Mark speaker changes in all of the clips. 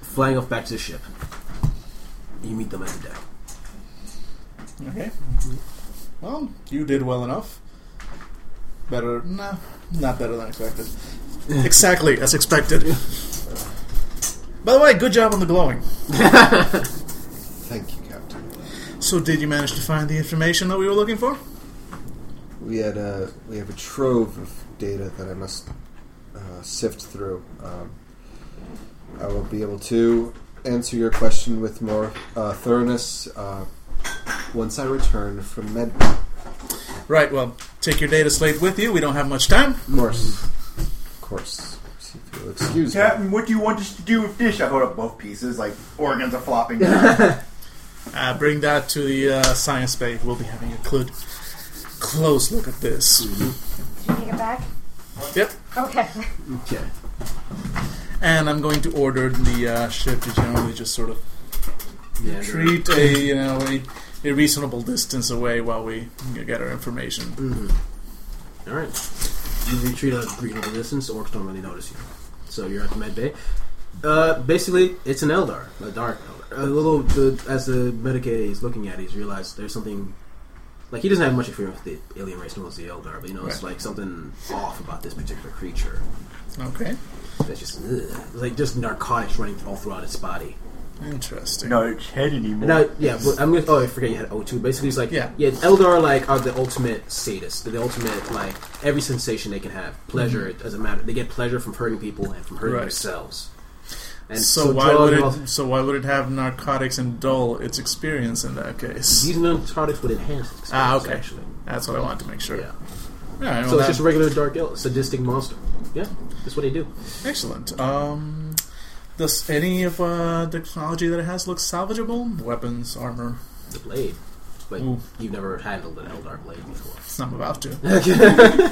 Speaker 1: flying off back to the ship. You meet them at the deck.
Speaker 2: Okay. Well, you did well enough. Better, no, not better than expected. exactly as expected. By the way, good job on the glowing.
Speaker 3: Thank you, Captain.
Speaker 2: So, did you manage to find the information that we were looking for?
Speaker 3: We had a we have a trove of data that I must uh, sift through. Um, I will be able to answer your question with more uh, thoroughness uh, once I return from med. Of
Speaker 2: Right. Well, take your data slate with you. We don't have much time.
Speaker 3: course, of course. If you'll excuse me.
Speaker 4: Captain, what do you want us to do with this? I hold up both pieces, like organs are flopping down.
Speaker 2: Uh, bring that to the uh, science bay. We'll be having a cl- close look at this.
Speaker 5: Did you take it back?
Speaker 2: Yep.
Speaker 5: Okay.
Speaker 1: Okay.
Speaker 2: And I'm going to order the uh, ship to generally just sort of
Speaker 1: Yeah,
Speaker 2: treat a you know a, a reasonable distance away while we get our information.
Speaker 1: All right. You retreat at a reasonable distance. Orcs don't really notice you. So you're at the med bay. Uh, basically, it's an Eldar, a dark Eldar. A little, the, as the Medicaid is looking at it, he's realized there's something. Like he doesn't have much experience with the alien race, nor is the Eldar, but you know it's
Speaker 2: Right.
Speaker 1: like something off about this particular creature.
Speaker 2: Okay.
Speaker 1: That's just ugh. It's like just narcotics running all throughout its body.
Speaker 2: Interesting.
Speaker 4: no, it's head anymore.
Speaker 1: Now, yeah, but I'm gonna. Oh, I forget you had O2. Basically, it's like
Speaker 2: Yeah.
Speaker 1: yeah, Eldar like are the ultimate sadists. They're the ultimate like every sensation they can have. Pleasure it doesn't matter. They get pleasure from hurting people and from hurting
Speaker 2: Mm-hmm. Right.
Speaker 1: themselves. And
Speaker 2: So, why would
Speaker 1: drugs
Speaker 2: it?
Speaker 1: and all-
Speaker 2: So why would it have narcotics and dull its experience in that case?
Speaker 1: these narcotics would enhance. Experience,
Speaker 2: Ah, okay.
Speaker 1: Actually,
Speaker 2: That's what I wanted to make sure.
Speaker 1: yeah.
Speaker 2: All right, well,
Speaker 1: So it's
Speaker 2: that-
Speaker 1: just a regular dark elf, sadistic monster. Yeah, that's what they do.
Speaker 2: excellent. Um, does any of uh, the technology that it has look salvageable? Weapons, armor.
Speaker 1: The blade. But
Speaker 2: Ooh.
Speaker 1: you've never handled an Eldar blade before.
Speaker 2: It's not about to. Yeah,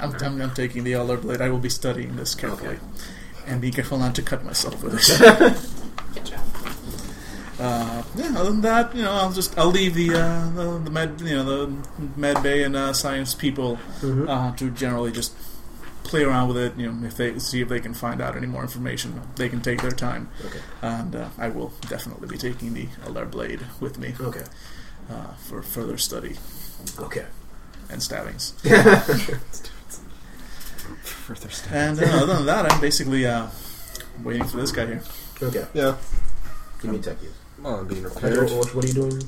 Speaker 2: I'm, I'm, I'm taking the Elder Blade. I will be studying this carefully. And be careful not to cut myself with it. Uh, yeah, other than that, you know, I'll just I'll leave the uh, the, the med you know the med bay and uh, science people uh, to generally just play around with it. You know, if they see if they can find out any more information, they can take their time.
Speaker 1: Okay.
Speaker 2: And uh, I will definitely be taking the Elder Blade with me
Speaker 1: Okay.
Speaker 2: uh, for further study
Speaker 1: Okay.
Speaker 2: and stabbings.
Speaker 3: Further step.
Speaker 2: And uh, other than that, I'm basically uh, waiting for this guy here.
Speaker 1: Okay.
Speaker 3: Yeah.
Speaker 1: Give me tech you.
Speaker 3: Well, I'm being
Speaker 1: Or-
Speaker 3: repaired.
Speaker 1: or What are you doing?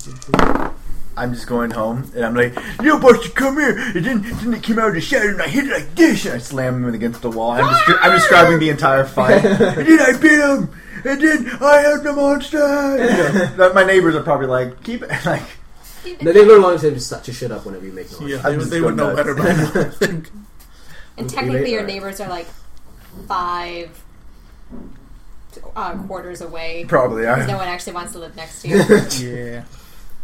Speaker 4: I'm just going home, and I'm like, you boss, come here! And then, then it came out of the shadow, and I hit it like this, and I slam him against the wall. I'm, just, I'm describing the entire fight. and then I beat him, and then I had the monster. You know, that- my neighbors are probably like, keep it. Like,
Speaker 1: No, they learn long to shut your shit up whenever you make noise.
Speaker 2: Yeah,
Speaker 4: I'm
Speaker 2: they,
Speaker 4: just
Speaker 2: they would know
Speaker 4: going nuts.
Speaker 2: better by now. I think.
Speaker 1: Would
Speaker 5: And
Speaker 1: be
Speaker 5: technically,
Speaker 1: late,
Speaker 5: your
Speaker 1: right?
Speaker 5: neighbors are like five uh, quarters away.
Speaker 4: probably, I
Speaker 5: No one actually wants to live next to you.
Speaker 2: Yeah.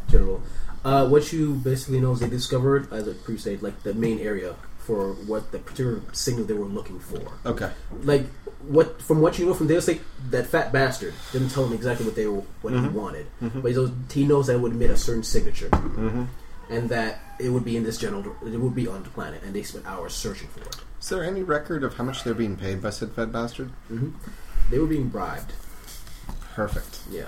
Speaker 1: general. Uh, what you basically know is they discovered, as a crusade, like the main area for what the particular signal they were looking for.
Speaker 3: Okay.
Speaker 1: Like what from what you know from this, like that fat bastard didn't tell him exactly what they were, what he wanted, but he knows, he knows that it would emit a certain signature, and that it would be in this general, it would be on the planet, and they spent hours searching for it.
Speaker 3: Is there any record of how much they're being paid by said Fed bastard?
Speaker 1: Mm-hmm. They were being bribed.
Speaker 3: Perfect.
Speaker 1: Yeah,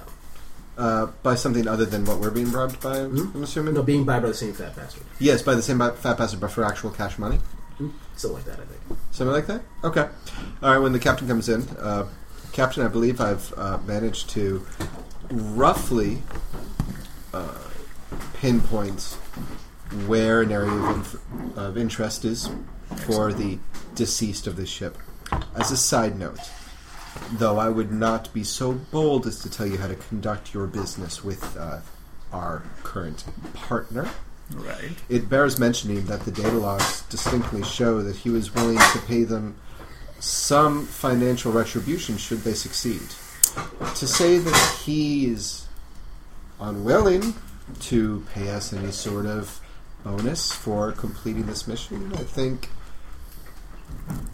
Speaker 3: Uh, by something other than what we're being bribed by, I'm assuming.
Speaker 1: no, being bribed by the same fat bastard,
Speaker 3: Yes, by the same ba- fat bastard, but for actual cash money.
Speaker 1: something like that. I think.
Speaker 3: Something like that? Okay. All right, when the captain comes in, uh, Captain, I believe I've uh, managed to roughly uh, pinpoint where an area of, inf- of interest is for the deceased of this ship. As a side note, though I would not be so bold as to tell you how to conduct your business with uh, our current partner.
Speaker 2: Right.
Speaker 3: It bears mentioning that the data logs distinctly show that he was willing to pay them some financial retribution should they succeed. To say that he's unwilling to pay us any sort of bonus for completing this mission, I think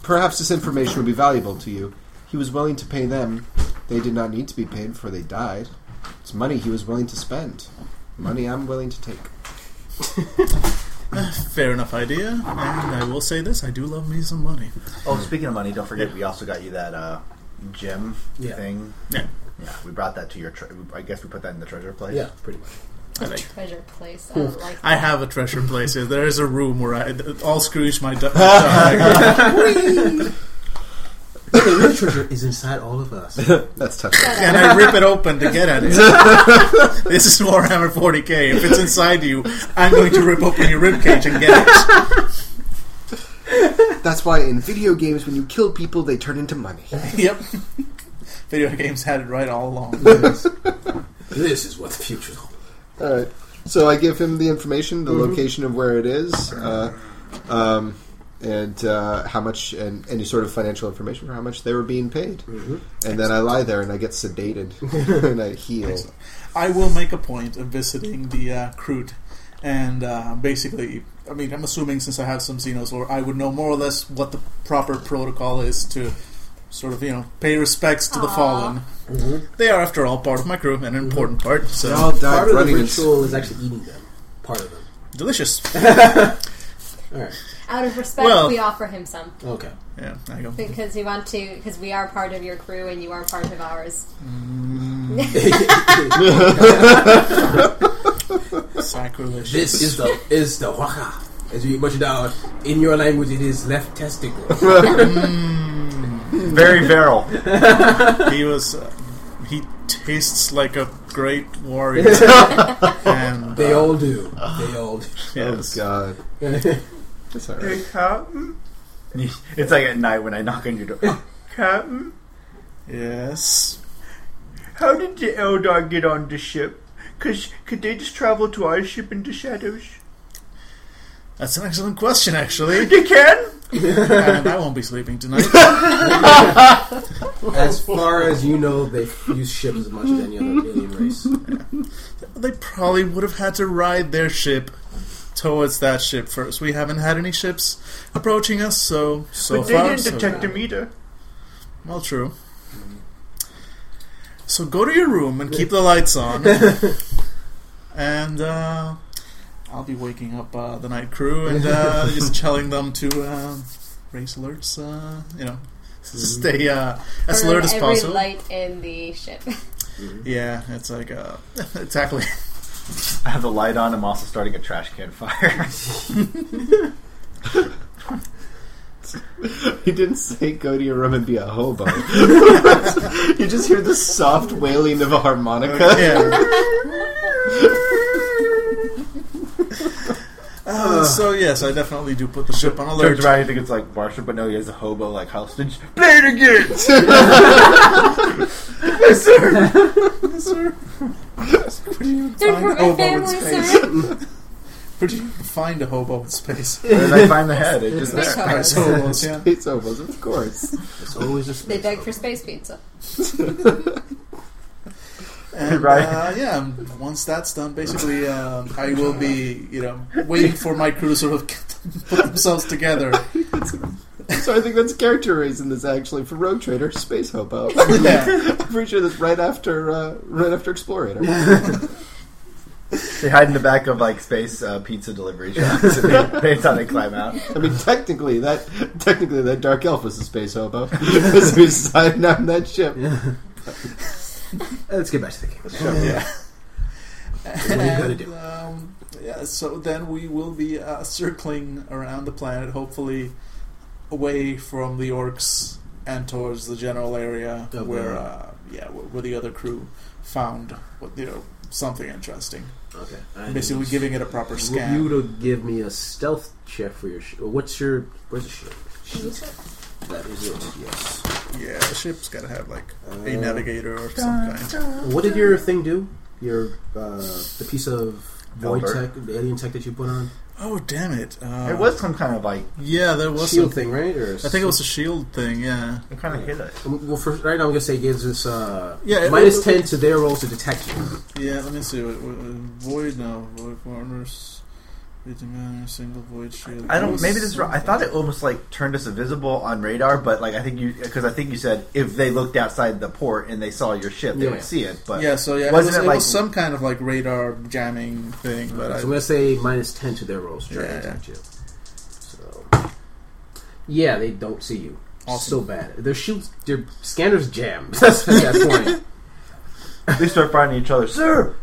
Speaker 3: perhaps this information would be valuable to you. He was willing to pay them. They did not need to be paid, for they died. It's money he was willing to spend. Money I'm willing to take.
Speaker 2: Fair enough idea. And I will say this I do love me some money.
Speaker 4: Oh, speaking of money, don't forget we also got you that uh, gem
Speaker 1: Yeah.
Speaker 4: thing.
Speaker 2: Yeah.
Speaker 4: Yeah, we brought that to your. Tre- I guess we put that in the treasure place.
Speaker 1: Yeah, pretty much.
Speaker 2: I like
Speaker 5: treasure place. I like
Speaker 2: I have a treasure place. There is a room where I all Scrooge my duck. I
Speaker 1: the real treasure is inside all of us.
Speaker 3: That's touching.
Speaker 2: and I rip it open to get at it. this is Warhammer 40k. If it's inside you, I'm going to rip open your ribcage and get it.
Speaker 3: That's why in video games, when you kill people, they turn into money.
Speaker 2: Yep. Video games had it right all along.
Speaker 1: this is what the future holds.
Speaker 3: All right. So I give him the information, the location of where it is, uh, um, and uh, how much, and any sort of financial information for how much they were being paid. And then I lie there and I get sedated Mm-hmm. and I heal.
Speaker 2: I will make a point of visiting the uh, Crute, and uh, basically, I mean, I'm assuming since I have some Xenos lore, I would know more or less what the proper protocol is to sort of, you know, pay respects to the
Speaker 5: Aw.
Speaker 2: fallen.
Speaker 1: Mm-hmm.
Speaker 2: They are, after all, part of my crew, and an important part, so
Speaker 3: all died
Speaker 1: Part of the
Speaker 3: running in-
Speaker 1: ritual is actually eating them. Part of them.
Speaker 2: delicious.
Speaker 1: All right.
Speaker 5: out of respect,
Speaker 2: Well-
Speaker 5: we offer him some
Speaker 1: Okay.
Speaker 2: yeah, there you go.
Speaker 5: because we want to because we are part of your crew and you are part of ours.
Speaker 2: Sacrilege.
Speaker 1: This is the is the waka. As we much down in your language, it is left testicle.
Speaker 4: Very virile.
Speaker 2: Hmm. he was. Uh, he tastes like a great warrior, and uh,
Speaker 3: Uh.
Speaker 1: They all do. They all do.
Speaker 2: yes,
Speaker 3: Oh, God. That's all right.
Speaker 4: Captain. And you- It's like at night when I knock on your door. "Oh, Captain,
Speaker 2: yes.
Speaker 4: how did the Eldar get on the ship? Cause could they just travel to our ship in the shadows?
Speaker 2: That's an excellent question, actually.
Speaker 4: They can.
Speaker 2: and I won't be sleeping tonight.
Speaker 1: As far as you know, they use ship as much as any other alien race.
Speaker 2: They probably would have had to ride their ship towards that ship first. We haven't had any ships approaching us, so so
Speaker 4: but they
Speaker 2: far.
Speaker 4: didn't
Speaker 2: so
Speaker 4: detect
Speaker 2: good.
Speaker 4: them either.
Speaker 2: Well, true. So go to your room and keep the lights on, and uh, I'll be waking up uh, the night crew and uh, just telling them to uh, raise alerts. Uh, you know, stay uh, as
Speaker 5: Burn
Speaker 2: alert as
Speaker 5: every
Speaker 2: possible.
Speaker 5: light in the ship.
Speaker 2: Yeah, it's like uh, exactly.
Speaker 4: I have the light on. I'm also starting a trash can fire.
Speaker 3: He didn't say go to your room and be a hobo. you just hear the soft wailing of a harmonica.
Speaker 2: yeah. Uh, so yes, I definitely do put the ship on alert.
Speaker 4: Turns around, you think it's like Marshall, but no, he has a hobo like hostage. Play it again.
Speaker 2: sir. Where do you
Speaker 5: They're
Speaker 2: find
Speaker 5: from
Speaker 2: a
Speaker 5: my
Speaker 2: hobo in
Speaker 5: family,
Speaker 2: space?
Speaker 5: sir.
Speaker 2: Where do you find a hobo in space?
Speaker 4: Where did I find the head? It's just there.
Speaker 5: Space hobos.
Speaker 2: Nice hobos, yeah.
Speaker 3: It's hobos, of course.
Speaker 1: It's always a
Speaker 5: They
Speaker 1: space.
Speaker 5: beg for space pizza.
Speaker 2: And,
Speaker 4: Right.
Speaker 2: uh, yeah. and Once that's done, basically, um, I will be, you know, waiting for my crew to sort of put themselves together.
Speaker 3: So I think that's character raising this actually for Rogue Trader, Space Hobo.
Speaker 2: Yeah.
Speaker 3: I'm pretty sure that's right after uh, right after Explorator.
Speaker 4: They hide in the back of like space uh, pizza delivery shops. That's how they climb out.
Speaker 3: I mean, technically that technically that Dark Elf was a space hobo because he was riding on that ship.
Speaker 1: Let's get back to the game.
Speaker 2: yeah.
Speaker 1: What are you gonna
Speaker 2: And,
Speaker 1: do?
Speaker 2: Um, yeah, so then we will be uh, circling around the planet, hopefully away from the orcs and towards the general area
Speaker 1: Okay.
Speaker 2: where, uh, yeah, where, where the other crew found what, you know, something interesting.
Speaker 1: Okay.
Speaker 2: Basically, giving it a proper scan.
Speaker 1: You to give me a stealth check for your. Sh- what's your? Where's the ship? That is it. Yes.
Speaker 2: Yeah, the ship's gotta have like a
Speaker 1: Uh,
Speaker 2: navigator or some kind.
Speaker 1: What did your thing do? Your uh, the piece of void
Speaker 4: Albert.
Speaker 1: tech, the alien tech that you put on
Speaker 2: Oh damn it! Uh,
Speaker 4: It was some kind of like
Speaker 2: Yeah, there was
Speaker 1: shield
Speaker 2: some-
Speaker 1: thing, right? Or um,
Speaker 2: I think it was a shield thing. Yeah.
Speaker 4: I kind of hit it.
Speaker 1: Well, for right now, I'm gonna say it gives us uh,
Speaker 2: Yeah, it-
Speaker 1: minus
Speaker 2: it-
Speaker 1: ten to their rolls to detect you.
Speaker 2: Yeah, let me see. Wait, wait, wait, void now. Void partners. We demand a single void shield.
Speaker 4: I don't. Maybe this is wrong. I thought it almost like turned us invisible on radar, but like I think you because I think you said if they looked outside the port and they saw your ship, they
Speaker 1: Yeah.
Speaker 4: would see it. But
Speaker 2: Yeah, so yeah,
Speaker 4: wasn't
Speaker 2: it, was,
Speaker 4: it like
Speaker 2: was some kind of like radar jamming thing, but
Speaker 1: so
Speaker 2: I,
Speaker 1: I'm gonna say minus ten to their rolls to try
Speaker 2: Yeah,
Speaker 1: to
Speaker 2: yeah.
Speaker 1: detect you. So yeah, they don't see you. so bad. Their shields, their scanners jam. That's at that point.
Speaker 4: They start fighting each other. Sir,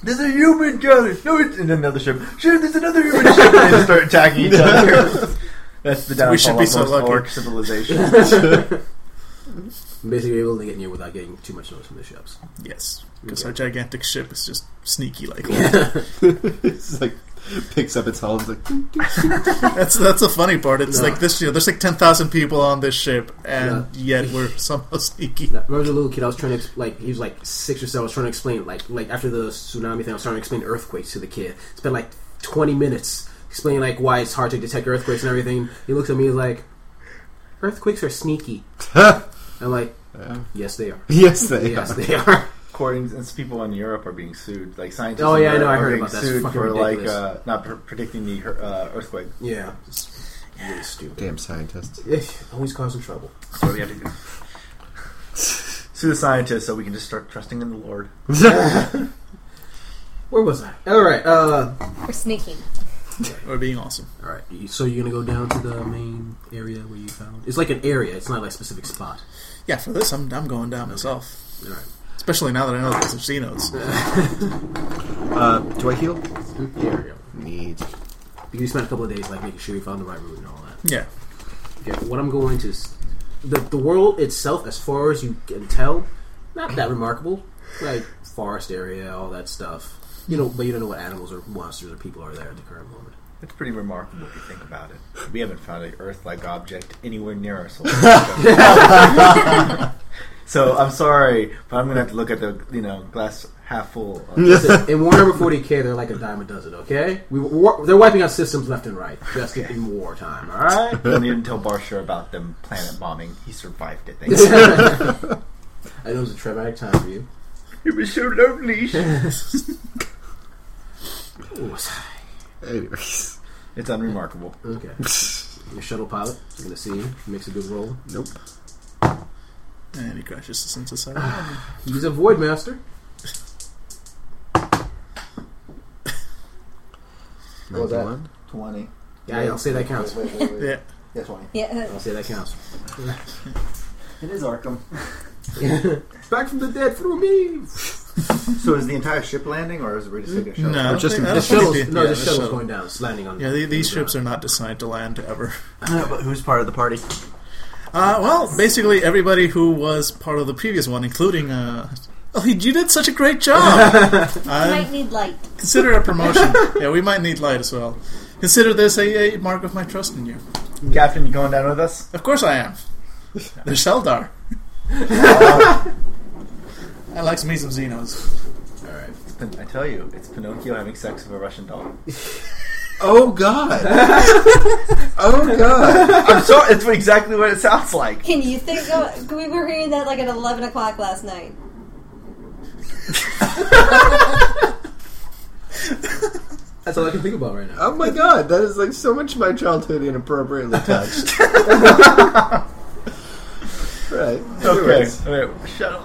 Speaker 4: there's a human jellyfish. No, it's in another ship. Sure, there's another human ship. And they start attacking each other. That's the downfall
Speaker 2: We should be
Speaker 4: of
Speaker 2: so
Speaker 4: most
Speaker 2: lucky.
Speaker 4: orc civilization.
Speaker 1: Basically, you're able to get near without getting too much notice from the ships.
Speaker 2: Yes, because our gigantic ship is just sneaky like
Speaker 3: It's like picks up its hull. It's like "Ding, ding."
Speaker 2: That's that's the funny part. It's
Speaker 1: No.
Speaker 2: like this. You know, there's like ten thousand people on this ship, and yet we're somehow sneaky.
Speaker 1: Now, remember the little kid? I was trying to ex- like he was like six or so. I was trying to explain like like after the tsunami thing. I was trying to explain earthquakes to the kid. Spent like twenty minutes explaining like why it's hard to detect earthquakes and everything. He looks at me he's like, "Earthquakes are sneaky." I'm like,
Speaker 3: Yeah.
Speaker 1: "Yes, they are.
Speaker 3: yes, they
Speaker 1: Yes,
Speaker 3: are.
Speaker 1: they are."
Speaker 4: According to people in Europe are being sued. Like scientists.
Speaker 1: Oh,
Speaker 4: in
Speaker 1: yeah, I know,
Speaker 4: Europe
Speaker 1: I
Speaker 4: are
Speaker 1: heard
Speaker 4: being
Speaker 1: about that. It's
Speaker 4: sued
Speaker 1: fucking
Speaker 4: for
Speaker 1: ridiculous.
Speaker 4: like uh, not pr- predicting the her- uh, earthquake.
Speaker 1: yeah, it's really stupid.
Speaker 3: Damn scientists.
Speaker 1: Eh, Always causing trouble.
Speaker 4: So we have to do. sue the scientists so we can just start trusting in the Lord.
Speaker 1: Where was I? All right. Uh,
Speaker 5: We're sneaking.
Speaker 2: We're being awesome.
Speaker 1: all right. you- So you're gonna go down to the main area where you found. It's like an area. It's not like a specific spot.
Speaker 2: Yeah, for this, I'm I'm going down myself.
Speaker 1: All right.
Speaker 2: Especially now that I know there's casinos.
Speaker 3: Uh, do I heal?
Speaker 1: There we go.
Speaker 3: Need.
Speaker 1: Because you spent a couple of days like making sure you found the right route and all that.
Speaker 2: Yeah,
Speaker 1: Okay, what I'm going to s- the the world itself, as far as you can tell, not that remarkable. Like forest area, all that stuff. You know, but you don't know what animals or monsters or people are there at the current moment.
Speaker 4: It's pretty remarkable if you think about it. We haven't found an Earth-like object anywhere near our solar system. so I'm sorry, but I'm gonna have to look at the you know glass half full. Of
Speaker 1: Listen, in War Number 40K, they're like a dime a dozen. Okay, we war, they're wiping out systems left and right just in wartime. All right.
Speaker 4: Don't even tell Barsher about them planet bombing. He survived it. Thank you.
Speaker 1: I know it was a traumatic time for you.
Speaker 4: it was so lonely.
Speaker 1: Ooh,
Speaker 3: Anyways.
Speaker 4: It's unremarkable.
Speaker 1: okay, your shuttle pilot. I'm gonna see you. Makes a good roll.
Speaker 3: nope.
Speaker 2: and he crashes us into silence.
Speaker 1: He's a void master. What was that?
Speaker 3: 91.
Speaker 4: Twenty.
Speaker 1: Yeah, I'll say that counts.
Speaker 2: yeah,
Speaker 4: Yeah, twenty.
Speaker 5: Yeah.
Speaker 1: I'll say that counts.
Speaker 4: It is Arkham.
Speaker 1: Back from the dead through me.
Speaker 4: So is the entire ship landing, or is it ready to take a shuttle?
Speaker 2: no,
Speaker 3: just
Speaker 2: I don't
Speaker 3: in-
Speaker 1: The
Speaker 2: think
Speaker 1: shuttle's,
Speaker 2: they-
Speaker 1: no,
Speaker 2: yeah,
Speaker 1: the
Speaker 2: the
Speaker 1: shuttle's
Speaker 2: shuttle.
Speaker 1: going down, it's landing on.
Speaker 2: Yeah, the- these ships are not designed to land ever.
Speaker 4: but who's part of the party?
Speaker 2: Uh, well, basically everybody who was part of the previous one, including. Uh, oh, he- you did such a great job.
Speaker 5: You
Speaker 2: i
Speaker 5: might need light.
Speaker 2: consider a promotion. yeah, we might need light as well. Consider this a, a mark of my trust in you.
Speaker 4: Captain, you going down with us?
Speaker 2: Of course I am. They're Seldar. I like me some Xenos.
Speaker 1: All right.
Speaker 4: It's Pin- I tell you, it's Pinocchio having sex with a Russian doll.
Speaker 3: Oh god. oh god.
Speaker 4: I'm sorry, it's exactly what it sounds like.
Speaker 5: Can you think? Of, we were hearing that like at eleven o'clock last night.
Speaker 1: That's all I can think about right now.
Speaker 3: Oh my god. That is like so much of my childhood inappropriately touched. right.
Speaker 4: Okay,
Speaker 3: Anyways.
Speaker 4: Alright, shut
Speaker 1: Oh,
Speaker 4: up.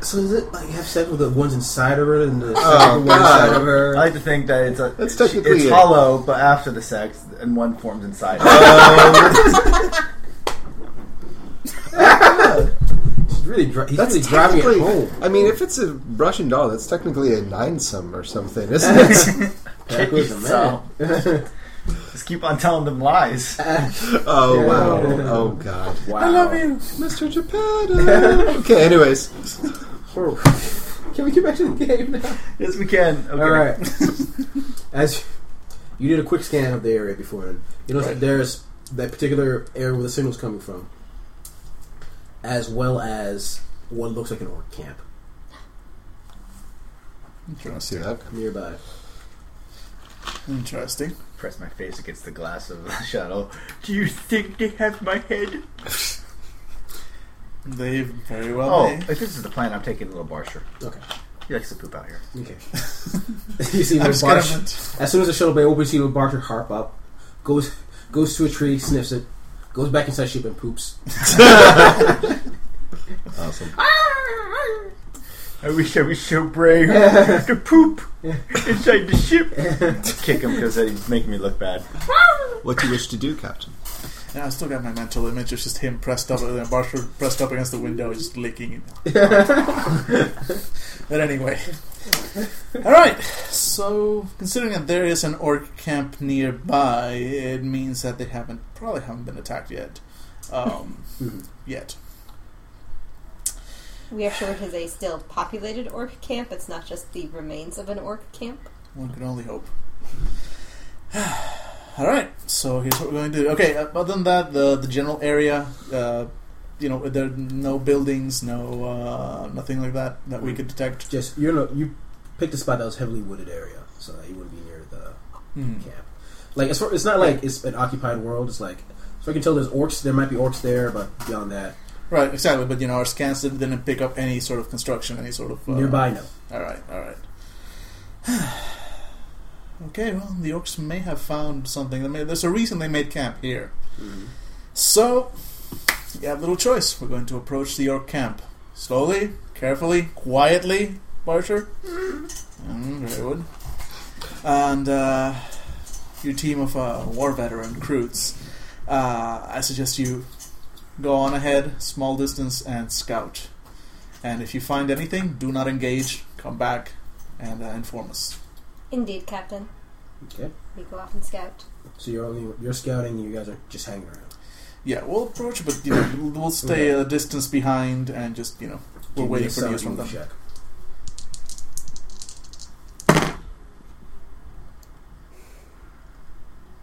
Speaker 1: So is it like you have sex with the ones inside of her and the
Speaker 4: Uh,
Speaker 3: Oh,
Speaker 1: inside
Speaker 3: God.
Speaker 1: of
Speaker 4: I
Speaker 1: her?
Speaker 4: like to think that it's a
Speaker 3: That's
Speaker 4: it's,
Speaker 3: technically
Speaker 4: it's
Speaker 3: it.
Speaker 4: hollow, but after the sex, and one forms inside.
Speaker 1: He's really, dri- he's
Speaker 3: That's
Speaker 1: really driving it
Speaker 3: technically-
Speaker 1: home.
Speaker 3: I mean, if it's a Russian doll, that's technically a nine sum or something, isn't it?
Speaker 1: Back with the man.
Speaker 4: So, just keep on telling them lies.
Speaker 3: oh wow.
Speaker 1: Yeah.
Speaker 3: Oh god.
Speaker 4: Wow.
Speaker 2: I love you.
Speaker 3: Mr. Geppetto. okay. Anyways.
Speaker 1: Oh. Can we get back to the game now?
Speaker 4: Yes, we can. Okay.
Speaker 1: All right. As you did a quick scan of the area before, and you notice that there's that particular area where the signal's coming from, as well as what looks like an orc camp
Speaker 3: See
Speaker 2: Interesting.
Speaker 3: that?
Speaker 1: nearby.
Speaker 2: Interesting.
Speaker 4: Press my face against the glass of the shuttle. Do you think they have my head?
Speaker 2: They very well
Speaker 4: Oh,
Speaker 2: may.
Speaker 4: if this is the plan, I'm taking a little barsher.
Speaker 1: Okay.
Speaker 4: He likes to poop out here.
Speaker 1: Okay. you see,
Speaker 2: I'm
Speaker 1: the
Speaker 2: just gonna-
Speaker 1: barge, as soon as the shuttle bay opens, you see Barter harp up, goes goes to a tree, sniffs it, goes back inside ship and poops.
Speaker 3: Awesome.
Speaker 1: Ah!
Speaker 4: I wish I was so brave to poop inside the ship. Kick him because he's making me look bad.
Speaker 3: What do you wish to do, Captain?
Speaker 2: Yeah, I still got my mental image. It's just him pressed up, uh, Barker pressed up against the window, just licking it. but anyway, all right. So, considering that there is an orc camp nearby, it means that they haven't probably haven't been attacked yet. Um,
Speaker 1: Mhm.
Speaker 2: yet.
Speaker 5: We are sure it is a still populated orc camp. It's not just the remains of an orc camp.
Speaker 2: One can only hope. All right, so here's what we're going to do. Okay, uh, other than that, the the general area, uh, you know, there are no buildings, no uh, nothing like that that we could detect.
Speaker 1: Just you know, you picked a spot that was heavily wooded area, so that you wouldn't be near the
Speaker 2: Hmm.
Speaker 1: camp. Like as far, it's not like it's an occupied world. It's like so I can tell there's orcs. There might be orcs there, but beyond that,
Speaker 2: Right, exactly. But you know, our scans didn't, didn't pick up any sort of construction, any sort of uh,
Speaker 1: nearby no.
Speaker 2: All right, all right. okay, well, the orcs may have found something. They may, there's a reason they made camp here. So, you have little choice. We're going to approach the orc camp slowly, carefully, quietly, Barcher. Mm, very good. And uh, your team of uh, war veteran recruits, uh, I suggest you go on ahead, small distance, and scout. And if you find anything, do not engage. Come back and uh, inform us.
Speaker 5: Indeed, Captain.
Speaker 1: Okay,
Speaker 5: We go off and scout.
Speaker 1: so you're only you're scouting. and You guys are just hanging around.
Speaker 2: Yeah, we'll approach, but you know, we'll- we'll stay a distance behind and just you know we're
Speaker 1: Give me
Speaker 2: waiting
Speaker 1: a
Speaker 2: for news from
Speaker 1: solid
Speaker 2: them.
Speaker 1: check.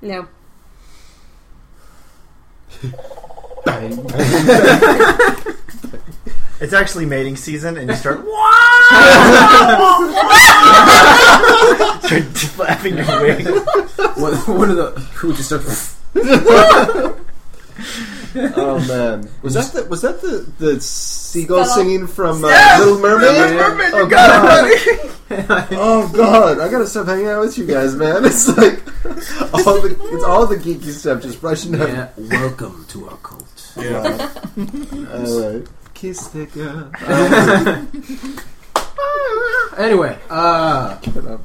Speaker 5: No.
Speaker 4: It's actually mating season, and you start start flapping your wings.
Speaker 1: one, one of the who just starts.
Speaker 3: oh man, was that the was that the the seagull
Speaker 5: Stella.
Speaker 3: singing from uh,
Speaker 4: Yes!
Speaker 3: Little Mermaid?
Speaker 4: Little Mermaid, you
Speaker 3: oh,
Speaker 4: got it,
Speaker 3: god. oh god, I gotta stop hanging out with you guys, man. It's like all the it's all the geeky stuff just rushing up.
Speaker 1: yeah, welcome to our cult.
Speaker 2: Yeah.
Speaker 3: All right. Kiss the girl.
Speaker 1: Anyway, uh,
Speaker 3: Get up.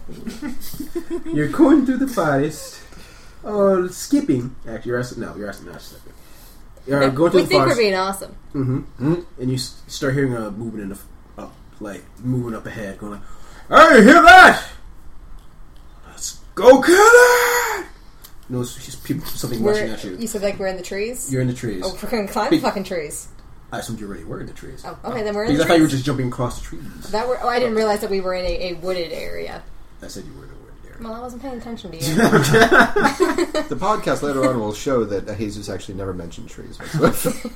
Speaker 1: you're going through the forest, or skipping. Actually, you're asking, no, you're asking not skipping. You're going through
Speaker 5: we
Speaker 1: the
Speaker 5: think we're
Speaker 1: forest,
Speaker 5: being awesome.
Speaker 1: mm-hmm, and you s- start hearing a movement in the f- up, like moving up ahead, going like, "Hey, hear that? Let's go kill it!" No, it's just people, something
Speaker 5: We're,
Speaker 1: rushing at you.
Speaker 5: you said like we're in the trees.
Speaker 1: You're in the trees.
Speaker 5: Oh, we're gonna climb
Speaker 1: Be-
Speaker 5: fucking trees.
Speaker 1: I assumed you already were in the trees.
Speaker 5: Oh, okay, then we're in
Speaker 1: Because
Speaker 5: the
Speaker 1: I thought you were
Speaker 5: trees.
Speaker 1: just jumping across the trees.
Speaker 5: That were, oh, I didn't realize that we were in a, a wooded area.
Speaker 1: I said you were in a wooded area.
Speaker 5: Well, I wasn't paying attention to you.
Speaker 3: The podcast later on will show that Jesus actually never mentioned trees whatsoever.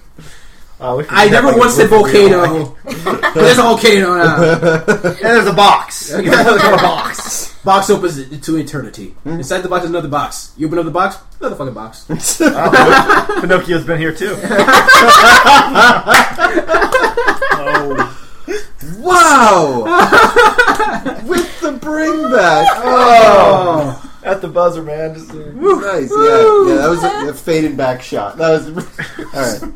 Speaker 4: Oh, we
Speaker 1: I
Speaker 4: can-
Speaker 1: never
Speaker 4: like,
Speaker 1: once said
Speaker 4: look real.
Speaker 1: volcano. but there's a volcano now.
Speaker 4: And there's a box. You gotta look at a box.
Speaker 1: Box opens to eternity. Inside the box is another box. You open up the box, another fucking box.
Speaker 4: Oh, Pinocchio's been here too.
Speaker 2: oh,
Speaker 3: wow! With the bring back.
Speaker 4: Oh, at the buzzer, man. Just,
Speaker 3: Oh, Nice, yeah, yeah. That was a, a faded back shot. That was all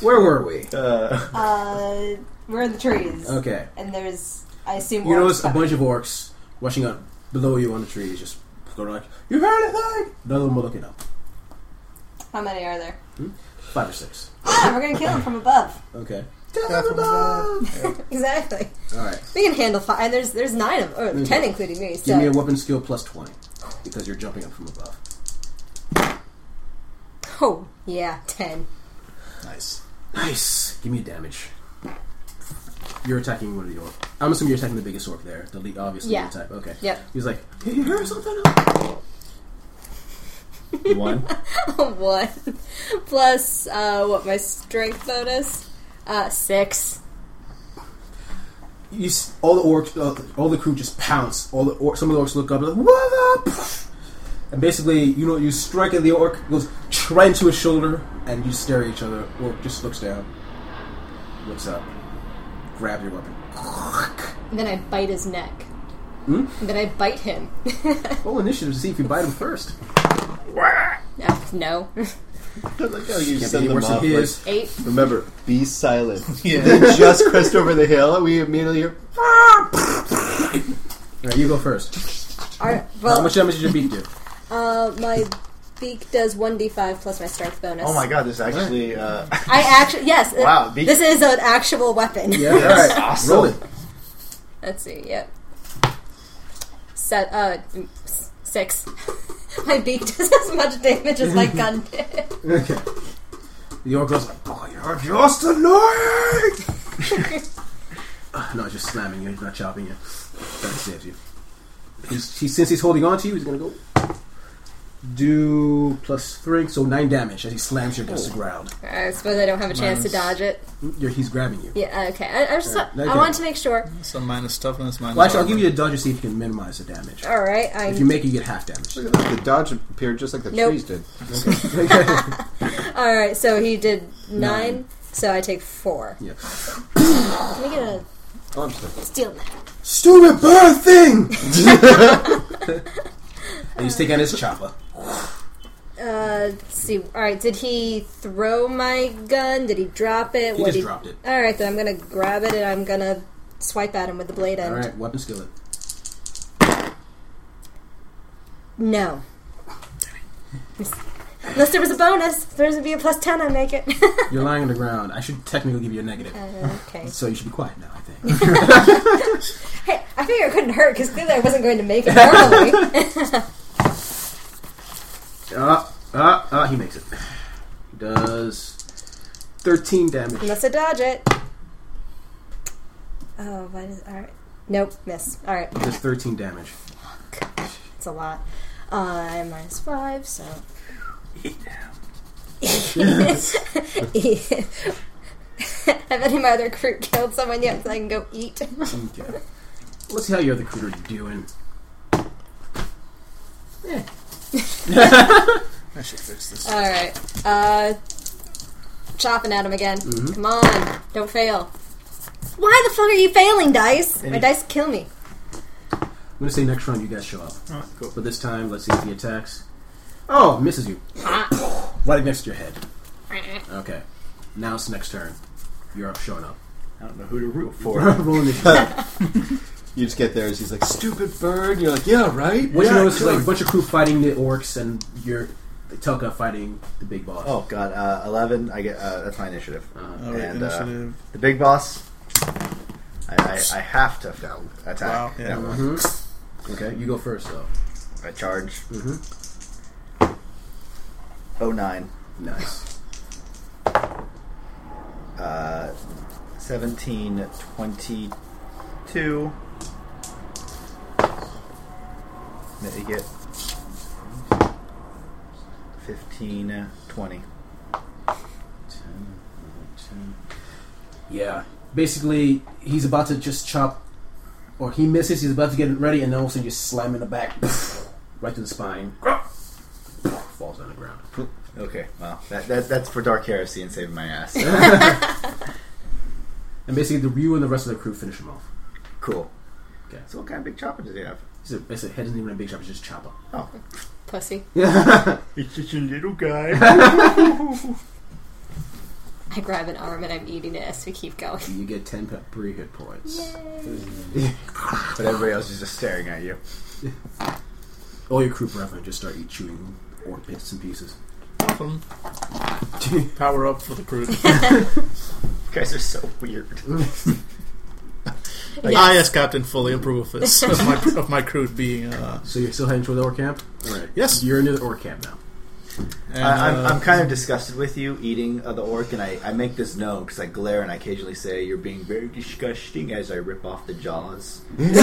Speaker 3: right.
Speaker 1: Where were we?
Speaker 4: uh,
Speaker 5: uh, we're in the trees.
Speaker 1: Okay.
Speaker 5: And there's, I assume,
Speaker 1: Uh, You
Speaker 5: orcs
Speaker 1: notice a
Speaker 5: coming.
Speaker 1: bunch of orcs rushing up below you on the trees, just going like, You heard it, like! Another one looking up.
Speaker 5: How many are there?
Speaker 1: Five or six.
Speaker 5: Ah, we're gonna kill them from above.
Speaker 1: Okay.
Speaker 5: Exactly.
Speaker 1: Alright.
Speaker 5: We can handle five. And there's there's nine of or
Speaker 1: Okay.
Speaker 5: ten including me. So
Speaker 1: Give me a weapon skill plus 20. Because you're jumping up from above.
Speaker 5: oh yeah, ten.
Speaker 2: nice.
Speaker 1: Nice. Give me a damage. You're attacking one of the orcs. I'm assuming you're attacking the biggest orc there, the lead, obviously
Speaker 5: Yeah.
Speaker 1: lead type. Okay.
Speaker 5: Yep.
Speaker 1: He's like, "Hey, you heard something?
Speaker 4: one.
Speaker 5: Oh, One plus uh, what my strength bonus? Uh, six.
Speaker 1: You s- all the orcs, uh, all the crew just pounce. All the orcs, some of the orcs look up, like, what up? And basically, you know, you strike at the orc, goes right into his shoulder, and you stare at each other. Orc just looks down, looks up, grab your weapon.
Speaker 5: And then I bite his neck.
Speaker 4: Hmm?
Speaker 5: And then I bite him.
Speaker 1: Roll initiative to see if you bite him first.
Speaker 5: Uh, no.
Speaker 3: I like how you
Speaker 1: Can't
Speaker 3: send
Speaker 1: be any
Speaker 3: them
Speaker 1: worse than
Speaker 3: off.
Speaker 1: he
Speaker 3: like,
Speaker 1: is.
Speaker 5: Eight.
Speaker 3: Remember, be silent.
Speaker 2: Yeah.
Speaker 3: They just crossed over the hill. We immediately hear.
Speaker 1: All right, you go first.
Speaker 5: All right,
Speaker 1: How
Speaker 5: well,
Speaker 1: much damage did your beak do?
Speaker 5: uh, my Beak does 1d5 plus my strength bonus.
Speaker 4: Oh my god, this actually. Uh,
Speaker 5: I actually, yes. it-
Speaker 4: Wow, Beak-
Speaker 5: This is an actual weapon.
Speaker 1: Yeah,
Speaker 4: that's
Speaker 1: alright.
Speaker 4: awesome.
Speaker 1: Roll it.
Speaker 5: Let's see, yep. Set, uh, mm, s- six. my beak does as much damage as my gun did.
Speaker 1: Okay. The orc goes, "Oh, you're
Speaker 4: Just a night!
Speaker 1: uh, no, just slamming you, he's not chopping you. That saves you. He's, he, since he's holding on to you, he's gonna go do plus three, so nine damage as he slams you against the ground.
Speaker 5: I suppose I don't have a chance to
Speaker 2: Nice.
Speaker 5: dodge it.
Speaker 1: You're, he's grabbing you.
Speaker 5: Yeah, okay. I, I just
Speaker 1: Alright,
Speaker 5: I
Speaker 1: okay.
Speaker 5: wanted to make sure.
Speaker 2: So minus toughness, minus.
Speaker 1: Well, actually, I'll give you a dodge to see if you can minimize the damage.
Speaker 5: All right, I
Speaker 1: If you make it, you get half damage.
Speaker 3: Look at that. The dodge appeared just like the
Speaker 5: Nope.
Speaker 3: trees did.
Speaker 5: all right. So he did nine,
Speaker 1: Nine.
Speaker 5: so I take four.
Speaker 1: Yeah.
Speaker 5: Let me get a
Speaker 3: Oh, I'm sorry.
Speaker 5: steel knife.
Speaker 1: Stupid bird thing! and he's taking his chopper.
Speaker 5: Uh, let's see. All right, did he throw my gun? Did he drop it?
Speaker 1: He just dropped it.
Speaker 5: All right, then I'm gonna grab it and I'm gonna swipe at him with the blade end.
Speaker 1: Alright, weapon skillet.
Speaker 5: No. Unless there was a bonus, if there would be a plus ten. I make it.
Speaker 1: You're lying on the ground. I should technically give you a negative.
Speaker 5: Uh, okay.
Speaker 1: So you should be quiet now, I think.
Speaker 5: Hey, I figured it couldn't hurt because clearly I wasn't going to make it normally.
Speaker 1: Ah, ah, ah, he makes it. He does 13 damage.
Speaker 5: Unless I dodge it. Oh, why does all right? Nope, miss. All right,
Speaker 1: He does 13 damage.
Speaker 5: it's a lot. Uh, minus five, so. Eat. Have any of my other crew killed someone yet? So I can go eat.
Speaker 1: Okay. Let's see how your other crew are doing. Yeah.
Speaker 2: I should fix this.
Speaker 5: All right. Uh, chopping at him again. Come on, don't fail. Why the fuck are you failing, dice? My
Speaker 4: Any-
Speaker 5: dice kill me.
Speaker 1: I'm going to say next round you guys show up.
Speaker 2: Alright, cool.
Speaker 1: But this time, let's see if he attacks. Oh, misses you. right next to your head. Okay. Now it's next turn. You're up showing up.
Speaker 4: I don't know who to root for.
Speaker 1: Roll initiative.
Speaker 3: You just get there, and he's like, "Stupid bird." And you're like, "Yeah, right."
Speaker 1: What
Speaker 3: yeah,
Speaker 1: you notice is
Speaker 3: sure."
Speaker 1: like a bunch of crew fighting the orcs and your Telka fighting the big boss.
Speaker 4: Oh god, uh, 11, I get, uh, that's my initiative.
Speaker 1: Uh,
Speaker 2: All right,
Speaker 4: And, uh,
Speaker 2: initiative.
Speaker 4: The big boss, I, I, I have to attack.
Speaker 2: Wow, yeah.
Speaker 4: That one.
Speaker 1: okay, you go first though.
Speaker 4: I charge.
Speaker 1: Mhm.
Speaker 4: Oh nine.
Speaker 1: Nice.
Speaker 4: Uh, 17, 22. That you get 15, uh, 20.
Speaker 1: Yeah. Basically, he's about to just chop, or he misses. He's about to get ready, and then all of a sudden, you slam in the back, right to the spine. Falls on the ground.
Speaker 4: Okay, well, that, that, that's for Dark Heresy and saving my ass.
Speaker 1: And basically, the you and the rest of the crew finish him off.
Speaker 4: cool.
Speaker 1: Okay.
Speaker 4: So, what kind of big chopper does he have?
Speaker 1: He's a, basically, head isn't even a big chop; it's just chopper.
Speaker 4: Oh,
Speaker 5: Pussy.
Speaker 4: it's just a little guy.
Speaker 5: I grab an arm and I'm eating it as we keep going.
Speaker 1: You get ten peppery hit points.
Speaker 4: but everybody else is just staring at you.
Speaker 1: All your crew brethren just start chewing orc bits and pieces.
Speaker 2: Awesome. Power up for the crew.
Speaker 4: You guys are so weird.
Speaker 2: I, as captain, fully approve of this. of, my, of my crew being. Uh,
Speaker 1: So you're still heading toward the orc camp? Alright.
Speaker 2: Yes.
Speaker 1: You're into the orc camp now.
Speaker 2: and,
Speaker 4: I, I'm,
Speaker 2: uh,
Speaker 4: I'm kind of disgusted with you eating uh, the orc, and I, I make this known because I glare and I occasionally say, You're being very disgusting as I rip off the jaws. And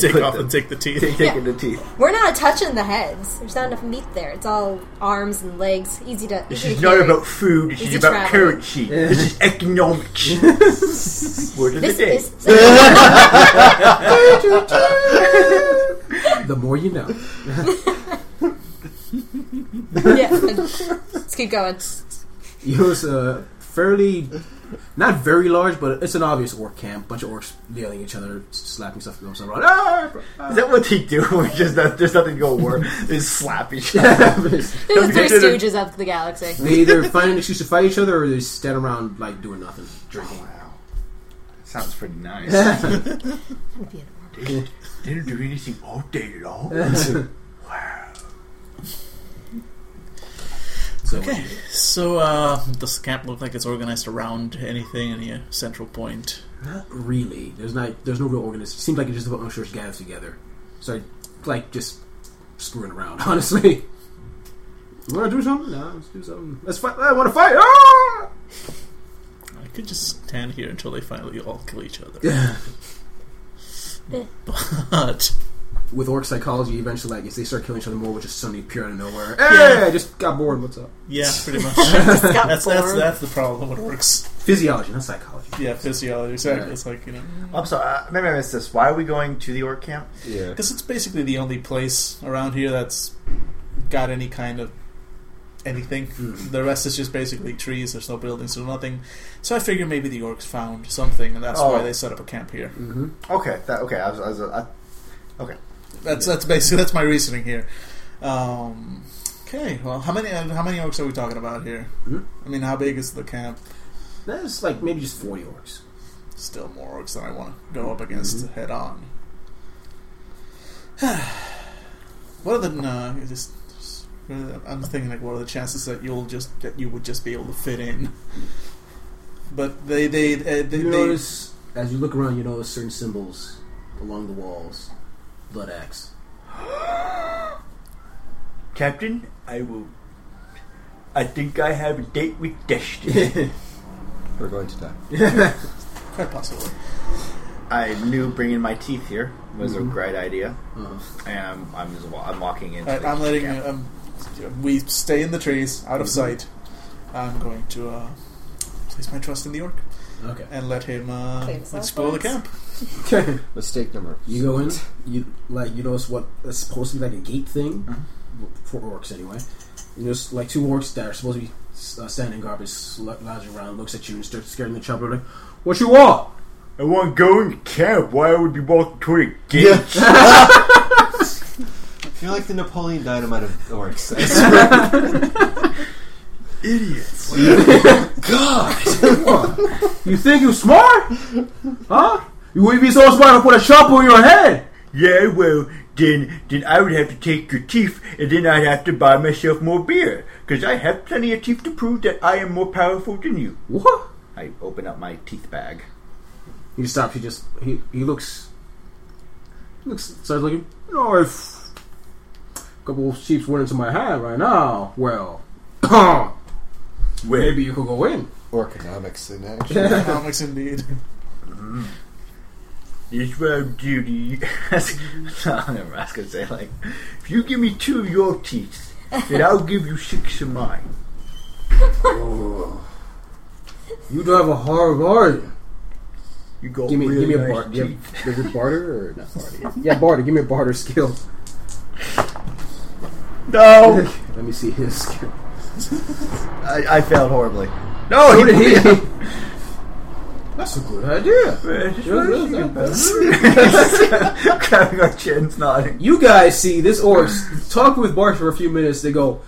Speaker 2: take
Speaker 4: put
Speaker 2: off
Speaker 4: them-
Speaker 2: and take the teeth.
Speaker 4: take, take in the teeth.
Speaker 5: We're not touching the heads. There's not enough meat there. It's all arms and legs. Easy to.
Speaker 4: This
Speaker 5: easy
Speaker 4: is
Speaker 5: to
Speaker 4: not
Speaker 5: carry.
Speaker 4: about food, this is
Speaker 5: Easy
Speaker 4: about
Speaker 5: travel.
Speaker 4: currency. This is economics. Word of the
Speaker 5: This
Speaker 4: day.
Speaker 5: is. This,
Speaker 1: The more you know.
Speaker 5: yeah. Let's keep going.
Speaker 1: It was a fairly, not very large, but it's an obvious orc camp. Bunch of orcs yelling at each other, slapping stuff going around. Ah!
Speaker 4: Is that what they do? We just not, there's nothing to go war. They just slap each other.
Speaker 5: They're the three
Speaker 4: Don't get it.
Speaker 5: stooges of the galaxy.
Speaker 1: They either find an excuse to fight each other or they stand around like doing nothing, drinking.
Speaker 4: Wow, sounds pretty nice.
Speaker 5: Would be an orc.
Speaker 4: Didn't do anything all day long. wow.
Speaker 1: So
Speaker 2: Okay, so uh, does the camp look like it's organized around anything? Any uh, central point?
Speaker 1: Not really. There's not. There's no real organization. It seems like it just about ushers gathered together. So like just screwing around. Honestly, you want to do something? No, let's do something. Let's fight. I want to fight. Ah!
Speaker 2: I could just stand here until they finally all kill each other.
Speaker 1: Yeah.
Speaker 2: but
Speaker 1: With orc psychology, eventually, like if they start killing each other more, which is suddenly pure out of nowhere. Hey, I just got bored. What's up?
Speaker 2: yeah, pretty much.
Speaker 5: Just got
Speaker 2: that's, that's
Speaker 5: bored.
Speaker 2: that's the problem. What works?
Speaker 1: Physiology, not psychology.
Speaker 2: Yeah, physiology. Exactly.
Speaker 1: Right.
Speaker 2: It's like you know,
Speaker 4: I'm sorry, uh, maybe I missed this. Why are we going to the orc camp?
Speaker 3: Yeah.
Speaker 2: because it's basically the only place around here that's got any kind of anything.
Speaker 1: Mm.
Speaker 2: The rest is just basically trees. There's no buildings. There's nothing. So I figure maybe the orcs found something, and that's
Speaker 4: Oh.
Speaker 2: why they set up a camp here.
Speaker 1: Mm-hmm.
Speaker 4: Okay, that okay. I was, I was uh, I,
Speaker 2: That's that's basically that's my reasoning here. Um, okay, well, how many uh, how many orcs are we talking about here?
Speaker 1: Hmm?
Speaker 2: I mean, how big is the camp?
Speaker 1: That's like maybe just forty orcs.
Speaker 2: Still more orcs than I want to go up against
Speaker 1: Mm-hmm.
Speaker 2: head on. what are the uh, just, just- I'm thinking like what are the chances that you'll just that you would just be able to fit in? But they they uh, they, they
Speaker 1: You notice as you look around, you notice certain symbols along the walls. Blood axe.
Speaker 4: Captain, I will. I think I have a date with destiny.
Speaker 1: Uh-huh.
Speaker 3: We're going to die.
Speaker 2: quite possibly.
Speaker 4: I knew bringing my teeth here was
Speaker 1: Mhm.
Speaker 2: Mm-hmm.
Speaker 4: a great idea,
Speaker 1: Uh,
Speaker 4: and I'm, I'm just wa- I'm walking in.
Speaker 2: All right, I'm letting um, we stay in the trees, out of
Speaker 1: Mm-hmm.
Speaker 2: sight. I'm going to uh, place my trust in the orc
Speaker 1: okay.
Speaker 2: and let him uh,
Speaker 5: Clean us up
Speaker 2: explore the
Speaker 5: once.
Speaker 2: camp.
Speaker 3: Mistake number.
Speaker 1: You go in, you like you notice what is supposed to be like a gate thing for orcs anyway. You notice like two orcs that are supposed to be uh, standing guard, is sl- lounging around, looks at you and starts scaring the chopper. Like, what you want?
Speaker 4: I want going to camp. Why would you walk to the gate?
Speaker 3: You're like the Napoleon Dynamite of orcs. I swear.
Speaker 4: Idiots.
Speaker 3: God.
Speaker 1: You think you smart? Huh? You wouldn't be so smart to put a chopper on your head.
Speaker 4: Yeah, well, then then I would have to take your teeth, and then I'd have to buy myself more beer, because I have plenty of teeth to prove that I am more powerful than you.
Speaker 1: What?
Speaker 4: I open up my teeth bag.
Speaker 1: He stops. He just he he looks. He looks starts looking. You know, if a couple of sheep's went into my hand right now, well,
Speaker 4: Well,
Speaker 1: maybe you could go in.
Speaker 3: Orconomics in action.
Speaker 2: Comics indeed.
Speaker 4: It's Rob Judy. I remember, I was gonna say like, if you give me two of your teeth, then I'll give you six of mine.
Speaker 1: You drive a hard bargain.
Speaker 4: You go
Speaker 1: Give me,
Speaker 4: really
Speaker 1: give me a
Speaker 4: nice
Speaker 1: barter. Do you
Speaker 4: teeth.
Speaker 1: have- Is it barter or not barter? Yeah, barter. Give me a barter skill.
Speaker 4: No,
Speaker 1: Let me see his skill.
Speaker 4: I, I failed horribly. No,
Speaker 1: What did Oh, he? That's a good idea.
Speaker 4: Grabbing our chins, nodding.
Speaker 1: You guys see this orcs talk with Barsher for a few minutes. They go,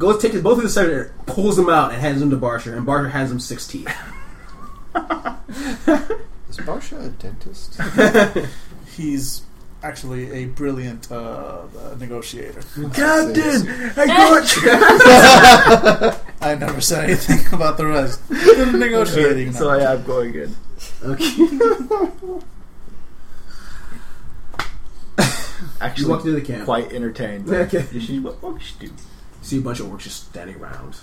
Speaker 1: goes takes both of the senator, pulls them out, and hands them to Barsher, and Barsher hands him six teeth.
Speaker 3: Is Barsha a dentist?
Speaker 2: He's actually a brilliant uh, uh, negotiator.
Speaker 4: Captain, I got you.
Speaker 2: I never said anything about the rest. Good negotiating.
Speaker 4: So yeah, I'm going in.
Speaker 1: Okay. You walk
Speaker 4: Actually,
Speaker 1: into the camp.
Speaker 4: quite entertained.
Speaker 1: Okay.
Speaker 4: You see what orcs do.
Speaker 1: See a bunch of orcs just standing around,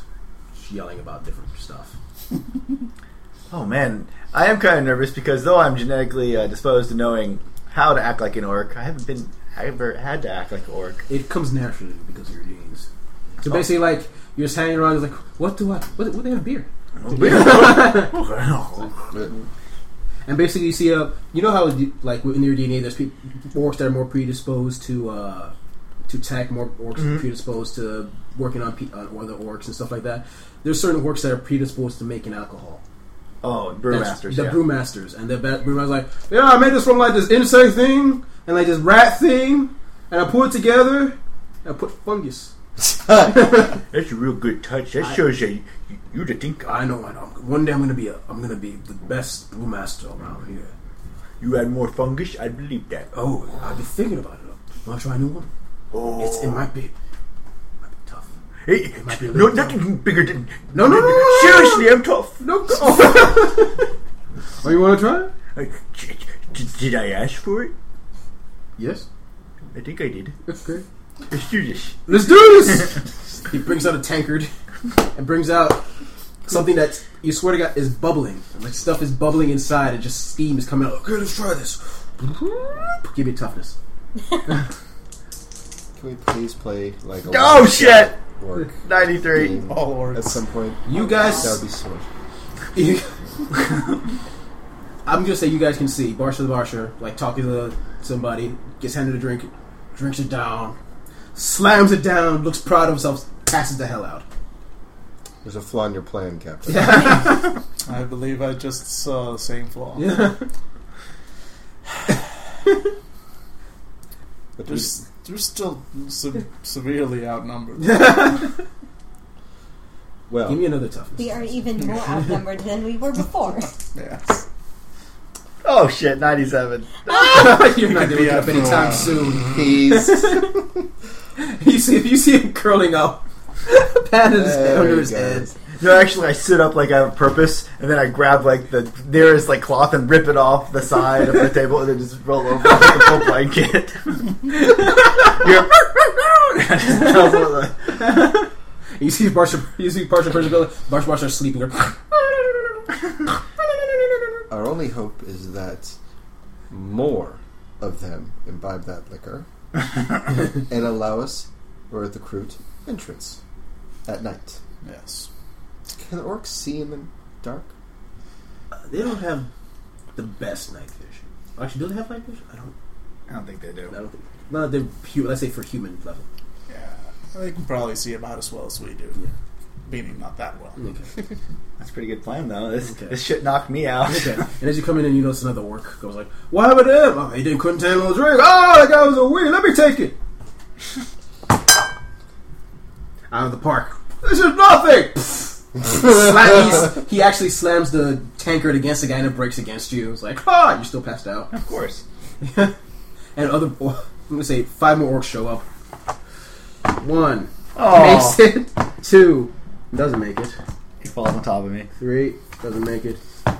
Speaker 1: just yelling about different stuff.
Speaker 4: Oh man, I am kind of nervous because though I'm genetically uh, disposed to knowing how to act like an orc, I haven't been, I ever had to act like an orc.
Speaker 1: It comes naturally because of your genes. So basically, like you're just hanging around, like, what do I? What? What do they have beer?
Speaker 4: Oh,
Speaker 1: And basically, you see a you know how like in your DNA, there's people, orcs that are more predisposed to uh, to attack, more orcs predisposed to working on, pe- on other orcs and stuff like that. There's certain orcs that are predisposed to making alcohol.
Speaker 4: Oh,
Speaker 1: That's-
Speaker 4: brewmasters.
Speaker 1: the
Speaker 4: yeah.
Speaker 1: brewmasters, and the ba- brewmaster's like, yeah, I made this from like this insect thing and like this rat thing, and I put it together, and I put fungus.
Speaker 4: That's a real good touch. That shows you, you you to think uh,
Speaker 1: I know, I know. One day I'm gonna be a, I'm gonna be the best brewmaster around here.
Speaker 4: you had more fungus. I believe that.
Speaker 1: Oh, I've been thinking about it. Want to try a new one?
Speaker 4: Oh,
Speaker 1: It's, it might be, might be tough.
Speaker 4: Hey,
Speaker 1: might be a
Speaker 4: no,
Speaker 1: little
Speaker 4: nothing bigger than.
Speaker 1: No, no, no, no, no,
Speaker 4: Seriously, I'm tough.
Speaker 1: No. go- Oh, you want to try?
Speaker 4: I- d- d- Did I ask for it?
Speaker 1: Yes.
Speaker 4: I think I did.
Speaker 1: Okay.
Speaker 4: Let's do this.
Speaker 1: Let's do this. he brings out a tankard and brings out something that you swear to God is bubbling. Like stuff is bubbling inside and just steam is coming out. Okay, let's try this. Give me toughness.
Speaker 3: Can we please play like a
Speaker 4: Oh
Speaker 3: live
Speaker 4: shit!
Speaker 3: orc
Speaker 4: Ninety-three.
Speaker 3: game
Speaker 2: All orcs.
Speaker 3: at some point?
Speaker 1: You
Speaker 3: That would
Speaker 1: guys,
Speaker 3: be so much. fun.
Speaker 1: you- I'm gonna say you guys can see Barsha the Barsha like talking to somebody, gets handed a drink, drinks it down, slams it down, looks proud of himself, passes the hell out.
Speaker 3: There's a flaw in your plan, Captain.
Speaker 2: I believe I just saw the same flaw.
Speaker 1: Yeah.
Speaker 3: But
Speaker 2: They're,
Speaker 3: we-
Speaker 2: s- they're still se- severely outnumbered.
Speaker 3: well,
Speaker 1: Give me another toughness.
Speaker 5: We are even more outnumbered than we were before.
Speaker 2: Yes.
Speaker 4: Oh shit! Ninety-seven.
Speaker 1: You're not gonna
Speaker 2: be
Speaker 1: get
Speaker 2: out
Speaker 1: up
Speaker 2: for a
Speaker 1: anytime
Speaker 2: while.
Speaker 1: soon.
Speaker 3: he's
Speaker 1: You see, you see him curling up, patting his head
Speaker 3: There
Speaker 1: under
Speaker 3: you
Speaker 1: his
Speaker 3: go.
Speaker 1: head.
Speaker 4: No, actually, I sit up like I have a purpose, and then I grab like the nearest like cloth and rip it off the side of the table, and then just roll over with the full blanket. You're-
Speaker 1: You see Barsha, you see Barsha, Barsha, Barsha, Barsha, Barsha sleeping.
Speaker 3: Our only hope is that more of them imbibe that liquor and allow us, or at the Crute, entrance at night.
Speaker 2: Yes.
Speaker 3: Can orcs see in the dark?
Speaker 1: They don't have the best night vision. Actually, do they have night vision? I don't.
Speaker 4: I don't think they
Speaker 1: I
Speaker 4: do.
Speaker 1: don't think. No, they're hu- let's say for human level.
Speaker 2: Yeah. They can probably see about as well as we do.
Speaker 1: Yeah.
Speaker 2: Meaning not that well.
Speaker 1: Okay.
Speaker 4: That's a pretty good plan, though. This
Speaker 1: Okay.
Speaker 4: this shit knocked me out.
Speaker 1: okay. And as you come in, and you notice another orc goes like, "What happened to him? Oh, he didn't couldn't handle the drink. Oh, that guy was a weird. Let me take it." Out of the park. This is nothing. Slam- he's- he actually slams the tankard against the guy and it breaks against you. It's like, ah, you're still passed out.
Speaker 4: Of course.
Speaker 1: And other, I'm gonna say five more orcs show up. One
Speaker 4: Oh,
Speaker 1: makes it. Two doesn't make it.
Speaker 4: he falls on top of me.
Speaker 1: Three doesn't make it.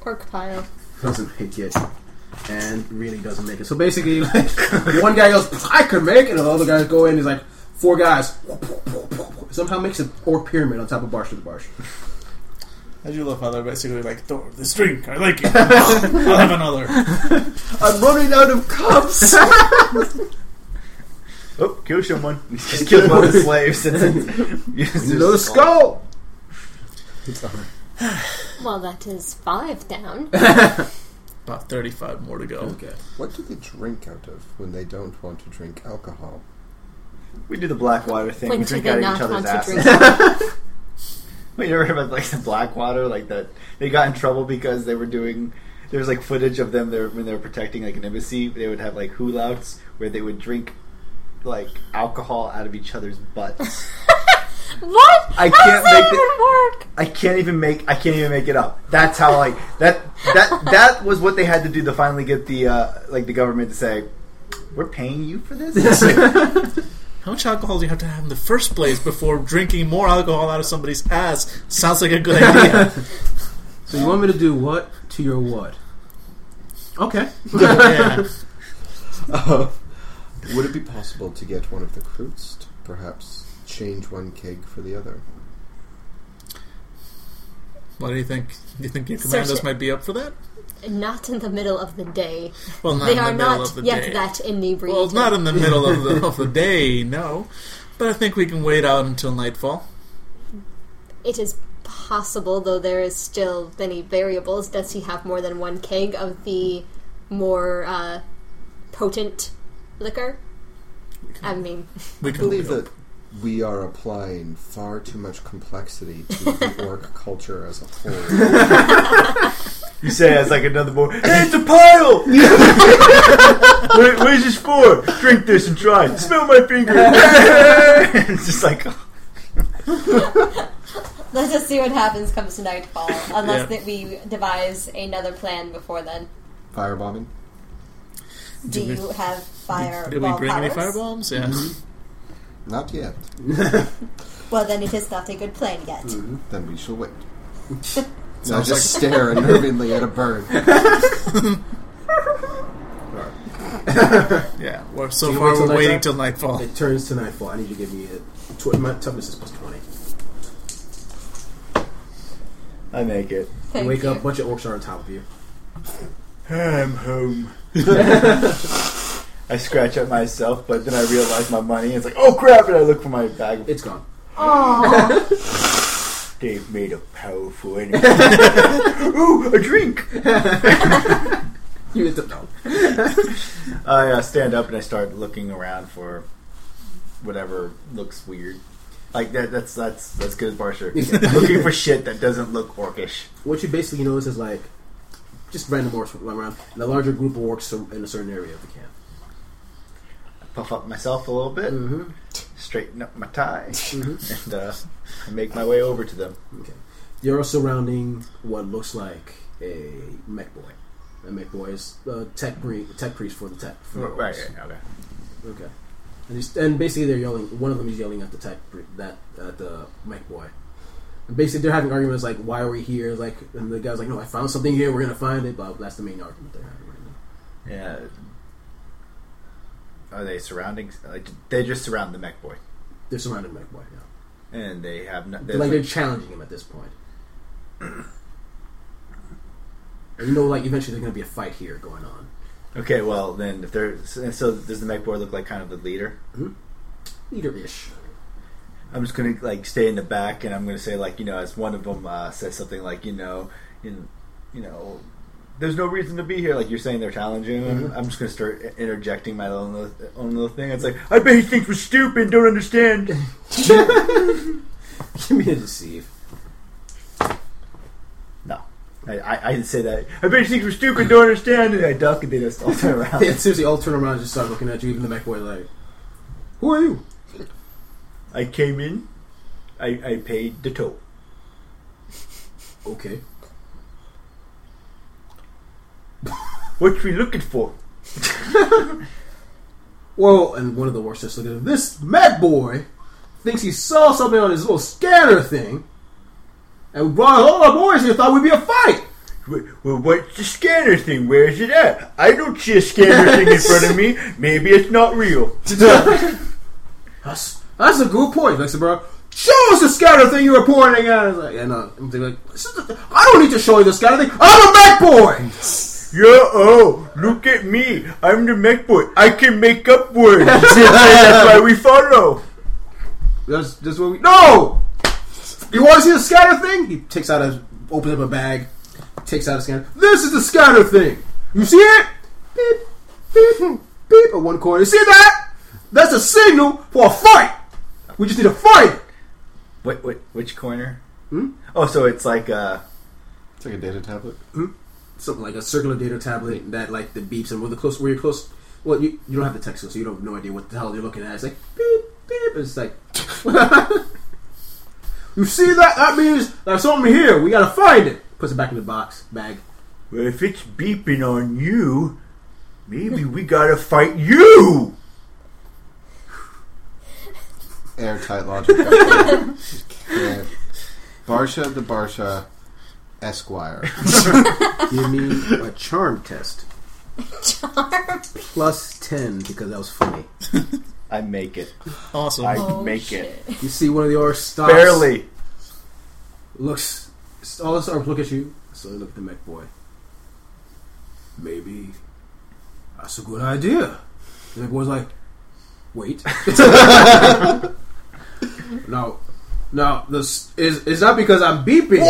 Speaker 5: Pork pile.
Speaker 1: Doesn't make it. And really doesn't make it. So basically, like one guy goes, I could make it, and the other guys go in. He's like, four guys. Somehow makes an orc pyramid on top of Barsh to the Barsh.
Speaker 2: I do love how they're basically like, "Thor, this drink, I like it. I'll have another.
Speaker 3: I'm running out of cups!
Speaker 4: Oh, kill someone. Just kill one of the slaves.
Speaker 1: No
Speaker 4: no
Speaker 1: skull.
Speaker 5: Well, that is five down.
Speaker 2: About 35 more to go.
Speaker 1: Okay.
Speaker 3: what do they drink out of when they don't want to drink alcohol?
Speaker 4: We do the black water thing.
Speaker 5: When
Speaker 4: we
Speaker 5: do
Speaker 4: drink
Speaker 5: they
Speaker 4: out of
Speaker 5: not
Speaker 4: each other's
Speaker 5: want to
Speaker 4: asses.
Speaker 5: drink?
Speaker 4: We never heard about like the Blackwater, like that they got in trouble because they were doing. There was like footage of them there when they were protecting like an embassy. They would have like hulouts where they would drink like alcohol out of each other's butts.
Speaker 5: what?
Speaker 4: I can't
Speaker 5: How does that
Speaker 4: make the-
Speaker 5: even work?
Speaker 4: I can't even make. I can't even make it up. That's how like that that that was what they had to do to finally get the uh, like the government to say, "We're paying you for this."
Speaker 2: How much alcohol do you have to have in the first place before drinking more alcohol out of somebody's ass? Sounds like a good idea.
Speaker 1: So you want me to do what to your what? Okay.
Speaker 2: yeah.
Speaker 3: Uh, would it be possible to get one of the Crutes to perhaps change one keg for the other?
Speaker 2: What do you think? Do you think your
Speaker 5: Search
Speaker 2: commandos
Speaker 5: it.
Speaker 2: might be up for that?
Speaker 5: Not in the middle of the day.
Speaker 2: Well, not
Speaker 5: they
Speaker 2: in the
Speaker 5: are
Speaker 2: middle
Speaker 5: not
Speaker 2: of the
Speaker 5: yet
Speaker 2: day.
Speaker 5: that inebriated.
Speaker 2: well, not in the middle of the of the day, no. But I think we can wait out until nightfall.
Speaker 5: It is possible, though there is still many variables. Does he have more than one keg of the more uh, potent liquor? I mean,
Speaker 2: We
Speaker 3: I
Speaker 2: can
Speaker 3: believe
Speaker 2: wait.
Speaker 3: that we are applying far too much complexity to the orc culture as a whole.
Speaker 4: you say as like another boy, "Hey, it's a pile." Wait, what is this for? Drink this and try. it. Smell my finger. it's just like. "Oh,
Speaker 5: let's just see what happens comes nightfall. Unless
Speaker 2: Yeah.
Speaker 5: that we devise another plan before then.
Speaker 3: Firebombing?
Speaker 5: Do
Speaker 2: Did we-
Speaker 5: you have
Speaker 2: Did-
Speaker 5: fire?
Speaker 1: Mm-hmm.
Speaker 2: Did we bring any firebombs? Yeah.
Speaker 3: Not yet.
Speaker 6: Well, then it is not a good plan yet.
Speaker 2: Mm.
Speaker 3: Then we shall wait. And I
Speaker 2: Sounds
Speaker 3: just stare unnervingly at a bird.
Speaker 2: Yeah, we're so
Speaker 1: So you
Speaker 2: far
Speaker 1: wait till
Speaker 2: we're
Speaker 1: nightfall?
Speaker 2: waiting till nightfall.
Speaker 1: It turns to nightfall. I need you to give me a tw- my toughness is plus twenty.
Speaker 4: I make it.
Speaker 1: You
Speaker 5: Thank
Speaker 1: wake
Speaker 5: you.
Speaker 1: up, a bunch of orcs are on top of you.
Speaker 4: I'm home. I scratch at myself, but then I realize my money. It's like, oh crap! And I look for my bag.
Speaker 1: It's gone.
Speaker 4: They've made a powerful enemy. Ooh, a drink.
Speaker 1: You hit the no.
Speaker 4: I uh, stand up and I start looking around for whatever looks weird. Like that. That's that's that's good as Barsher. looking for shit that doesn't look orcish.
Speaker 1: What you basically notice is like just random orcs run around, and a larger group of orcs sur- in a certain area of the camp.
Speaker 4: Puff up myself a little bit.
Speaker 1: Mm-hmm.
Speaker 4: Straighten up my tie. and uh, I make my way over to them.
Speaker 1: Okay. You're surrounding what looks like a mech boy. A mech boy is uh, tech pre- tech priest for the tech. For the
Speaker 4: Right.
Speaker 1: orcs.
Speaker 4: right okay.
Speaker 1: Okay. And, he's, and basically, they're yelling. One of them is yelling at the tech pre- that at the mech boy. And basically, they're having arguments like, "Why are we here?" Like, and the guy's like, "No, I found something here. We're gonna find it." Blah. blah. That's the main argument they're having right now.
Speaker 4: Yeah. Are they surrounding? Like, they just surround the mech boy,
Speaker 1: They're surrounding the mech boy now.
Speaker 4: and they have no.
Speaker 1: They're, like they're challenging him at this point. and you know, like eventually there's gonna be a fight here going on.
Speaker 4: okay, well then, if they're so, so does the mech boy look like kind of the leader?
Speaker 1: Leader ish.
Speaker 4: I'm just gonna like stay in the back, and I'm gonna say like you know, as one of them uh, says something like you know, you, you know, there's no reason to be here. Like you're saying, they're challenging. him. I'm just gonna start i- interjecting my own little, own little thing. It's like I bet he thinks we're stupid, don't understand.
Speaker 1: Give me a deceive.
Speaker 4: no, I, I, I say that. I bet he thinks we're stupid, don't understand. And I duck, and they just all turn around.
Speaker 1: They seriously all turn around and just start looking at you. Even the mech boy like, "Who are you?"
Speaker 4: I came in, I, I paid the toll.
Speaker 1: Okay.
Speaker 4: What we looking for?
Speaker 1: Whoa! And one of the orcs just looked at him. This mech boy thinks he saw something on his little scanner thing, and we brought all our boys here. Thought we'd be a fight.
Speaker 4: Wh- Well, what's the scanner thing? Where is it at? I don't see a scanner thing in front of me. Maybe it's not real.
Speaker 1: That's that's a good point, Vixen, bro. Show us the scatter thing you were pointing at. I was like, and uh, I'm thinking like, this is the- I don't need to show you the scatter thing. I'm a mech boy.
Speaker 4: Yo, oh, look at me. I'm the mech boy. I can make up words. That's why we follow.
Speaker 1: That's that's what we. No. You want to see the scatter thing? He takes out a, opens up a bag, takes out a scanner. This is the scatter thing. You see it? Beep, beep, beep. At one corner. You see that? That's a signal for a fight. We just need to fight.
Speaker 4: Wait, wait, which corner? Hmm? Oh, so it's like, uh,
Speaker 3: It's like a data tablet.
Speaker 1: something like a circular data tablet that like the beeps and where the close where you're close well you, you don't have the text so you don't have no idea what the hell you're looking at it's like beep beep it's like you see that that means there's something here we gotta find it puts it back in the box bag
Speaker 4: well, if it's beeping on you, maybe we gotta fight you.
Speaker 3: Airtight logic. Yeah. Barsha the Barsha Esquire.
Speaker 1: give me a charm test plus 10 because that was funny
Speaker 4: I make it.
Speaker 2: Awesome.
Speaker 4: I
Speaker 5: Oh,
Speaker 4: make
Speaker 5: shit.
Speaker 4: it.
Speaker 1: you see one of the orcs stops
Speaker 4: Barely.
Speaker 1: looks all the stars look at you so they look at the mech boy maybe that's a good idea the mech boy's like wait no no this is it's not because i'm beeping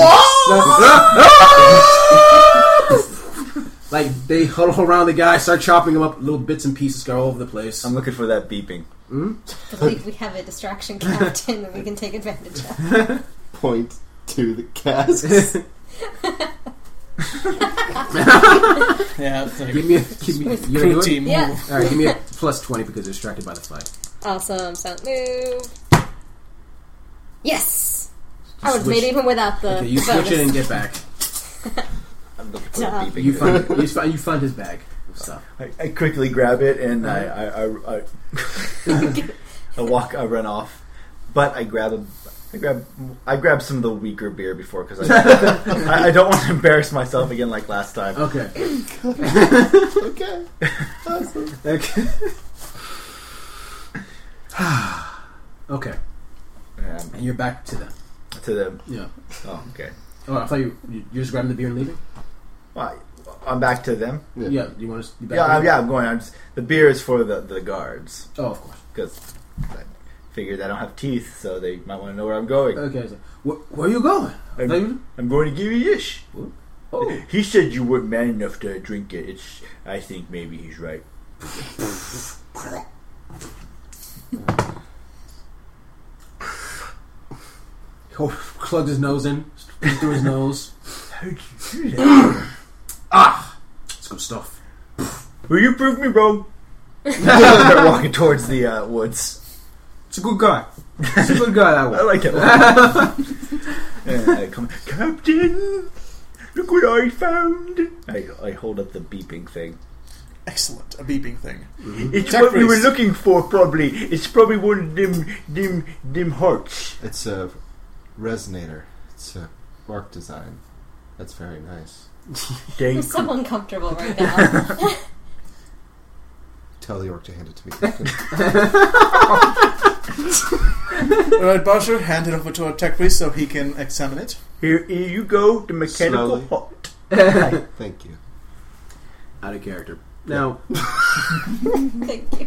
Speaker 1: like they huddle around the guy start chopping him up little bits and pieces go all over the place
Speaker 4: I'm looking for that beeping.
Speaker 6: I believe we have a distraction captain that we can take advantage of.
Speaker 3: Point to the casks.
Speaker 2: Yeah, it's like
Speaker 1: give me a, give me you gonna do
Speaker 2: crew
Speaker 1: it?
Speaker 2: team
Speaker 5: Yeah.
Speaker 2: move.
Speaker 1: all right give me a plus 20 because they're distracted by the fight
Speaker 5: Awesome. Sound move. Yes.
Speaker 1: Just
Speaker 5: I would have made
Speaker 1: switch-
Speaker 5: it even without the.
Speaker 1: okay you
Speaker 5: the
Speaker 1: switch it
Speaker 5: bonus.
Speaker 1: and get back
Speaker 4: I'm looking for
Speaker 5: Duh.
Speaker 4: that beeping.
Speaker 1: You find you find you find his bag of stuff. Uh-huh.
Speaker 4: I, I quickly grab it and I, I, I, I I walk. I run off, but I grab a. I grab. I grab some of the weaker beer before because I, I, I don't want to embarrass myself again like last time.
Speaker 1: Okay.
Speaker 3: Okay.
Speaker 1: Okay. okay.
Speaker 4: Um,
Speaker 1: And you're back to them.
Speaker 4: to the.
Speaker 1: Yeah.
Speaker 4: Oh, okay.
Speaker 1: Oh, I thought you you you're just grabbing the beer and leaving.
Speaker 4: Well, I, I'm back to them.
Speaker 1: Yeah.
Speaker 3: Yeah.
Speaker 1: Do you want us? You back
Speaker 4: Yeah,
Speaker 1: there?
Speaker 4: I'm, yeah. I'm going. I'm just, the beer is for the the guards
Speaker 1: Oh, of course.
Speaker 4: because I figured I don't have teeth, so they might want to know where I'm going.
Speaker 1: Okay. So, where, where are you going?
Speaker 4: I'm,
Speaker 1: No, you-
Speaker 4: I'm going to give you ish.
Speaker 1: Oh.
Speaker 4: He said you weren't man enough to drink it. It's. I think maybe he's right.
Speaker 1: Oh, Plugged his nose in, squeezed through his nose.
Speaker 4: How'd you do that?
Speaker 1: It's good stuff.
Speaker 4: Will you prove me wrong? Start walking towards the uh, woods.
Speaker 1: It's a good guy. It's a good guy that
Speaker 4: I
Speaker 1: one.
Speaker 4: like that one. and I come, Captain, look what I found. I, I hold up the beeping thing.
Speaker 2: Excellent. A beeping thing.
Speaker 4: It's
Speaker 2: Tech
Speaker 4: what we were
Speaker 2: priest.
Speaker 4: looking for, probably. It's probably one of them, them, them hearts.
Speaker 3: It's a resonator. It's a mark design. That's very nice.
Speaker 4: Thank
Speaker 6: I'm so uncomfortable right now.
Speaker 3: Tell the orc to hand it to me.
Speaker 2: All right, Basher, hand it over to our tech priest so he can examine it.
Speaker 4: Here, here you go, the mechanical
Speaker 3: Slowly.
Speaker 4: heart.
Speaker 3: Thank you.
Speaker 1: Out of character. Now,
Speaker 6: Thank you.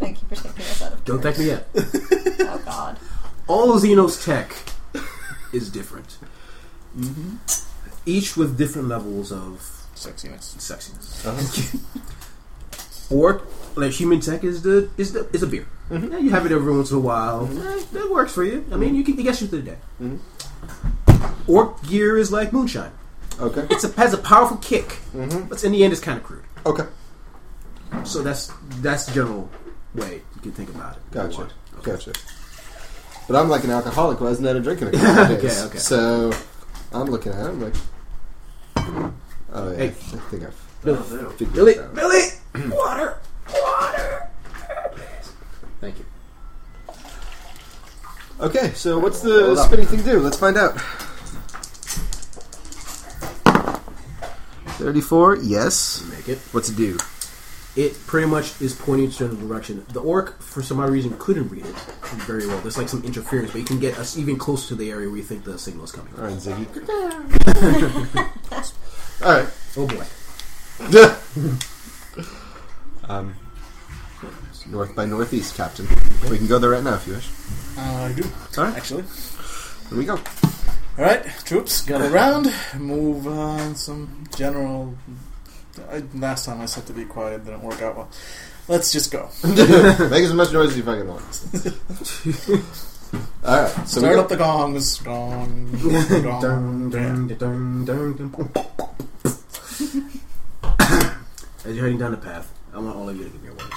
Speaker 6: Thank you for taking us out of
Speaker 1: don't thank me yet.
Speaker 6: Oh, God.
Speaker 1: All of Xeno's tech is different. Mm-hmm. Each with different levels of
Speaker 2: Sexiness.
Speaker 1: sexiness.
Speaker 3: Oh,
Speaker 1: Or like human tech is the is the is a beer. Yeah, you have it every once in a while. Eh, that works for you. I mean, you can you get you through the day. Orc gear is like moonshine.
Speaker 3: okay.
Speaker 1: It's a, has a powerful kick,
Speaker 3: Mm-hmm.
Speaker 1: but in the end, it's kind of crude.
Speaker 3: Okay.
Speaker 1: So that's that's the general way you can think about it.
Speaker 3: Gotcha.
Speaker 1: Okay.
Speaker 3: Gotcha. But I'm like an alcoholic was, and I don't drink in a couple of days.
Speaker 1: Okay, okay.
Speaker 3: So I'm looking at it. I'm like, oh yeah,
Speaker 1: Hey.
Speaker 3: I think I've
Speaker 1: Billy,
Speaker 3: figured
Speaker 1: Billy,
Speaker 3: it out.
Speaker 1: Billy, water, water. Thank you.
Speaker 3: Okay, so what's the
Speaker 1: Hold up.
Speaker 3: spinning thing do? Let's find out. Thirty-four. Yes.
Speaker 1: Make it.
Speaker 3: What's it do?
Speaker 1: It pretty much is pointing to the direction. The orc, for some odd reason, couldn't read it very well. There's like some interference, but you can get us even close to the area where you think the signal is coming.
Speaker 3: All
Speaker 1: from.
Speaker 3: right, Ziggy. All right.
Speaker 1: Oh boy.
Speaker 3: um, north by northeast, Captain. We can go there right now if you wish.
Speaker 2: I do.
Speaker 3: All right,
Speaker 2: Actually.
Speaker 3: here we go.
Speaker 2: All right, troops, gather round. Move on some general. I, last time I said to be quiet, didn't work out well. Let's just go.
Speaker 3: Make as much noise as you fucking want. All right, so we
Speaker 2: Start
Speaker 3: go.
Speaker 2: up the gongs. Gong. gong.
Speaker 1: Dun, dun, dun, dun, dun. As you're heading down the path, I want all of you to give me a word.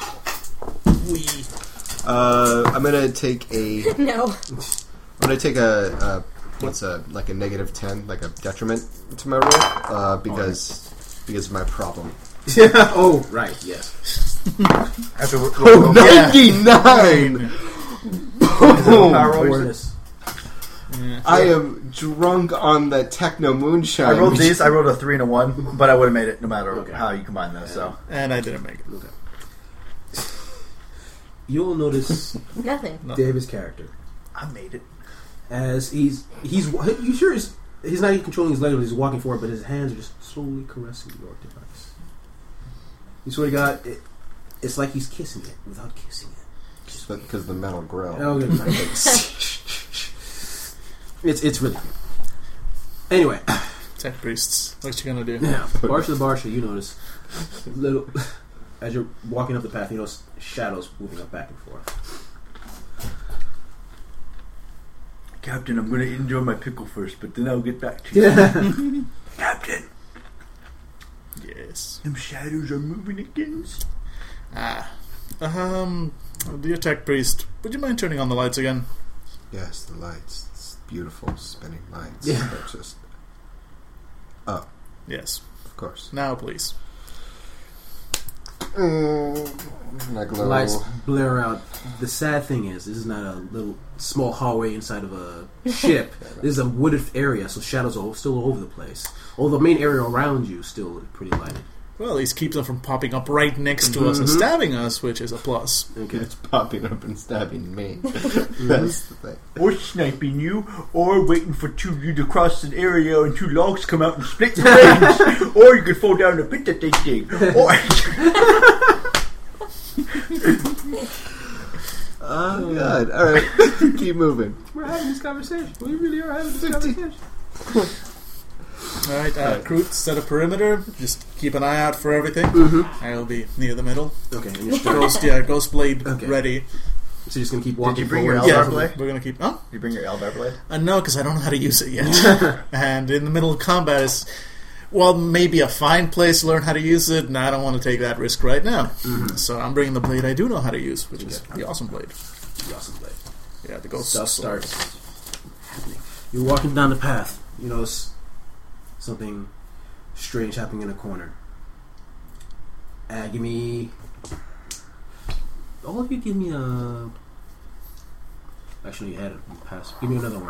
Speaker 2: Wee.
Speaker 3: Uh, I'm gonna take a. I'm
Speaker 5: No.
Speaker 3: gonna take a. a what's a like a negative ten, like a detriment to my roll, uh, because because of my problem.
Speaker 1: oh, right, yes.
Speaker 4: After we're,
Speaker 3: Ninety nine.
Speaker 1: Oh,
Speaker 4: Power roll, you said?
Speaker 1: Awareness.
Speaker 3: I am drunk on that techno moonshine.
Speaker 4: I rolled these. I rolled a three and a one, but I would have made it no matter
Speaker 1: Okay.
Speaker 4: how you combine those. So
Speaker 2: And I didn't make it.
Speaker 1: Okay. You'll notice
Speaker 5: Nothing.
Speaker 1: David's character
Speaker 4: I made it.
Speaker 1: as he's he's wa- you sure he's, he's not even controlling his legs; he's walking forward, but his hands are just slowly caressing the orc device. You swear to God, it, it's like he's kissing it without kissing it.
Speaker 3: because the metal grill.
Speaker 1: Okay, fine. it's it's really. Good. Anyway,
Speaker 2: Tech priests. What you gonna do?
Speaker 1: now Barsha the Barsha, you notice little as you're walking up the path, you notice shadows moving up back and forth.
Speaker 4: Captain, I'm going to enjoy my pickle first, but then I'll get back to you.
Speaker 1: Yeah.
Speaker 4: Captain,
Speaker 2: Yes.
Speaker 4: them shadows are moving again.
Speaker 2: Ah. Um. Dear tech priest, would you mind turning on the lights again?
Speaker 3: Yes, the lights. It's beautiful spinning lights.
Speaker 1: Yeah.
Speaker 3: They're just,
Speaker 2: Yes.
Speaker 3: of course.
Speaker 2: Now, please.
Speaker 3: Mm, and I glow.
Speaker 1: Lights blare out. The sad thing is, this is not a little small hallway inside of a ship. this is a wooded area, so shadows are still all over the place. Although the main area around you is still pretty lighted.
Speaker 2: Well, at least keeps them from popping up right next to
Speaker 1: Mm-hmm.
Speaker 2: us and stabbing us, which is a plus.
Speaker 1: Okay.
Speaker 3: It's popping up and stabbing me. That's the thing.
Speaker 4: Or sniping you, or waiting for two of you to cross an area and two logs come out and split your legs. or you could fall down a pit that they dig. Or
Speaker 3: Oh god! All right, keep moving.
Speaker 1: We're having this conversation. We really are having this conversation.
Speaker 2: All right, uh, Groot, set a perimeter. Just keep an eye out for everything.
Speaker 4: Mm-hmm.
Speaker 2: I'll be near the middle.
Speaker 1: Okay, and you're still,
Speaker 2: Ghost, yeah, ghost blade
Speaker 1: Okay.
Speaker 2: ready.
Speaker 1: so you're just gonna keep walking.
Speaker 4: you bring your
Speaker 1: forward.
Speaker 4: Eldar
Speaker 2: Yeah,
Speaker 4: blade?
Speaker 2: we're gonna keep. Oh,
Speaker 4: you bring your Eldar blade.
Speaker 2: Uh, no, because I don't know how to use it yet. and in the middle of combat is, well, maybe a fine place to learn how to use it, and I don't want to take that risk right now.
Speaker 4: Mm-hmm.
Speaker 2: So I'm bringing the blade I do know how to use, which is the awesome blade.
Speaker 1: Yeah, awesome blade.
Speaker 2: Yeah, the ghost
Speaker 1: stuff
Speaker 2: sword.
Speaker 1: starts happening. You're walking down the path. You notice something strange happening in a corner. Uh, give me. All of you give me a. Actually, you had it pass. Give me another one.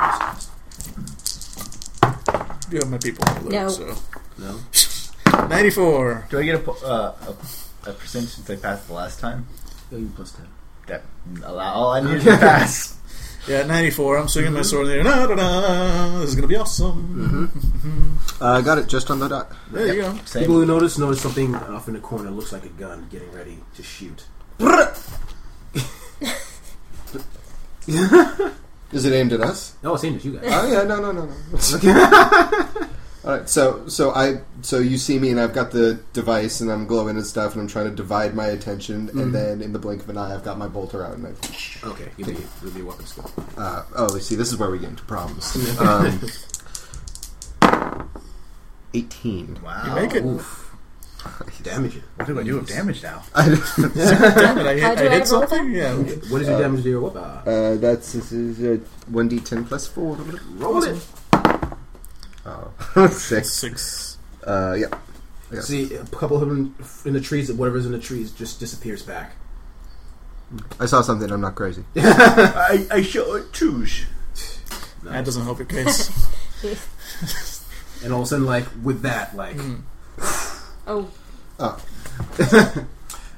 Speaker 2: Do you have my people? over there,
Speaker 5: No.
Speaker 2: So.
Speaker 1: No?
Speaker 2: 94.
Speaker 4: Do I get a, po- uh, a, a percentage since I passed the last time?
Speaker 1: Yeah, you plus 10.
Speaker 4: That allow all I needed to pass.
Speaker 2: Yeah, 94. I'm swinging my sword in there. Da, da, da. This is going to be awesome.
Speaker 3: Uh, I got it just on the dot.
Speaker 4: Mm-hmm.
Speaker 2: There you go.
Speaker 4: Same.
Speaker 1: People who notice notice something off in the corner looks like a gun getting ready to shoot.
Speaker 3: Is it aimed at us?
Speaker 1: No, it's aimed at you guys.
Speaker 3: Oh yeah, no, no, no, no. All right, so so I so you see me and I've got the device and I'm glowing and stuff and I'm trying to divide my attention
Speaker 1: Mm-hmm.
Speaker 3: and then in the blink of an eye I've got my bolter out and I
Speaker 1: Okay, give me, give me a weapon skill.
Speaker 3: Uh, oh, you see, this is where we get into problems. Um, 18.
Speaker 4: Wow.
Speaker 2: You make it.
Speaker 1: Oof. Damage it.
Speaker 4: What do I do with damage now?
Speaker 2: Damn it, I hit,
Speaker 5: How do
Speaker 2: I
Speaker 5: I
Speaker 2: hit
Speaker 5: roll
Speaker 2: something? Yeah.
Speaker 1: What is your damage to your weapon? Uh,
Speaker 3: Uh, that's this is, uh, 1d10 plus 4.
Speaker 1: roll it.
Speaker 3: Oh, 6.
Speaker 2: Six.
Speaker 3: Uh, yeah. Yeah.
Speaker 1: See, a couple of them in the trees, whatever's in the trees just disappears back.
Speaker 3: I saw something, I'm not crazy.
Speaker 4: I, I shot twos.
Speaker 2: That doesn't help your case.
Speaker 1: And all of a sudden, like, with that, like,
Speaker 2: Hmm.
Speaker 5: Oh,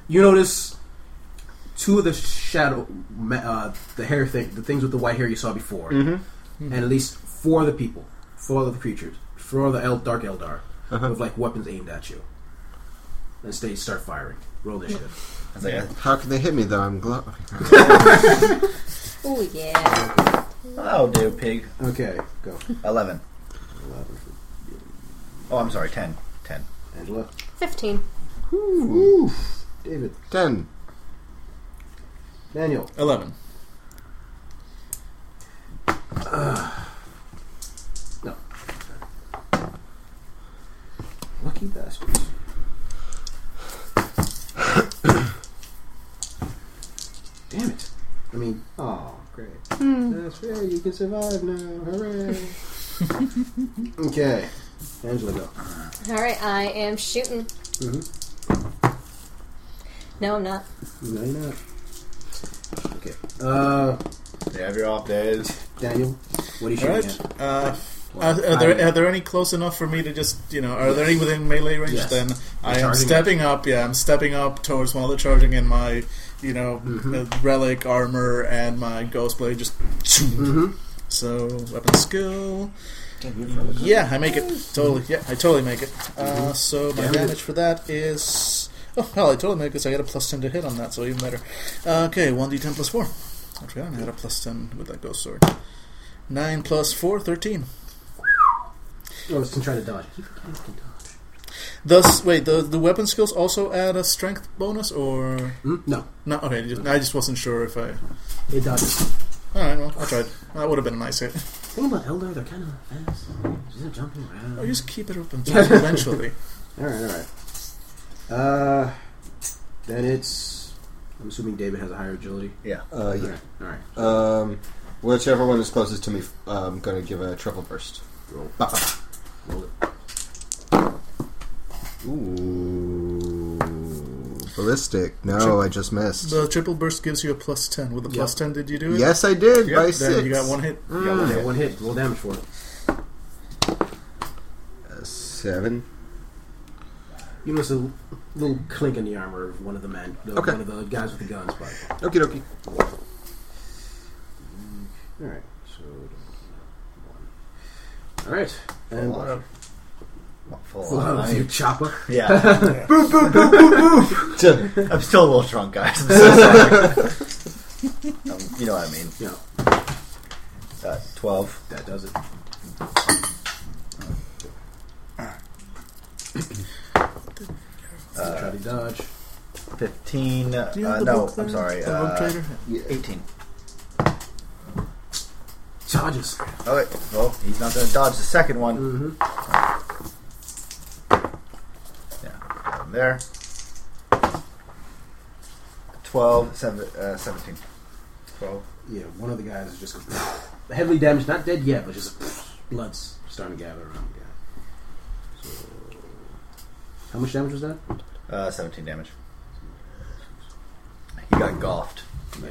Speaker 1: you notice two of the shadow, ma- uh, the hair thing, the things with the white hair you saw before,
Speaker 3: Mm-hmm.
Speaker 1: and at least four other people, four other creatures, four other El- Dark Eldar, with, like, weapons aimed at you. And they start firing. Roll initiative.
Speaker 4: I was like,
Speaker 3: How can they hit me, though? I'm glowing.
Speaker 6: Oh yeah.
Speaker 4: That'll do, oh, pig.
Speaker 1: Okay, go.
Speaker 4: 11. Oh, I'm sorry, 10. 10.
Speaker 1: Angela.
Speaker 5: 15.
Speaker 1: David.
Speaker 3: 10.
Speaker 1: Daniel.
Speaker 2: 11.
Speaker 1: No. Lucky bastards. Damn it. I mean, oh, great. That's right, you can survive now. Hooray. okay. Angela, go.
Speaker 5: Alright, I am shooting.
Speaker 1: Mm-hmm.
Speaker 6: No, I'm not.
Speaker 1: No, you're not. Okay. Uh,
Speaker 4: You have your off days.
Speaker 1: Daniel, what are you
Speaker 2: All
Speaker 1: shooting at?
Speaker 2: right. Uh, are, are there are there any close enough for me to just you know? Are there any within melee range?
Speaker 1: Yes.
Speaker 2: Then I am
Speaker 1: charging
Speaker 2: stepping up. Yeah, I'm stepping up towards one of the charging in my you know
Speaker 1: Mm-hmm.
Speaker 2: uh, relic armor and my ghost blade. Just
Speaker 1: Mm-hmm.
Speaker 2: so weapon skill. Yeah, I make it totally. Yeah, I totally make it. Uh, so my damage for that is. Oh hell, I totally make this. I got a plus ten to hit on that, so even better. Uh, okay, one d ten plus four. I forgot I had a plus ten with that ghost sword. Nine plus four, thirteen.
Speaker 1: Oh, I was trying to dodge. You fucking can dodge.
Speaker 2: Thus, wait, the the weapon skills also add a strength bonus, or
Speaker 1: Hmm? No,
Speaker 2: no? Okay, just, I just wasn't sure if I.
Speaker 1: it dodges.
Speaker 2: All right, well, I tried. That would have been a nice hit.
Speaker 1: Thing about Eldar, they're kind of fast. They're jumping around.
Speaker 2: I'll just keep it open till eventually.
Speaker 1: All right, all right. Uh, then it's. I'm assuming David has a higher agility.
Speaker 4: Yeah.
Speaker 3: Uh,
Speaker 1: All
Speaker 3: yeah.
Speaker 1: right, all right.
Speaker 3: Um, whichever one is closest to me, I'm going to give a triple burst.
Speaker 1: Roll,
Speaker 3: Ba, ba, ba.
Speaker 1: roll it.
Speaker 3: Ooh. Ballistic. No,
Speaker 2: Sure.
Speaker 3: I just missed.
Speaker 2: The triple burst gives you a plus ten. With a plus ten, did you do it?
Speaker 3: Yes, I did
Speaker 2: Yep,
Speaker 3: by
Speaker 2: then
Speaker 3: six.
Speaker 2: You got one hit.
Speaker 4: You got one
Speaker 1: Yeah,
Speaker 4: hit.
Speaker 1: one hit, roll damage for it.
Speaker 3: Uh, seven.
Speaker 1: You notice a little clink in the armor of one of the men, the,
Speaker 3: Okay.
Speaker 1: one of the guys with the guns. But
Speaker 3: Okie dokie.
Speaker 1: all right, so one. All right, and
Speaker 4: Full on. Full
Speaker 1: Full
Speaker 4: on.
Speaker 1: on, you chopper.
Speaker 4: Yeah. boop, boop, boop, boop, boop. I'm still a little drunk, guys. I'm so sorry. um, you know what I mean.
Speaker 1: Yeah,
Speaker 4: Uh, 12.
Speaker 1: that does it. Try to dodge.
Speaker 4: 15.
Speaker 2: Do you have
Speaker 4: Uh,
Speaker 2: the
Speaker 4: no,
Speaker 2: book there?
Speaker 4: I'm sorry.
Speaker 2: The book
Speaker 4: Uh,
Speaker 2: trader?
Speaker 4: 18.
Speaker 1: Charges.
Speaker 4: Okay, Oh, well, he's not going to dodge the second
Speaker 2: Mm.
Speaker 4: one.
Speaker 1: Mm-hmm.
Speaker 4: Yeah, got him there. 12, seven, uh, 17. 12.
Speaker 1: Yeah, one of the guys is just heavily damaged, not dead yet, but just blood's starting to gather around the guy. So, how much damage was that?
Speaker 4: Uh, 17 damage. He got golfed.
Speaker 1: Yeah.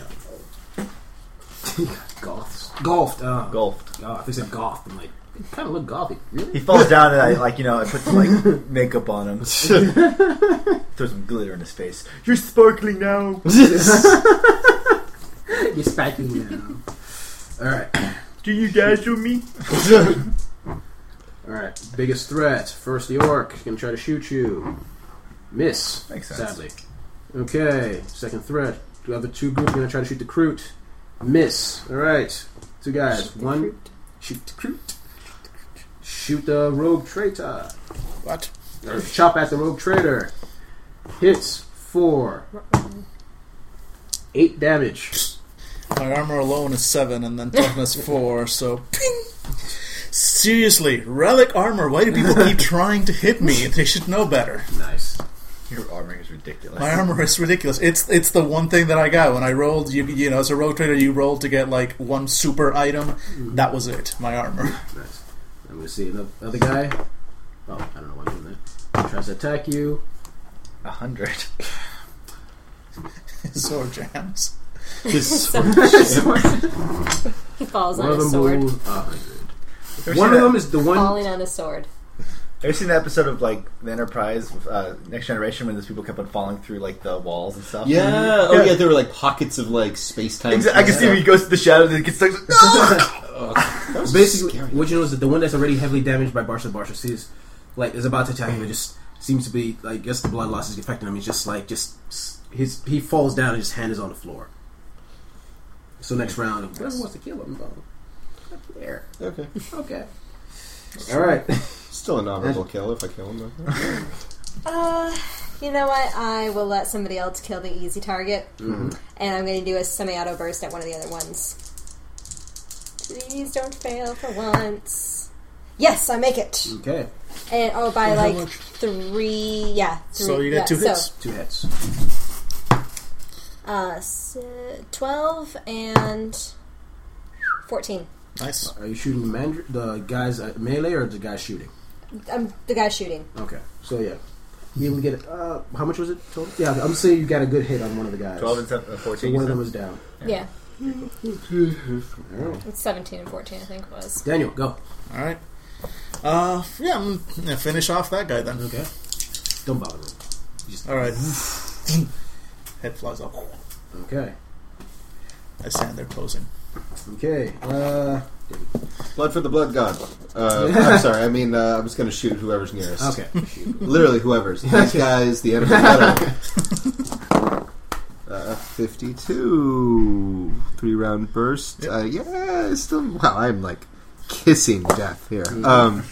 Speaker 1: Goths. Golfed. Uh,
Speaker 4: Golfed.
Speaker 1: Oh, I think said goth. I'm like, kind of look gothy. Really?
Speaker 4: He falls down and I like you know I put some like makeup on him, throw some glitter in his face. You're sparkling now.
Speaker 1: You're spiking now. Alright.
Speaker 4: Do you guys do me?
Speaker 1: Alright. Biggest threat. First, the orc. Gonna try to shoot you. Miss.
Speaker 4: Makes sense.
Speaker 1: Sadly. Okay. Second threat. The other two groups are gonna try to shoot the Kroot. Miss. Alright. Two guys. One. Shoot the Kroot. Shoot the rogue traitor.
Speaker 2: What?
Speaker 1: Or chop at the rogue trader. Hits. Four. Eight damage.
Speaker 2: My armor alone is seven, and then toughness four. So, ping. Seriously, relic armor. Why do people keep trying to hit me? They should know better.
Speaker 1: Nice.
Speaker 4: Your armor is ridiculous.
Speaker 2: My armor is ridiculous. It's it's the one thing that I got when I rolled. You you know, as a rogue trader, you rolled to get like one super item. That was it. My armor.
Speaker 1: Nice. I'm gonna see another other guy. Oh, I don't know why I'm doing that. Tries to attack you.
Speaker 4: A hundred.
Speaker 2: Sword jams.
Speaker 5: He falls
Speaker 1: One
Speaker 5: on
Speaker 1: of them
Speaker 5: his sword.
Speaker 1: will. a hundred.
Speaker 4: Ever
Speaker 1: One
Speaker 4: seen
Speaker 1: of
Speaker 4: that-
Speaker 1: them is the one.
Speaker 5: Falling on his sword.
Speaker 4: Ever seen that episode of like the Enterprise, uh, Next Generation, when those people kept on falling through like the walls and stuff?
Speaker 7: Yeah. Oh,
Speaker 4: Yeah.
Speaker 7: yeah. There were like pockets of like space time.
Speaker 4: Exa- I can see when he goes to the shadows and he gets stuck. No!
Speaker 1: Basically,
Speaker 7: Scary.
Speaker 1: what you know is that the one that's already heavily damaged by Barsha Barsha sees, like, is about to attack him. It just seems to be, I guess, the blood loss is affecting him. He's just like, just his he falls down and his hand is on the floor. So next round, whoever wants to kill him, though, up there.
Speaker 7: Okay.
Speaker 1: Okay. Mm-hmm. All right.
Speaker 7: Still an honorable kill if I kill him.
Speaker 5: Uh, you know what? I will let somebody else kill the easy target, and I'm going to do a semi-auto burst at one of the other ones. Please don't fail for once. Yes, I make it,
Speaker 2: Mm.
Speaker 1: Okay.
Speaker 5: and oh, by like
Speaker 2: much?
Speaker 5: three. Yeah, three,
Speaker 2: So you get two
Speaker 5: yeah,
Speaker 2: hits.
Speaker 1: Two hits.
Speaker 5: So, uh, s- twelve and fourteen.
Speaker 2: Nice.
Speaker 1: Are you shooting mandri- the guys at melee or the guy shooting?
Speaker 5: I'm the guy shooting.
Speaker 1: Okay, so yeah, you able to get uh, how much was it total? Yeah, I'm saying you got a good hit on one of the guys.
Speaker 4: Twelve and seven, uh,
Speaker 1: so
Speaker 4: fourteen.
Speaker 1: one of them was down.
Speaker 5: Yeah,
Speaker 1: All right.
Speaker 5: it's seventeen and fourteen. I think it was.
Speaker 1: Daniel, go.
Speaker 2: All right. Uh, yeah. I'm gonna finish off that guy then.
Speaker 1: Okay, don't bother me.
Speaker 2: All right. Head flies off.
Speaker 1: Okay,
Speaker 2: I stand there posing.
Speaker 1: okay. Uh,
Speaker 3: Blood for the blood god. Uh, I'm sorry. I mean, uh, I'm just going to shoot whoever's nearest.
Speaker 1: okay.
Speaker 3: Literally, whoever's. These guys, the enemy. I don't know. Uh, 52. Three round burst. Uh, yeah, it's still. Wow, I'm like kissing death here. Um,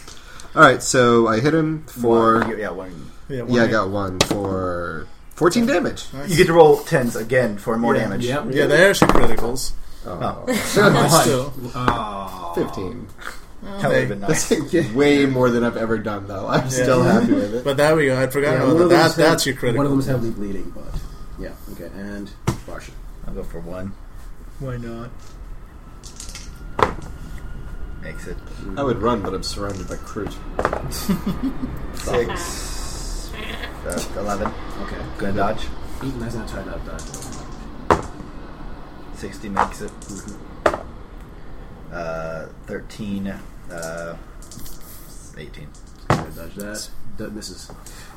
Speaker 3: all right, so I hit him for.
Speaker 4: yeah, one.
Speaker 2: Yeah. one
Speaker 3: Yeah, I
Speaker 2: hit.
Speaker 3: got one for 14 damage.
Speaker 4: You get to roll tens again for more
Speaker 2: Yeah,
Speaker 4: damage.
Speaker 1: yep.
Speaker 2: Yeah, there's your criticals.
Speaker 3: Oh,
Speaker 2: But still,
Speaker 1: Aw.
Speaker 3: 15.
Speaker 4: That would have been nice.
Speaker 3: That's way more than I've ever done, though. I'm still happy with it.
Speaker 2: but there we go. I'd forgotten
Speaker 1: Yeah,
Speaker 2: about
Speaker 1: one of
Speaker 2: that.
Speaker 1: them's
Speaker 2: that
Speaker 1: heavy-
Speaker 2: that's your critical.
Speaker 1: One of them's heavily bleeding, but yeah. Okay, and Barsha.
Speaker 4: I'll go for one.
Speaker 2: Why not?
Speaker 4: Makes it
Speaker 3: I would run, but I'm surrounded by crew.
Speaker 4: six, uh, eleven.
Speaker 1: Okay.
Speaker 4: Gonna dodge.
Speaker 1: Eaton has not tied up that.
Speaker 4: 60 makes it. Uh, 13, uh, 18.
Speaker 1: Gonna Dodge that. That misses.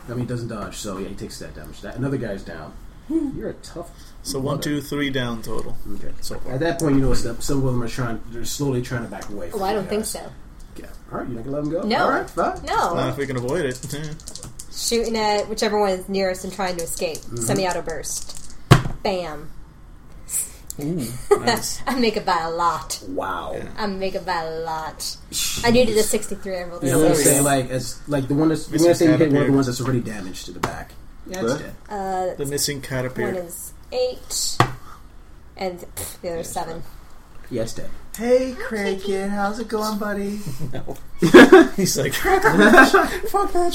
Speaker 1: I mean, doesn't dodge, so yeah, he takes that damage. That another guy's down. You're a tough.
Speaker 2: So one, two, three down total
Speaker 1: Okay.
Speaker 2: so far.
Speaker 1: At that point, you know some some of them are trying. They're slowly trying to back away.
Speaker 5: Oh,
Speaker 1: from
Speaker 5: I
Speaker 1: you
Speaker 5: don't think
Speaker 1: guys.
Speaker 5: so.
Speaker 1: Yeah. All right, you're not gonna let them go.
Speaker 5: No.
Speaker 1: All right, fine.
Speaker 2: Not
Speaker 5: No.
Speaker 2: if we can avoid it. eh, Yeah.
Speaker 5: Shooting at whichever one is nearest and trying to escape.
Speaker 2: Mm-hmm.
Speaker 5: Semi auto burst. Bam. I make it by a lot.
Speaker 1: Wow.
Speaker 5: I make it by a lot. I needed a 63. I rolled a
Speaker 1: Yeah, I'm gonna
Speaker 5: six.
Speaker 1: say like as like the one that's I'm
Speaker 2: Missing
Speaker 1: gonna say you hit one of the
Speaker 2: Caterpillar.
Speaker 1: ones that's already damaged to the back. Yeah, it's
Speaker 7: What?
Speaker 1: dead.
Speaker 5: Uh,
Speaker 2: The missing cat
Speaker 5: one
Speaker 2: appeared.
Speaker 5: is eight, and pff, the other is seven.
Speaker 1: Yeah, it's dead.
Speaker 4: Hey, Cricket, how's it going, buddy?
Speaker 2: He's like,
Speaker 4: Well,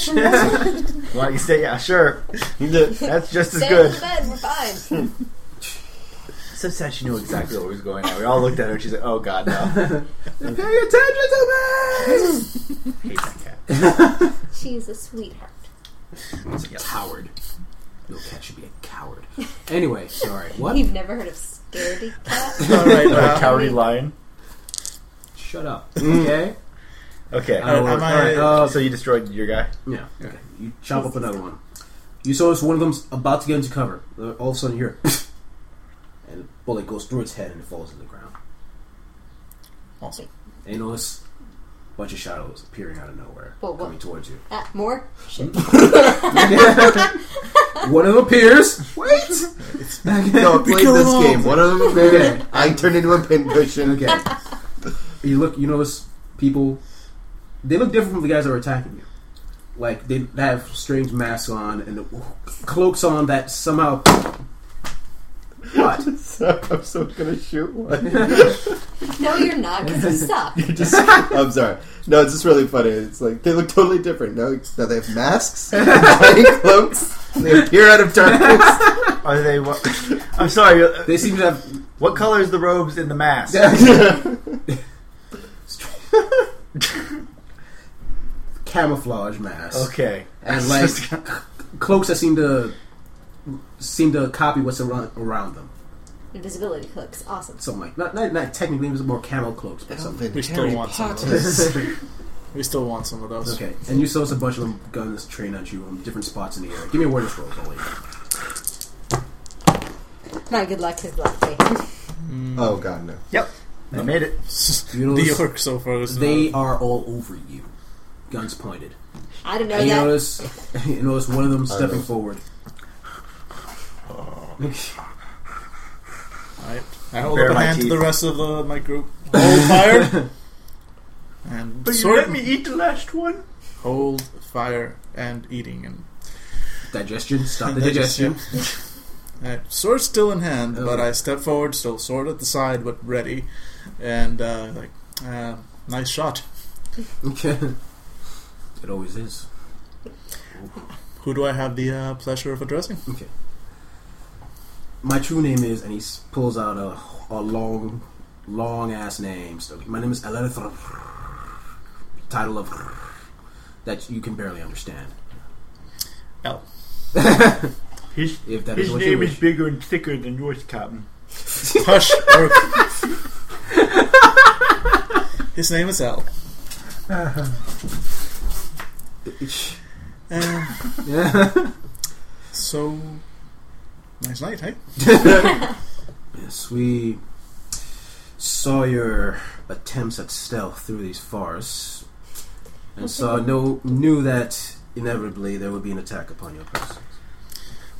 Speaker 4: you say, yeah, sure. That's just as
Speaker 5: Stay
Speaker 4: good.
Speaker 5: in the bed. We're fine.
Speaker 4: So sad she knew exactly what was going on. We all looked at her and she's like, oh, God, no.
Speaker 1: Pay attention to me.
Speaker 4: hate that cat.
Speaker 5: She's a sweetheart.
Speaker 1: He's a coward. No cat should be a coward. Anyway, sorry. What?
Speaker 5: You've never heard of scaredy cat?
Speaker 2: all right,
Speaker 4: A
Speaker 2: uh,
Speaker 4: cowardly lion.
Speaker 1: Shut up. Okay.
Speaker 4: Okay. Oh,
Speaker 2: Uh, am I-
Speaker 1: uh,
Speaker 4: so you destroyed your guy?
Speaker 1: Yeah. Okay. You chop up another one. You saw this one of them's about to get into cover. Uh, All of a sudden, you hear, and the bullet goes through its head and it falls to the ground.
Speaker 2: awesome.
Speaker 1: And you notice a bunch of shadows appearing out of nowhere,
Speaker 5: Whoa, what?
Speaker 1: coming towards you.
Speaker 5: Uh, more?
Speaker 1: one of them appears. Wait.
Speaker 7: No, I played
Speaker 2: Kill 'em
Speaker 7: this
Speaker 2: all.
Speaker 7: game. One of them
Speaker 1: Okay.
Speaker 7: I turned into a pincushion.
Speaker 1: Okay. you look. You notice people. They look different from the guys that were attacking you. Like they have strange masks on and cloaks on that somehow. What?
Speaker 7: So I'm still gonna shoot one.
Speaker 5: No, you're not, because you suck.
Speaker 7: Just- I'm sorry. No, it's just really funny. It's like they look totally different. Now, now they have masks, tiny cloaks. and They appear out of darkness.
Speaker 4: Are they what? I'm sorry. uh,
Speaker 1: They seem to have
Speaker 4: What color is the robes in the mask?
Speaker 1: camouflage masks
Speaker 4: Okay.
Speaker 1: and like cloaks that seem to seem to copy what's around, around them.
Speaker 5: Invisibility hooks. Awesome.
Speaker 1: Something like not not, not technically it was more camel cloaks, but something.
Speaker 2: We still want some of those.
Speaker 1: okay,
Speaker 2: We still want some of those.
Speaker 1: and you saw a bunch of them guns train at you on different spots in the area. Give me a word of rolls, Ollie.
Speaker 5: Not good luck, his luck.
Speaker 7: Oh god, no.
Speaker 4: Yep. I made it.
Speaker 1: You know,
Speaker 2: the orc so far is
Speaker 1: They
Speaker 2: not-
Speaker 1: are all over you, guns pointed.
Speaker 5: I didn't know
Speaker 1: And you
Speaker 5: that.
Speaker 1: notice, you notice one of them stepping forward.
Speaker 2: All right. I hold
Speaker 4: Bare
Speaker 2: up a
Speaker 4: my
Speaker 2: hand
Speaker 4: teeth.
Speaker 2: to the rest of the, my group. Hold fire. and sword.
Speaker 4: eat the last one.
Speaker 2: Hold fire and eating and
Speaker 1: Digestion, stop the
Speaker 2: Digestion.
Speaker 1: digestion.
Speaker 2: Alright, sword Uh, still in hand,
Speaker 1: Oh.
Speaker 2: but I step forward, still sword at the side, but ready. And uh, like, uh, nice shot.
Speaker 1: Okay. It always is.
Speaker 2: Who do I have the uh, pleasure of addressing?
Speaker 1: Okay. My true name is, and he s- pulls out a, a long, long ass name. So my name is Elenithra. Title of that you can barely understand.
Speaker 2: L.
Speaker 4: His,
Speaker 1: If that is
Speaker 4: his
Speaker 1: what you
Speaker 4: name
Speaker 1: wish.
Speaker 4: is bigger and thicker than yours, Captain.
Speaker 2: Hush. Or... His name is L. Uh,
Speaker 1: yeah.
Speaker 2: so, nice night, hey?
Speaker 1: Yes, we saw your attempts at stealth through these forests, and saw no knew that inevitably there would be an attack upon your person.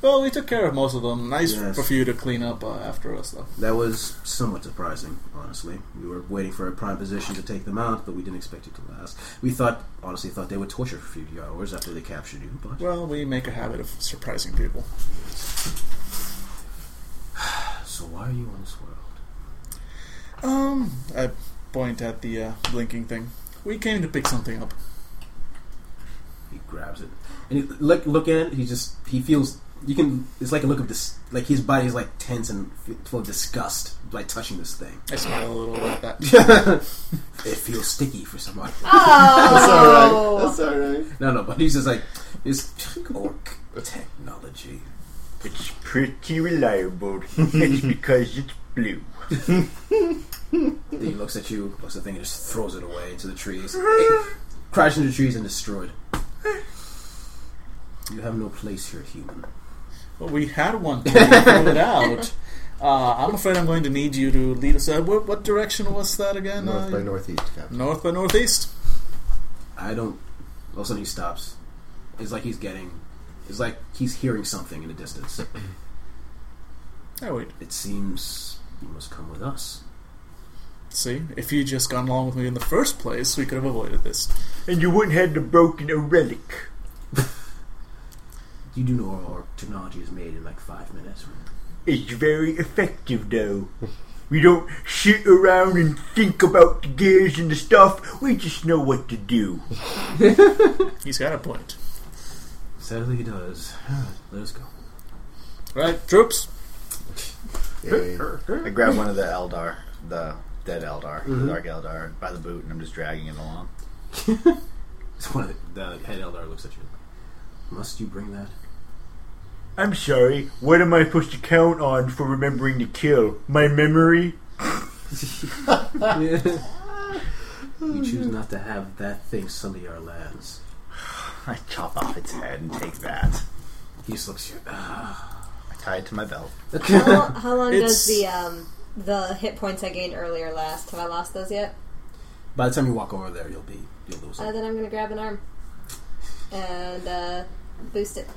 Speaker 2: Well, we took care of most of them. Nice
Speaker 1: Yes.
Speaker 2: for you to clean up uh, after us, though.
Speaker 1: That was somewhat surprising, honestly. We were waiting for a prime position to take them out, but we didn't expect it to last. We thought, honestly, thought they would torture for a few hours after they captured you, but
Speaker 2: Well, we make a habit of surprising people.
Speaker 1: so why are you on this world?
Speaker 2: Um, I point at the uh, blinking thing. We came to pick something up.
Speaker 1: He grabs it and he look look at it. He just he feels you can. It's like a look of this, like his body is like tense and f- full of disgust, like touching this thing.
Speaker 2: I smile a little like that.
Speaker 1: It feels sticky for somebody.
Speaker 7: That's
Speaker 5: Oh!
Speaker 7: alright. That's alright.
Speaker 1: No, no, but he's just like, it's orc technology.
Speaker 4: It's pretty reliable. it's because it's blue.
Speaker 1: He looks at you, looks at the thing, and just throws it away into the trees. It crashes into the trees and destroyed. You have no place here, human.
Speaker 2: Well, we had one. We threw it out. Uh, I'm afraid I'm going to need you to lead us. Uh, what, what direction was that again?
Speaker 3: North
Speaker 2: uh,
Speaker 3: by northeast, Captain.
Speaker 2: north by northeast.
Speaker 1: I don't. All of a sudden, he stops. It's like he's getting. It's like he's hearing something in the distance.
Speaker 2: Oh wait,
Speaker 1: It seems you must come with us.
Speaker 2: see, if you'd just gone along with me in the first place, we could have avoided this.
Speaker 4: And you wouldn't have the broken relic.
Speaker 1: You do know our technology is made in like five minutes. right?
Speaker 4: It's very effective, though. We don't sit around and think about the gears and the stuff. We just know what to do.
Speaker 2: He's got a point.
Speaker 1: Sadly, he does. Let us go.
Speaker 2: Right, troops.
Speaker 4: I grab one of the Eldar, the dead Eldar, the Dark Eldar, by the boot, and I'm just dragging it along.
Speaker 1: It's one of the, the head elder looks at you. Must you bring that?
Speaker 4: I'm sorry, what am I supposed to count on for remembering to kill? My memory?
Speaker 1: Oh, You choose not to have that thing sully our lands.
Speaker 4: I chop off its head and take that.
Speaker 1: He just looks at you.
Speaker 4: I tie it to my belt.
Speaker 5: How, how long
Speaker 2: It's-
Speaker 5: does the um, the hit points I gained earlier last? Have I lost those yet?
Speaker 1: By the time you walk over there, you'll be you'll lose
Speaker 5: Uh,
Speaker 1: it.
Speaker 5: then I'm gonna grab an arm and uh, boost it.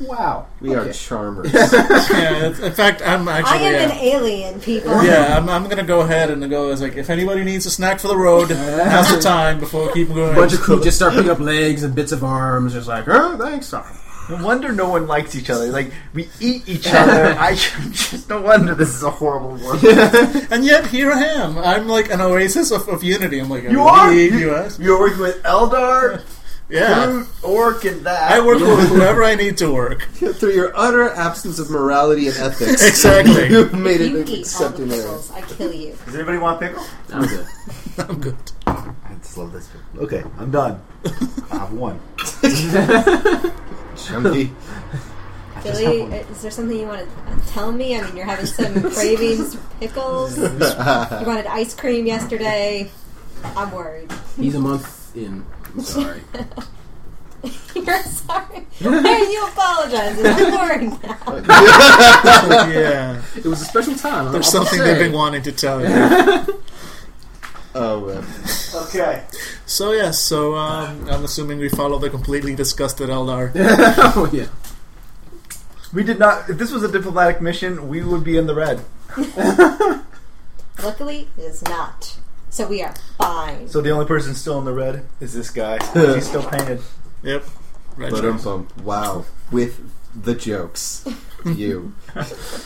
Speaker 3: Wow. We are charmers.
Speaker 2: Yeah, in fact, I'm
Speaker 5: I
Speaker 2: actually.
Speaker 5: am
Speaker 2: yeah.
Speaker 5: an alien, people.
Speaker 2: Yeah, I'm, I'm gonna go ahead and go as like if anybody needs a snack for the road, now's the time before we keep going.
Speaker 1: bunch of crew just start picking up legs and bits of arms, just like, oh, thanks. Sorry.
Speaker 4: No wonder no one likes each other. Like, we eat each other. I just, no wonder this is a horrible world.
Speaker 2: and yet here I am. I'm like an oasis of, of unity. I'm like
Speaker 4: You
Speaker 2: I
Speaker 4: are!
Speaker 2: need
Speaker 4: You-
Speaker 2: you us.
Speaker 4: You're working with Eldar,
Speaker 2: Yeah,
Speaker 4: Groot, Orc, and that.
Speaker 2: I work with whoever I need to work.
Speaker 3: Through your utter absence of morality and ethics,
Speaker 2: Exactly.
Speaker 3: you made it an
Speaker 5: You eat all the
Speaker 3: accepting area.
Speaker 5: pickles. I kill you.
Speaker 4: Does anybody want pickle?
Speaker 1: I'm good.
Speaker 2: I'm good.
Speaker 4: I just love this pickle. Okay, I'm done. I have one.
Speaker 3: Chunky.
Speaker 5: Billy, is there something you want to tell me? I mean, you're having some cravings for pickles. You wanted ice cream yesterday. I'm worried.
Speaker 1: He's a month in. I'm sorry.
Speaker 5: You're sorry. Why are you apologizing? I'm worried now.
Speaker 2: Yeah,
Speaker 1: It was a special time.
Speaker 2: there's
Speaker 1: I'll
Speaker 2: something
Speaker 1: say.
Speaker 2: they've been wanting to tell you.
Speaker 3: Oh, man.
Speaker 4: Okay.
Speaker 2: So yes, so um, I'm assuming we follow the completely disgusted Eldar.
Speaker 1: oh yeah.
Speaker 4: We did not. If this was a diplomatic mission, we would be in the red.
Speaker 5: Luckily, it is not. So we are fine.
Speaker 4: So the only person still in the red is this guy. He's still painted.
Speaker 2: Yep. Right.
Speaker 3: But um, bump. Wow. With the jokes. You.
Speaker 4: It's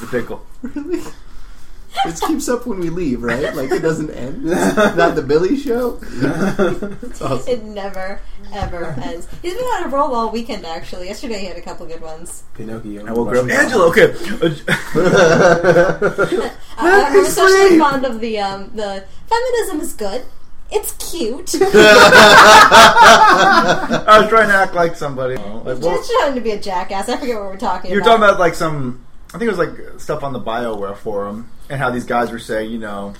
Speaker 4: the pickle.
Speaker 3: This keeps up when we leave, right? Like, it doesn't end. Not the Billy show.
Speaker 5: It never, ever ends. He's been on a roll all weekend, actually. Yesterday he had a couple good ones.
Speaker 1: Pinocchio.
Speaker 4: I will grab
Speaker 1: Russian
Speaker 4: Angela. Okay.
Speaker 5: I, I, I was Uh, especially fond of the um, the feminism is good. It's cute. Just
Speaker 4: I was trying to act like somebody.
Speaker 2: Oh,
Speaker 4: Like, well,
Speaker 5: trying to be a jackass. I forget what we're talking
Speaker 4: you were
Speaker 5: about.
Speaker 4: talking about like some. I think it was like stuff on the Bioware forum and how these guys were saying, you know,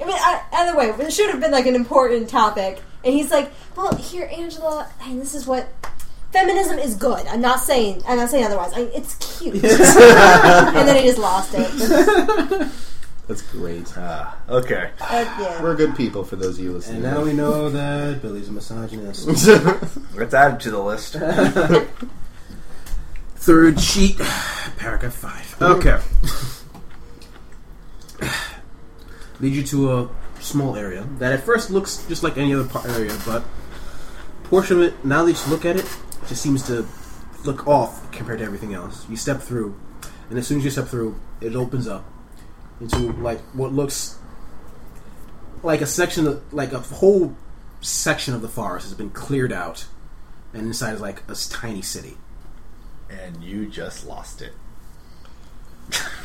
Speaker 5: I mean, I, either way, it should have been like an important topic. And he's like, "Well, here, Angela, and this is what feminism is good. I'm not saying, I'm not saying otherwise. I, it's cute." and then he just lost it.
Speaker 3: That's great.
Speaker 4: ah, okay.
Speaker 5: Uh, yeah.
Speaker 3: We're good people for those of you listening.
Speaker 1: And now we know that Billy's a misogynist.
Speaker 4: Let's add it to the list.
Speaker 1: Third sheet, paragraph five. Okay. Lead you to a small area that at first looks just like any other par- area, but portion of it, now that you look at it, it just seems to look off compared to everything else. You step through, and as soon as you step through, it opens up into like what looks like a section of like a whole section of the forest has been cleared out, and inside is like a s- tiny city.
Speaker 4: and you just lost it.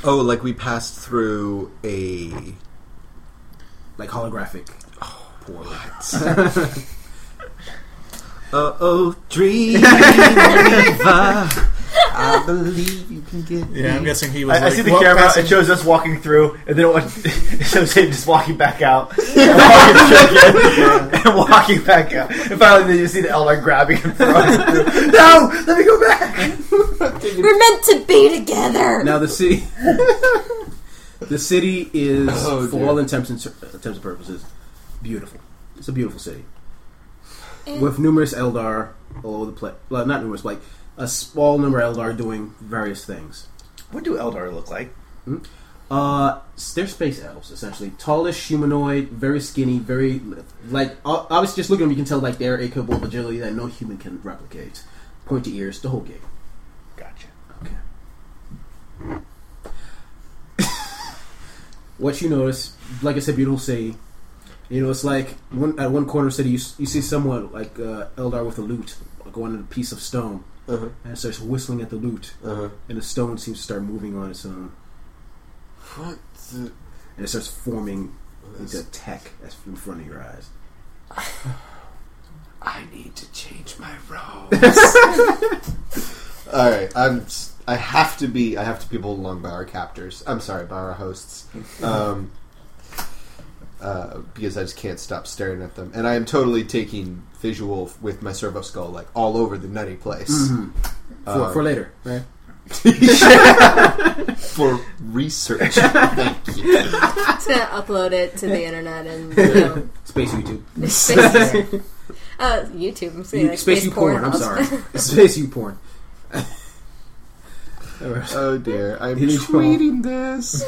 Speaker 3: Oh, like we passed through a
Speaker 1: like holographic. Oh, poor.
Speaker 3: Oh, oh, dream I believe you can get
Speaker 2: Yeah, I'm guessing he was.
Speaker 4: I, I
Speaker 2: like,
Speaker 4: see the
Speaker 2: well,
Speaker 4: camera.
Speaker 2: passing-
Speaker 4: It shows us walking through, and then it went, shows him just walking back out, and walking, back in, and walking back out. And finally, then you see the Eldar grabbing him. Throwing him no, let me go back.
Speaker 6: We're meant to be together.
Speaker 1: Now the city, the city is
Speaker 3: Oh,
Speaker 1: for
Speaker 3: dear.
Speaker 1: all intents and, intents and purposes beautiful. It's a beautiful city with numerous Eldar all over the place. Well, not numerous, like a small number of Eldar doing various things.
Speaker 4: What do Eldar look like?
Speaker 1: Uh, s- they're space elves essentially, tallish humanoid, very skinny, very like o- obviously just looking at them you can tell like they're a capable of agility that no human can replicate. Pointy ears, the whole game.
Speaker 4: Gotcha.
Speaker 1: what you notice, like I said, beautiful city. You know, it's like one, at one corner of the city, you, s- you see someone like uh, Eldar with a lute going at a piece of stone,
Speaker 7: Uh-huh.
Speaker 1: and starts whistling at the lute,
Speaker 7: Uh-huh.
Speaker 1: and the stone seems to start moving on its own,
Speaker 3: Uh-huh.
Speaker 7: What the...
Speaker 1: and it starts forming into
Speaker 7: This-
Speaker 1: tech that's in front of your eyes.
Speaker 7: I need to change my robes. All right, I'm. s- I have to be. I have to be pulled along by our captors. I'm sorry, by our hosts, um, uh, because I just can't stop staring at them, and I am totally taking visual f- with my servo skull like all over the nutty place
Speaker 1: For,
Speaker 3: Uh,
Speaker 7: Um,
Speaker 1: for later, right?
Speaker 7: for research. Thank you.
Speaker 5: Just gonna upload it to the internet and you know,
Speaker 1: Space YouTube,
Speaker 5: space, uh, YouTube. I'm saying,
Speaker 1: You-
Speaker 5: like,
Speaker 1: space U porn. I'm sorry, space U porn. All right.
Speaker 7: Oh dear, I'm
Speaker 1: It is
Speaker 7: tweeting this.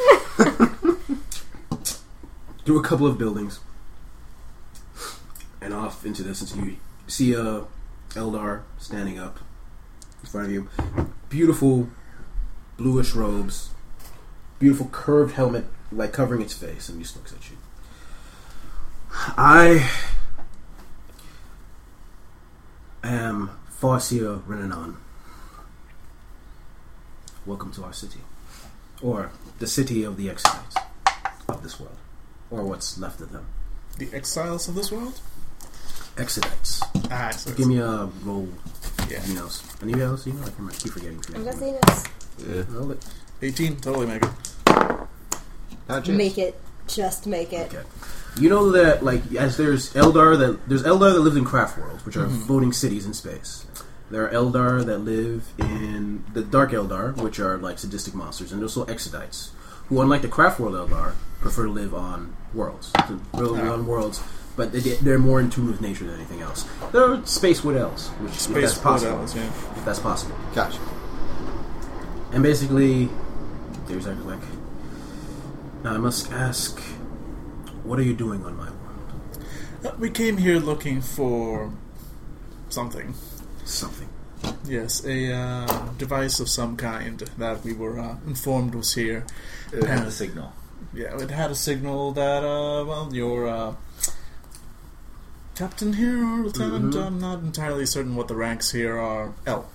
Speaker 1: through a couple of buildings and off into the distance. You see uh, Eldar standing up in front of you. Beautiful bluish robes, beautiful curved helmet, like covering its face, and just looks at you. I am Farseer Renanon. Welcome to our city, or the city of the exiles of this world or what's left of them.
Speaker 2: the exiles of this world.
Speaker 1: Exodites.
Speaker 2: Ah, so
Speaker 1: Give me a roll.
Speaker 2: Yeah.
Speaker 1: Anything else? Anything else? You know, I can keep forgetting.
Speaker 6: I'm gonna say this.
Speaker 1: Roll it.
Speaker 2: 18 totally make it.
Speaker 7: Not just-
Speaker 6: Make it. Just make it.
Speaker 1: Okay. You know that, like, as there's Eldar that there's Eldar that live in craft worlds, which are
Speaker 2: Mm-hmm.
Speaker 1: floating cities in space. There are Eldar that live in the Dark Eldar, which are like sadistic monsters, and also Exodites, who, unlike the craft world Eldar, prefer to live on worlds, to live on worlds. But they, they're more in tune with nature than anything else. There are space wood elves, which if
Speaker 2: Space
Speaker 1: that's possible.
Speaker 2: portals, yeah.
Speaker 1: If that's possible.
Speaker 7: Gotcha.
Speaker 1: And basically, there's Dr. Link. Now I must ask, what are you doing on my world?
Speaker 2: Uh, We came here looking for something.
Speaker 1: Something.
Speaker 2: Yes, a uh, device of some kind that we were uh, informed was here.
Speaker 4: It has
Speaker 2: Yeah.
Speaker 4: a Uh, signal.
Speaker 2: Yeah, it had a signal that, uh, well, your uh, captain here or lieutenant, I'm not entirely certain what the ranks here are. L.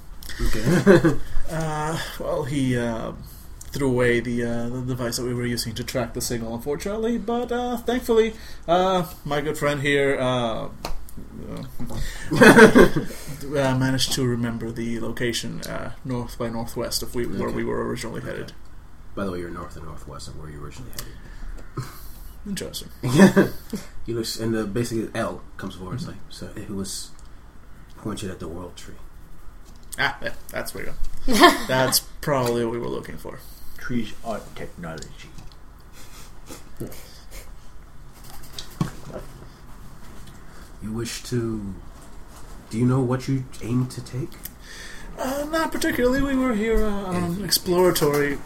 Speaker 1: Okay.
Speaker 2: Uh, well, he uh, threw away the, uh, the device that we were using to track the signal, unfortunately, but uh, thankfully, uh, my good friend here. Uh, uh, uh, managed to remember the location uh, north by northwest of we, where
Speaker 1: Okay.
Speaker 2: we were originally headed.
Speaker 1: By the way, you're north and northwest of where you originally
Speaker 2: Interesting.
Speaker 1: headed. he looks, and the, basically L comes forward. It's like, so it was pointed at the world tree.
Speaker 2: Ah, yeah, that's where you go. that's probably what we were looking for.
Speaker 4: Trees aren't technology.
Speaker 1: You wish to? Do you know what you aim to take?
Speaker 2: Uh, not particularly. We were here uh, on an exploratory.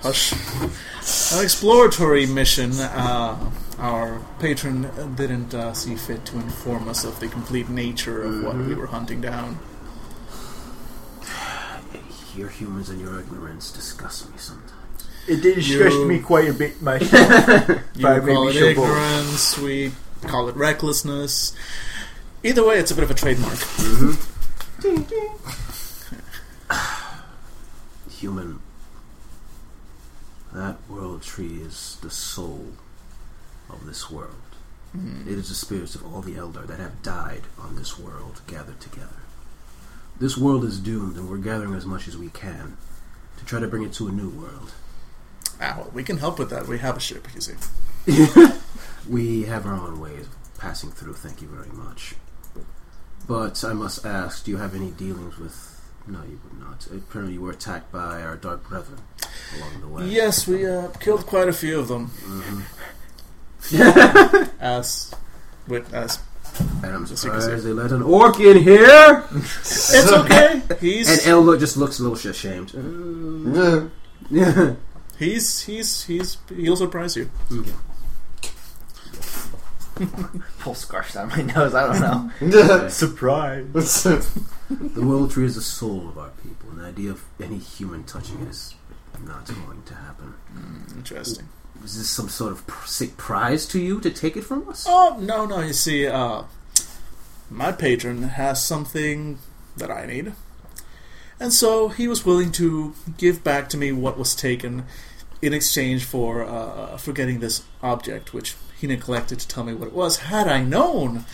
Speaker 2: Hush. An exploratory mission. Uh, our patron didn't uh, see fit to inform us of the complete nature of what
Speaker 4: Mm-hmm.
Speaker 2: we were hunting down.
Speaker 1: Your humans and your ignorance disgust me sometimes.
Speaker 4: It did
Speaker 2: distressed
Speaker 4: stress
Speaker 2: me
Speaker 4: me quite a bit myself.
Speaker 2: You
Speaker 4: But maybe
Speaker 2: call it
Speaker 4: she'll both.
Speaker 2: ignorance, we call it recklessness. Either way, it's a bit of a trademark.
Speaker 1: Human. That world tree is the soul of this world. It is the spirits of all the elder that have died on this world gathered together. This world is doomed, and we're gathering as much as we can to try to bring it to a new world.
Speaker 2: Ah, well, we can help with that. We have a ship, you see.
Speaker 1: We have our own ways of passing through, thank you very much. But I must ask, do you have any dealings with. No, you would not. Apparently, you were attacked by our dark brethren along the way.
Speaker 2: Yes, we uh, killed quite a few of them. as with as
Speaker 1: Mm-hmm. And I'm
Speaker 2: Yes, you can
Speaker 1: surprised
Speaker 2: see.
Speaker 1: they let an orc in here!
Speaker 2: it's okay.
Speaker 1: And
Speaker 2: He's
Speaker 1: El look- just looks a little sh- ashamed. Uh,
Speaker 3: Mm.
Speaker 1: yeah.
Speaker 2: he's he's he's he'll surprise you.
Speaker 1: Okay.
Speaker 4: Pull scarves down my nose. I don't know. Surprise.
Speaker 1: The world tree is the soul of our people, and the idea of any human touching it is not going to happen.
Speaker 2: Interesting.
Speaker 1: Is this some sort of pr- sick prize to you to take it from us?
Speaker 2: Oh no no! You see, uh, my patron has something that I need, and so he was willing to give back to me what was taken in exchange for uh, for getting this object, which he neglected to tell me what it was. Had I known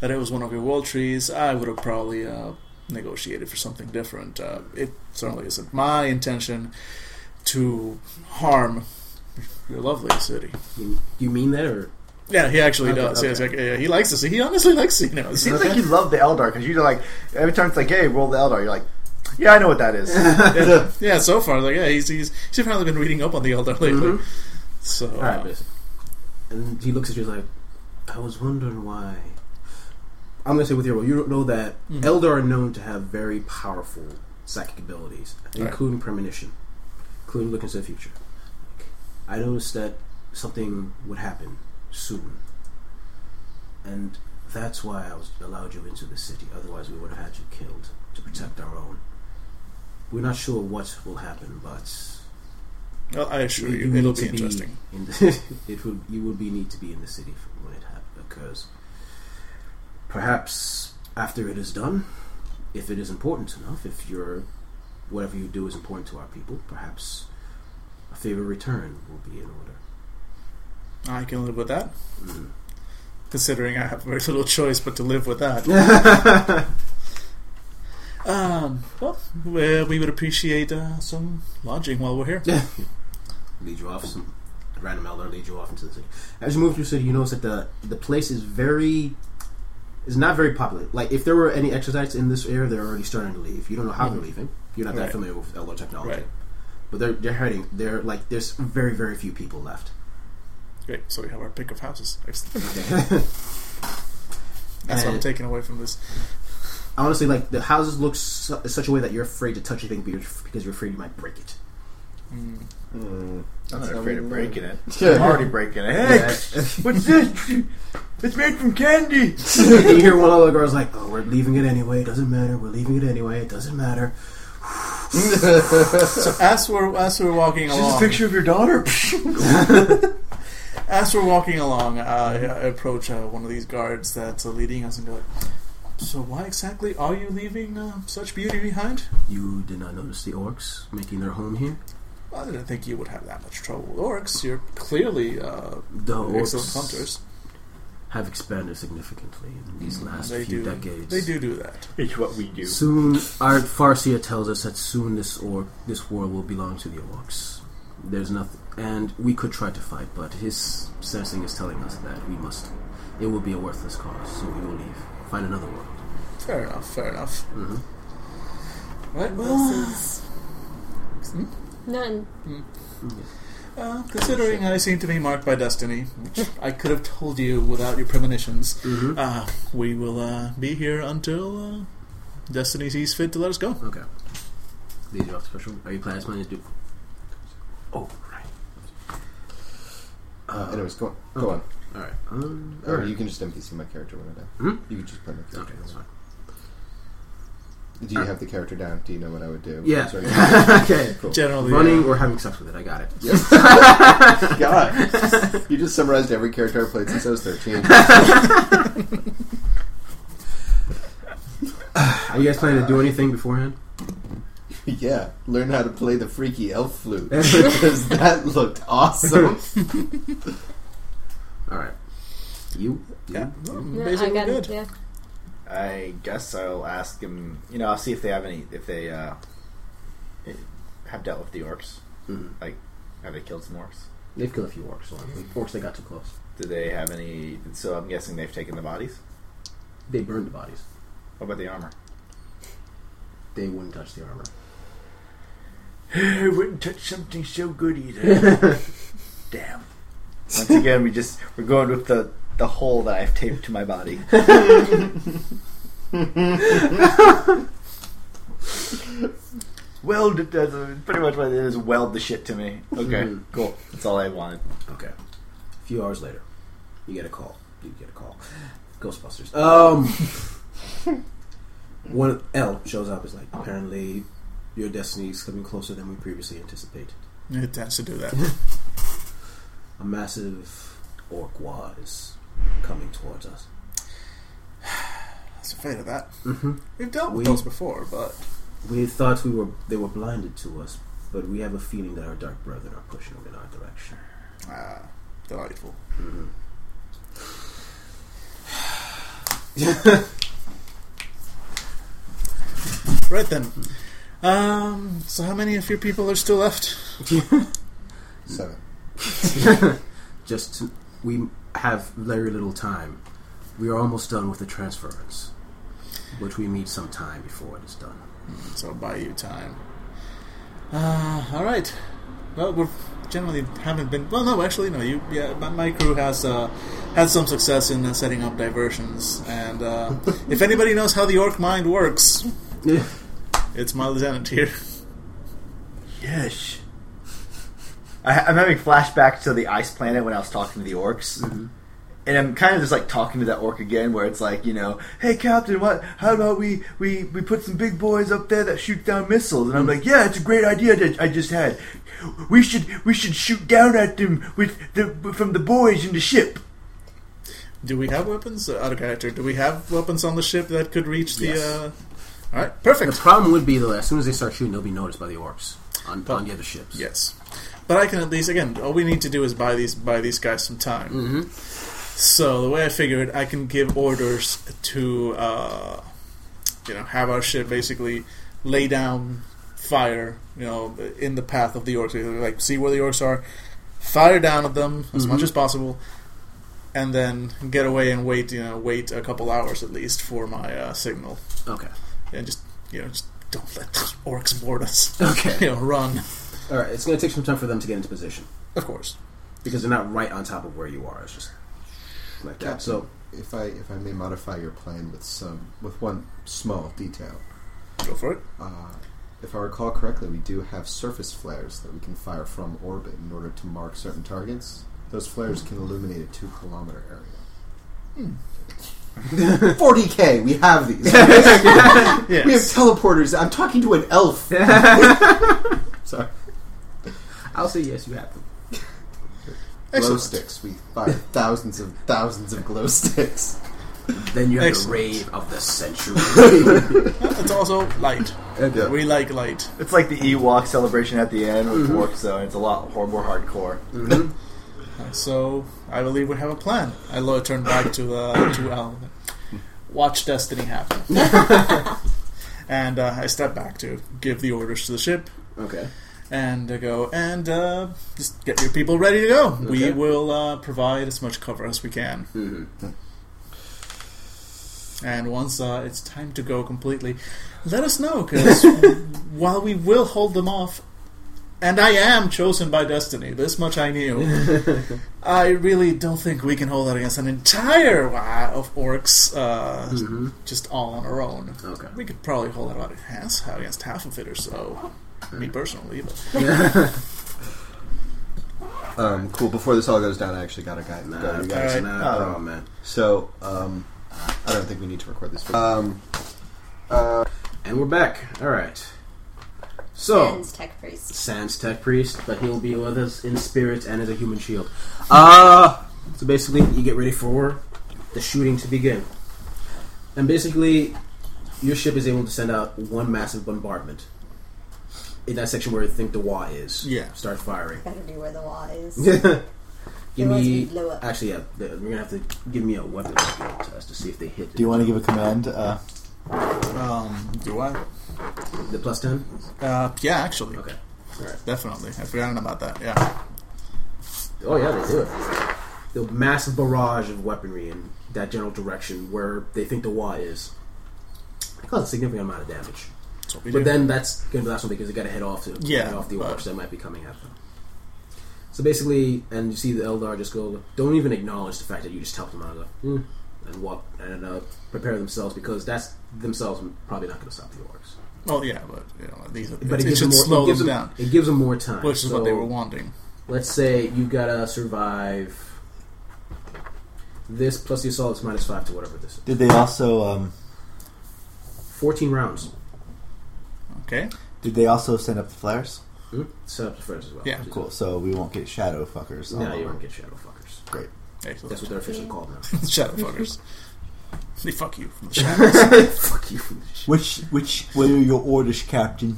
Speaker 2: that it was one of your world trees, I would have probably uh, negotiated for something different. Uh, it certainly isn't my intention to harm your lovely city.
Speaker 1: You, you mean that, or
Speaker 2: Yeah, he actually
Speaker 1: Okay,
Speaker 2: does. Yeah, it's
Speaker 1: okay.
Speaker 2: like, yeah, he likes to see. He honestly likes to see now.
Speaker 4: Seems like you love the Eldar because you're like every time it's like, "Hey, roll the Eldar." You're like, "Yeah, I know what that is."
Speaker 2: yeah, yeah, so far, like, yeah, he's he's he's apparently been reading up on the Elder lately.
Speaker 4: Mm-hmm.
Speaker 2: So,
Speaker 1: all right, basic. And he looks at you like, I was wondering why. I'm gonna say with your role, you know that Eldar are known to have very powerful psychic abilities,
Speaker 2: Right.
Speaker 1: including premonition, including looking to the future. I noticed that something would happen soon, and that's why I was allowed you into the city. Otherwise, we would have had you killed to protect our own. We're not sure what will happen, but
Speaker 2: well, I assure
Speaker 1: you
Speaker 2: you,
Speaker 1: need
Speaker 2: it'll
Speaker 1: to
Speaker 2: be interesting.
Speaker 1: in the, it will, you will be need to be in the city for when it hap- occurs. Perhaps after it is done, if it is important enough, if your whatever you do is important to our people, perhaps a favor return will be in order.
Speaker 2: I can live with that,
Speaker 4: Mm-hmm.
Speaker 2: considering I have very little choice but to live with that. um, well, we, we would appreciate uh, some lodging while we're here.
Speaker 1: lead you off some random elder lead you off into the city. As you move through the city, you notice that the the place is very is not very popular. Like if there were any exercises in this area, they're already starting to leave. You don't know how they're leaving. You're not that
Speaker 2: Mm-hmm. Right.
Speaker 1: familiar with elder technology,
Speaker 2: Right.
Speaker 1: but they're they're heading. They're like there's very very few people left.
Speaker 2: Great, so we have our pick of houses. Excellent. That's what
Speaker 1: And
Speaker 2: I'm taking away from this.
Speaker 1: honestly, like the houses look su- such a way that you're afraid to touch anything because you're- because you're afraid you might break it.
Speaker 4: I'm not afraid of breaking it.
Speaker 3: Yeah.
Speaker 4: I'm already breaking it. Hey, what's this? It's made from candy.
Speaker 1: And you hear one of the girls like, "Oh, we're leaving it anyway. It doesn't matter. We're leaving it anyway. It doesn't matter."
Speaker 2: So as we're as we're walking
Speaker 4: This
Speaker 2: along,
Speaker 4: is a picture of your daughter.
Speaker 2: As we're walking along, uh, I I approach uh, one of these guards that's uh, leading us and go, So, why exactly are you leaving uh, such beauty behind?
Speaker 1: You did not notice the orcs making their home here.
Speaker 2: Well, I didn't think you would have that much trouble with orcs. You're clearly uh,
Speaker 1: The
Speaker 2: excellent
Speaker 1: orcs
Speaker 2: hunters. Mm,
Speaker 1: have expanded significantly in these last
Speaker 2: They
Speaker 1: few
Speaker 2: do,
Speaker 1: decades.
Speaker 2: they do do that.
Speaker 4: It's what we do.
Speaker 1: Soon, our Farsia tells us that soon this orc, this world will belong to the orcs. There's nothing, and we could try to fight, but his sensing is telling us that we must. It will be a worthless cause, so we will leave, find another world.
Speaker 2: Fair enough, fair enough.
Speaker 1: Mhm.
Speaker 2: Right, well,
Speaker 5: None.
Speaker 2: uh, considering I seem to be marked by destiny, which I could have told you without your premonitions,
Speaker 1: Mm-hmm.
Speaker 2: uh, we will uh, be here until uh, destiny sees fit to let us go.
Speaker 1: Okay. Lead you off special. Are you planning on to do? Oh, right.
Speaker 3: Uh, anyways, go on. Go on.
Speaker 1: All right. Um, all
Speaker 3: Or
Speaker 1: right.
Speaker 3: you can just NPC my character when I die.
Speaker 1: Hmm?
Speaker 3: You can just play my character.
Speaker 1: Okay, that's fine.
Speaker 3: Do you have the character down? Do you know what I would do?
Speaker 1: Yeah.
Speaker 3: Sorry.
Speaker 1: okay.
Speaker 3: Cool.
Speaker 2: Generally, uh,
Speaker 1: Running or having sex with it. I got it.
Speaker 3: God, you just summarized every character I played since I was thirteen.
Speaker 1: Are you guys planning to do anything beforehand?
Speaker 3: yeah, learn how to play the freaky elf flute because that looked awesome.
Speaker 1: All right. You?
Speaker 2: Yeah.
Speaker 5: Yeah,
Speaker 2: Basically,
Speaker 5: I got
Speaker 2: good.
Speaker 5: it. Yeah.
Speaker 4: I guess I'll ask him. You know, I'll see if they have any. If they uh, have dealt with the orcs.
Speaker 1: Mhm.
Speaker 4: Like, have they killed some orcs?
Speaker 1: They've killed a few orcs. So of course, they got too close.
Speaker 4: Do they have any? So I'm guessing they've taken the bodies.
Speaker 1: They burned the bodies.
Speaker 4: What about the armor?
Speaker 1: They wouldn't touch the armor.
Speaker 4: I wouldn't touch something so good either. Damn. Once again, we just we're going with the the hole that I've taped to my body. weld it. That's uh, pretty much what it is. Weld the shit to me. Okay,
Speaker 1: Mhm.
Speaker 4: cool. That's all I wanted.
Speaker 1: Okay. A few hours later, you get a call. You get a call. Ghostbusters. Um. one L shows up. Is like apparently your destiny is coming closer than we previously anticipated.
Speaker 2: It has to do that.
Speaker 1: A massive orc war is coming towards us.
Speaker 2: I was afraid of that.
Speaker 1: Mm-hmm.
Speaker 2: We've dealt with
Speaker 1: We-
Speaker 2: those before, but
Speaker 1: We thought we were they were blinded to us, but we have a feeling that our dark brethren are pushing them in our direction.
Speaker 2: uh, delightful.
Speaker 1: Mm-hmm.
Speaker 2: Right then. Um, so how many of your people are still left?
Speaker 3: Seven.
Speaker 1: Just to- we have very little time. We are almost done with the transference, which we meet some time before it is done.
Speaker 2: So I'll buy you time. Uh, all right. Well, we generally haven't been. Well, no, actually, no. You, yeah, my, my crew has uh, had some success in uh, setting up diversions, and uh, if anybody knows how the orc mind works,
Speaker 1: Yeah.
Speaker 2: it's my lieutenant here.
Speaker 4: Yes. I, I'm having flashbacks to the ice planet when I was talking to the orcs.
Speaker 3: Mm-hmm.
Speaker 4: And I'm kind of just like talking to that orc again, where it's like, you know, hey Captain, what? How about we we we put some big boys up there that shoot down missiles? And I'm
Speaker 3: Mm-hmm.
Speaker 4: like, yeah, it's a great idea that I just had. We should we should shoot down at them with the from the boys in the ship.
Speaker 2: Do we have weapons? Uh, out of character. Do we have weapons on the ship that could reach the?
Speaker 1: Yes.
Speaker 2: Uh... All right.
Speaker 1: The
Speaker 2: Perfect.
Speaker 1: problem would be though, as soon as they start shooting, they'll be noticed by the orcs on, on the other ships.
Speaker 2: Yes. But I can at least again. All we need to do is buy these buy these guys some time. Mm-hmm. So the way I figured, I can give orders to uh, you know have our ship basically lay down fire. You know, in the path of the orcs, like see where the orcs are, fire down at them as much as possible, and then get away and wait. You know, wait a couple hours at least for my uh, signal,
Speaker 1: Okay.
Speaker 2: and just you know just don't let those orcs board us.
Speaker 1: Okay.
Speaker 2: you know, run.
Speaker 1: All right. It's going to take some time for them to get into position
Speaker 2: Of course.
Speaker 1: because they're not right on top of where you are. It's just like that. So
Speaker 3: If I if I may modify your plan with some with one small detail,
Speaker 2: Go for it.
Speaker 3: uh, if I recall correctly, we do have surface flares that we can fire from orbit in order to mark certain targets. Those flares can illuminate a two kilometer area. Forty k. We have these.
Speaker 2: Hmm. Yes.
Speaker 3: We have teleporters. I'm talking to an elf. Sorry.
Speaker 1: I'll say yes, you have them.
Speaker 3: Glow
Speaker 2: Excellent.
Speaker 3: sticks. We fire thousands of thousands of glow sticks.
Speaker 1: Then you have
Speaker 2: Excellent.
Speaker 1: the rave of the century.
Speaker 2: It's also light.
Speaker 3: Yeah.
Speaker 2: We like light.
Speaker 4: It's like the Ewok celebration at the end
Speaker 3: Mm-hmm.
Speaker 4: with orcs, though. And it's a lot more, more hardcore.
Speaker 2: So I believe we have a plan. I lo- turn back to uh, to Al. Watch destiny happen. and uh, I step back to give the orders to the ship
Speaker 1: okay.
Speaker 2: and I go and uh, just get your people ready to go. We
Speaker 1: Okay.
Speaker 2: will uh, provide as much cover as we can.
Speaker 1: hmm
Speaker 2: And once uh, it's time to go completely, let us know because while we will hold them off, and I am chosen by destiny, this much I knew. I really don't think we can hold out against an entire wa of orcs uh, just all on our own.
Speaker 1: Mm-hmm. Okay.
Speaker 2: We could probably hold out about half, against half of it or so. Me personally, but
Speaker 3: Um, cool. Before this all goes down, I actually got a guy.
Speaker 1: Nah,
Speaker 3: got you guys.
Speaker 1: that's
Speaker 2: Alright.
Speaker 1: not a
Speaker 3: Oh.
Speaker 1: problem, man.
Speaker 3: So um, I don't think we need to record this. Um, uh,
Speaker 1: And we're back. All right.
Speaker 2: Oh.
Speaker 1: So,
Speaker 5: Sans tech priest.
Speaker 1: Sans Tech Priest, but he'll be with us in spirit and as a human shield. Uh, so basically, you get ready for the shooting to begin. And basically, your ship is able to send out one massive bombardment in that section where I think the Wa is.
Speaker 2: Yeah.
Speaker 1: Start firing.
Speaker 6: Better be where the law is.
Speaker 1: and Give
Speaker 6: Otherwise
Speaker 1: me.
Speaker 6: we'd blow up.
Speaker 1: Actually, yeah, th- you're gonna have to give me a weapon skill test to see if they hit. it.
Speaker 4: Do you want to give a command? Uh,
Speaker 2: Um, do I?
Speaker 1: the plus ten?
Speaker 2: Uh, yeah, actually.
Speaker 1: Okay. All right.
Speaker 2: Definitely. I've forgotten about that. Yeah.
Speaker 1: Oh yeah, they do it. The massive barrage of weaponry in that general direction where they think the Y is. It causes a significant amount of damage.
Speaker 2: That's what we
Speaker 1: But
Speaker 2: do.
Speaker 1: then that's going to be the last one because they got to hit off to
Speaker 2: Yeah,
Speaker 1: hit off the
Speaker 2: but-
Speaker 1: orcs that might be coming at them. So basically, and you see the Eldar just go, don't even acknowledge the fact that you just helped them out of the, "Hmm," and walk and uh, prepare themselves because that's themselves probably not going to stop the orcs.
Speaker 2: well, Oh, yeah, but you know, these. Are,
Speaker 1: But it,
Speaker 2: it,
Speaker 1: gives
Speaker 2: should
Speaker 1: them more,
Speaker 2: slow
Speaker 1: it gives
Speaker 2: them
Speaker 1: them-
Speaker 2: down,
Speaker 1: It gives them more time,
Speaker 2: which is what they
Speaker 1: So-
Speaker 2: were wanting.
Speaker 1: let's say you gotta survive this plus the assault is minus five to whatever this is.
Speaker 4: did they also um,
Speaker 1: Fourteen rounds.
Speaker 2: Okay.
Speaker 4: did they also send up the flares?
Speaker 1: Hmm? Set up the first as well.
Speaker 2: Yeah,
Speaker 4: Cool. So we won't get shadow fuckers. all
Speaker 1: No, you
Speaker 4: over.
Speaker 1: won't get shadow fuckers.
Speaker 4: Great.
Speaker 2: Excellent.
Speaker 1: That's what they're officially called now.
Speaker 2: shadow fuckers. They fuck you from the shadows.
Speaker 1: Fuck you.
Speaker 4: Which which what are your orders, Captain?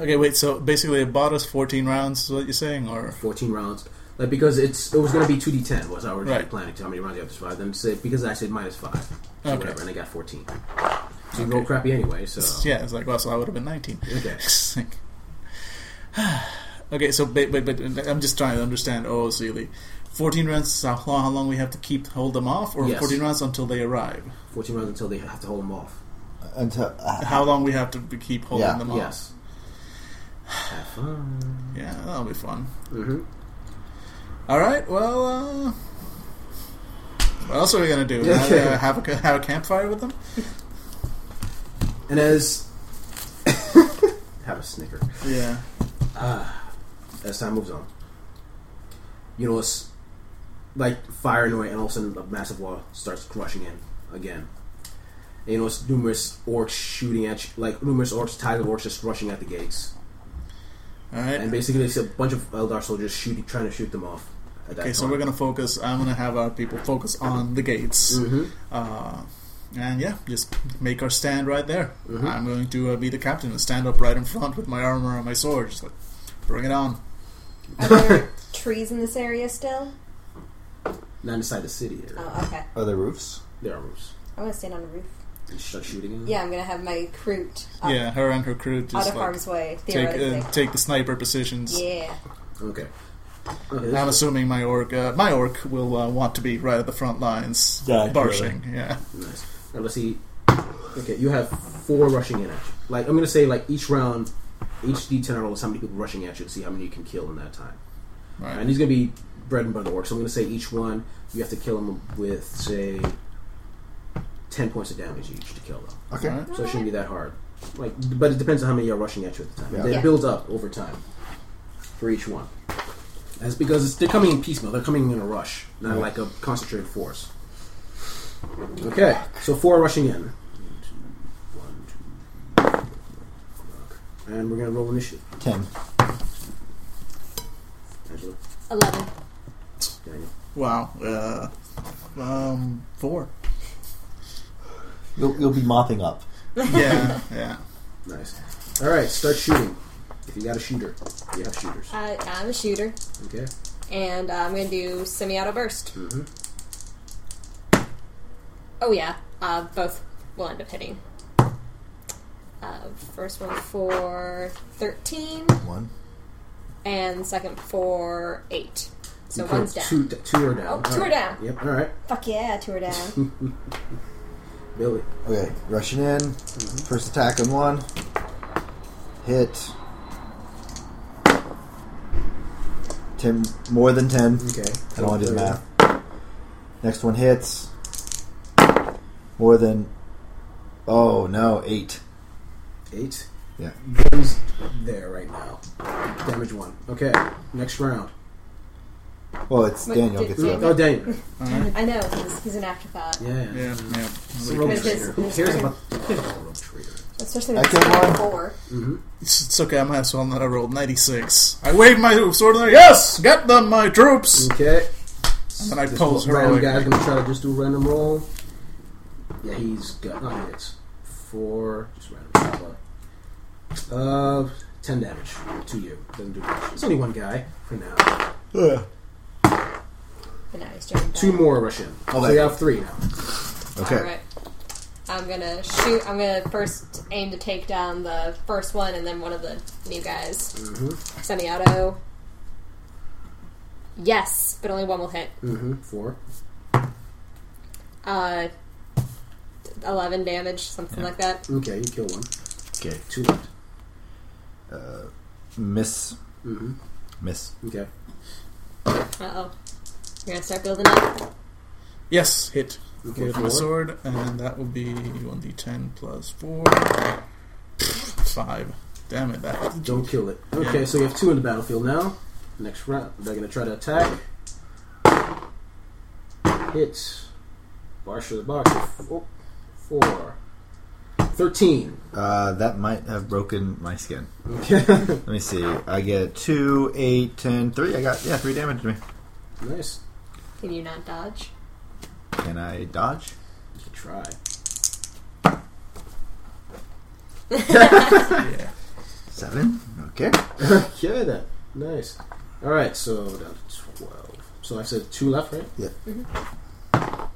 Speaker 2: okay, wait. So basically, it bought us fourteen rounds. Is what you're saying, or
Speaker 1: Fourteen rounds. Like because it's it was gonna be two d ten was I was
Speaker 2: Right.
Speaker 1: planning to how many rounds you have to survive. Then say because I said minus five. So
Speaker 2: Okay.
Speaker 1: whatever, and I got fourteen. So you roll crappy anyway, so
Speaker 2: yeah, it's like well, so I would have been nineteen.
Speaker 1: Okay.
Speaker 2: It's like- okay, so but, but, but I'm just trying to understand. Oh, so really, fourteen rounds. Is how long? How long we have to keep hold them off, or
Speaker 1: Yes.
Speaker 2: fourteen rounds until they arrive?
Speaker 1: Fourteen rounds until they have to hold them off.
Speaker 4: Until uh,
Speaker 2: How long we have to be- keep holding
Speaker 4: Yeah.
Speaker 2: them off?
Speaker 1: Yes. Have fun.
Speaker 2: Yeah, that'll be fun.
Speaker 1: Mm-hmm.
Speaker 2: All right. Well, uh, what else are we gonna do? Have, uh, have a ca- have a campfire with them?
Speaker 1: And as have a snicker.
Speaker 2: Yeah.
Speaker 1: As time moves on, you know it's like fire and away, and all of a sudden a massive wall starts rushing in again. And you know it's numerous orcs shooting at you, like numerous orcs, tides of orcs just rushing at the gates,
Speaker 2: All right.
Speaker 1: and basically it's a bunch of Eldar soldiers shooting, trying to shoot them off. At that
Speaker 2: Okay, so
Speaker 1: time.
Speaker 2: we're gonna focus. I'm gonna have our people focus on the gates,
Speaker 1: Mhm.
Speaker 2: uh, and yeah, just make our stand right there. I'm going to uh, be the captain and stand up right in front with my armor and my sword. Just like, bring it on.
Speaker 6: Are there trees in this area still?
Speaker 1: not inside the city. Area.
Speaker 6: Oh, okay.
Speaker 4: are there roofs?
Speaker 1: There are roofs.
Speaker 6: I'm gonna stand on a roof.
Speaker 1: You start shooting. at them.
Speaker 6: Yeah, I'm gonna have my crute up,
Speaker 2: Mm-hmm. Yeah, her and her crew
Speaker 6: out
Speaker 2: just
Speaker 6: of
Speaker 2: like,
Speaker 6: harm's way,
Speaker 2: take
Speaker 6: Uh, theoretically.
Speaker 2: uh, take the sniper positions.
Speaker 6: yeah.
Speaker 1: Okay. Okay.
Speaker 2: I'm
Speaker 1: this-
Speaker 2: assuming my orc, uh, my orc will uh, want to be right at the front lines,
Speaker 4: Yeah,
Speaker 2: barshing. Yeah,
Speaker 1: Nice. Now let's see. Okay, you have four rushing in at you. Like I'm gonna say, like each round, each D10 roll is how many people rushing at you to see how many you can kill in that time.
Speaker 2: right.
Speaker 1: And these are gonna be bread and butter work. So I'm gonna say each one you have to kill them with say ten points of damage each to kill them.
Speaker 4: Okay.
Speaker 2: All right.
Speaker 1: So it shouldn't be that hard. Like, but it depends on how many are rushing at you at the time.
Speaker 4: Yeah.
Speaker 1: It
Speaker 6: Yeah.
Speaker 1: builds up over time for each one. That's because it's, they're coming in piecemeal. They're coming in a rush, not like a concentrated force. Okay, so four are rushing in. And we're gonna roll initiative.
Speaker 4: Ten.
Speaker 1: Angela,
Speaker 6: Eleven.
Speaker 1: Daniel.
Speaker 2: Wow. Uh, um, four.
Speaker 4: You'll, you'll be mopping up.
Speaker 2: Yeah, yeah.
Speaker 1: Nice. All right, start shooting. If you got a shooter, you have shooters.
Speaker 6: Uh, I'm a shooter,
Speaker 1: Okay.
Speaker 6: and uh, I'm gonna do semi-auto burst.
Speaker 1: Mm-hmm.
Speaker 2: Mm-hmm.
Speaker 6: Oh yeah, uh, both will end up hitting. Uh, first one for thirteen,
Speaker 4: One.
Speaker 6: and second for eight. So one's down.
Speaker 1: Two, two are down.
Speaker 6: Oh, two
Speaker 1: All
Speaker 6: are
Speaker 1: right.
Speaker 6: down.
Speaker 1: Yep. All right,
Speaker 6: Fuck yeah, two are down.
Speaker 1: Billy.
Speaker 4: Okay. Rushing in.
Speaker 1: Mm-hmm.
Speaker 4: First attack on one. Hit. Ten more than ten.
Speaker 1: Okay.
Speaker 4: I don't want to do the math. Next one hits. More than. Oh no, eight.
Speaker 1: Eight.
Speaker 4: Yeah.
Speaker 1: One's there right now. Damage one. Okay. Next round.
Speaker 4: Well, it's
Speaker 6: Wait,
Speaker 4: Daniel
Speaker 6: did-
Speaker 4: gets
Speaker 6: did-
Speaker 4: it.
Speaker 1: Oh, Daniel.
Speaker 2: All right.
Speaker 6: I know he's, he's an afterthought,
Speaker 1: Yeah.
Speaker 2: Yeah, yeah.
Speaker 1: It's a rogue
Speaker 6: Because
Speaker 1: trader. Who
Speaker 6: it's-
Speaker 1: cares about the rogue trader?
Speaker 6: especially
Speaker 4: I
Speaker 6: when it's
Speaker 4: killed
Speaker 6: only
Speaker 4: one.
Speaker 6: four.
Speaker 2: It's, it's okay, I'm asshole. That I rolled 96. I wave my sword and I, yes, get them, my troops.
Speaker 1: Okay.
Speaker 2: And then I
Speaker 1: This
Speaker 2: pose
Speaker 1: random guy's
Speaker 2: heroic.
Speaker 1: gonna try to just do a random roll. Yeah, he's got no he hits. Four. Just random. Uh, ten damage to you. Doesn't do much. It's only one guy for now.
Speaker 5: And now he's turning
Speaker 1: Two
Speaker 5: back.
Speaker 1: more rush in.
Speaker 7: Oh,
Speaker 1: so
Speaker 7: that-
Speaker 1: you have three now.
Speaker 5: All right. I'm gonna shoot. I'm gonna first aim to take down the first one, and then one of the new guys.
Speaker 1: Mm-hmm,
Speaker 5: Semi-auto. Yes, but only one will hit.
Speaker 1: Mm-hmm. Four.
Speaker 5: Uh, eleven damage, something like that.
Speaker 1: Okay, you kill one.
Speaker 4: Okay.
Speaker 1: Two left.
Speaker 4: Miss.
Speaker 1: Mm-hmm.
Speaker 4: Miss.
Speaker 1: Okay.
Speaker 5: Uh oh, you're gonna start building up.
Speaker 2: Yes, hit
Speaker 1: Okay,
Speaker 2: with my
Speaker 1: four.
Speaker 2: sword, and that will be one d10 plus four, five. Damn it! That
Speaker 1: Don't kill it. Okay, so you have two in the battlefield now. Next round, they're going to try to attack. Hit. Barsha the box. Four. Oh, Four. Thirteen.
Speaker 4: Uh, that might have broken my skin.
Speaker 1: Okay.
Speaker 4: Let me see. I get two, eight, ten, three. I got yeah, three damage to me.
Speaker 1: nice.
Speaker 5: Can you not dodge?
Speaker 4: Can I dodge?
Speaker 1: You can try.
Speaker 2: yeah.
Speaker 4: Seven. Okay.
Speaker 1: Yeah, then. Nice. All right, so down to 12. So I said two left, right? Mm-hmm.
Speaker 4: Yeah.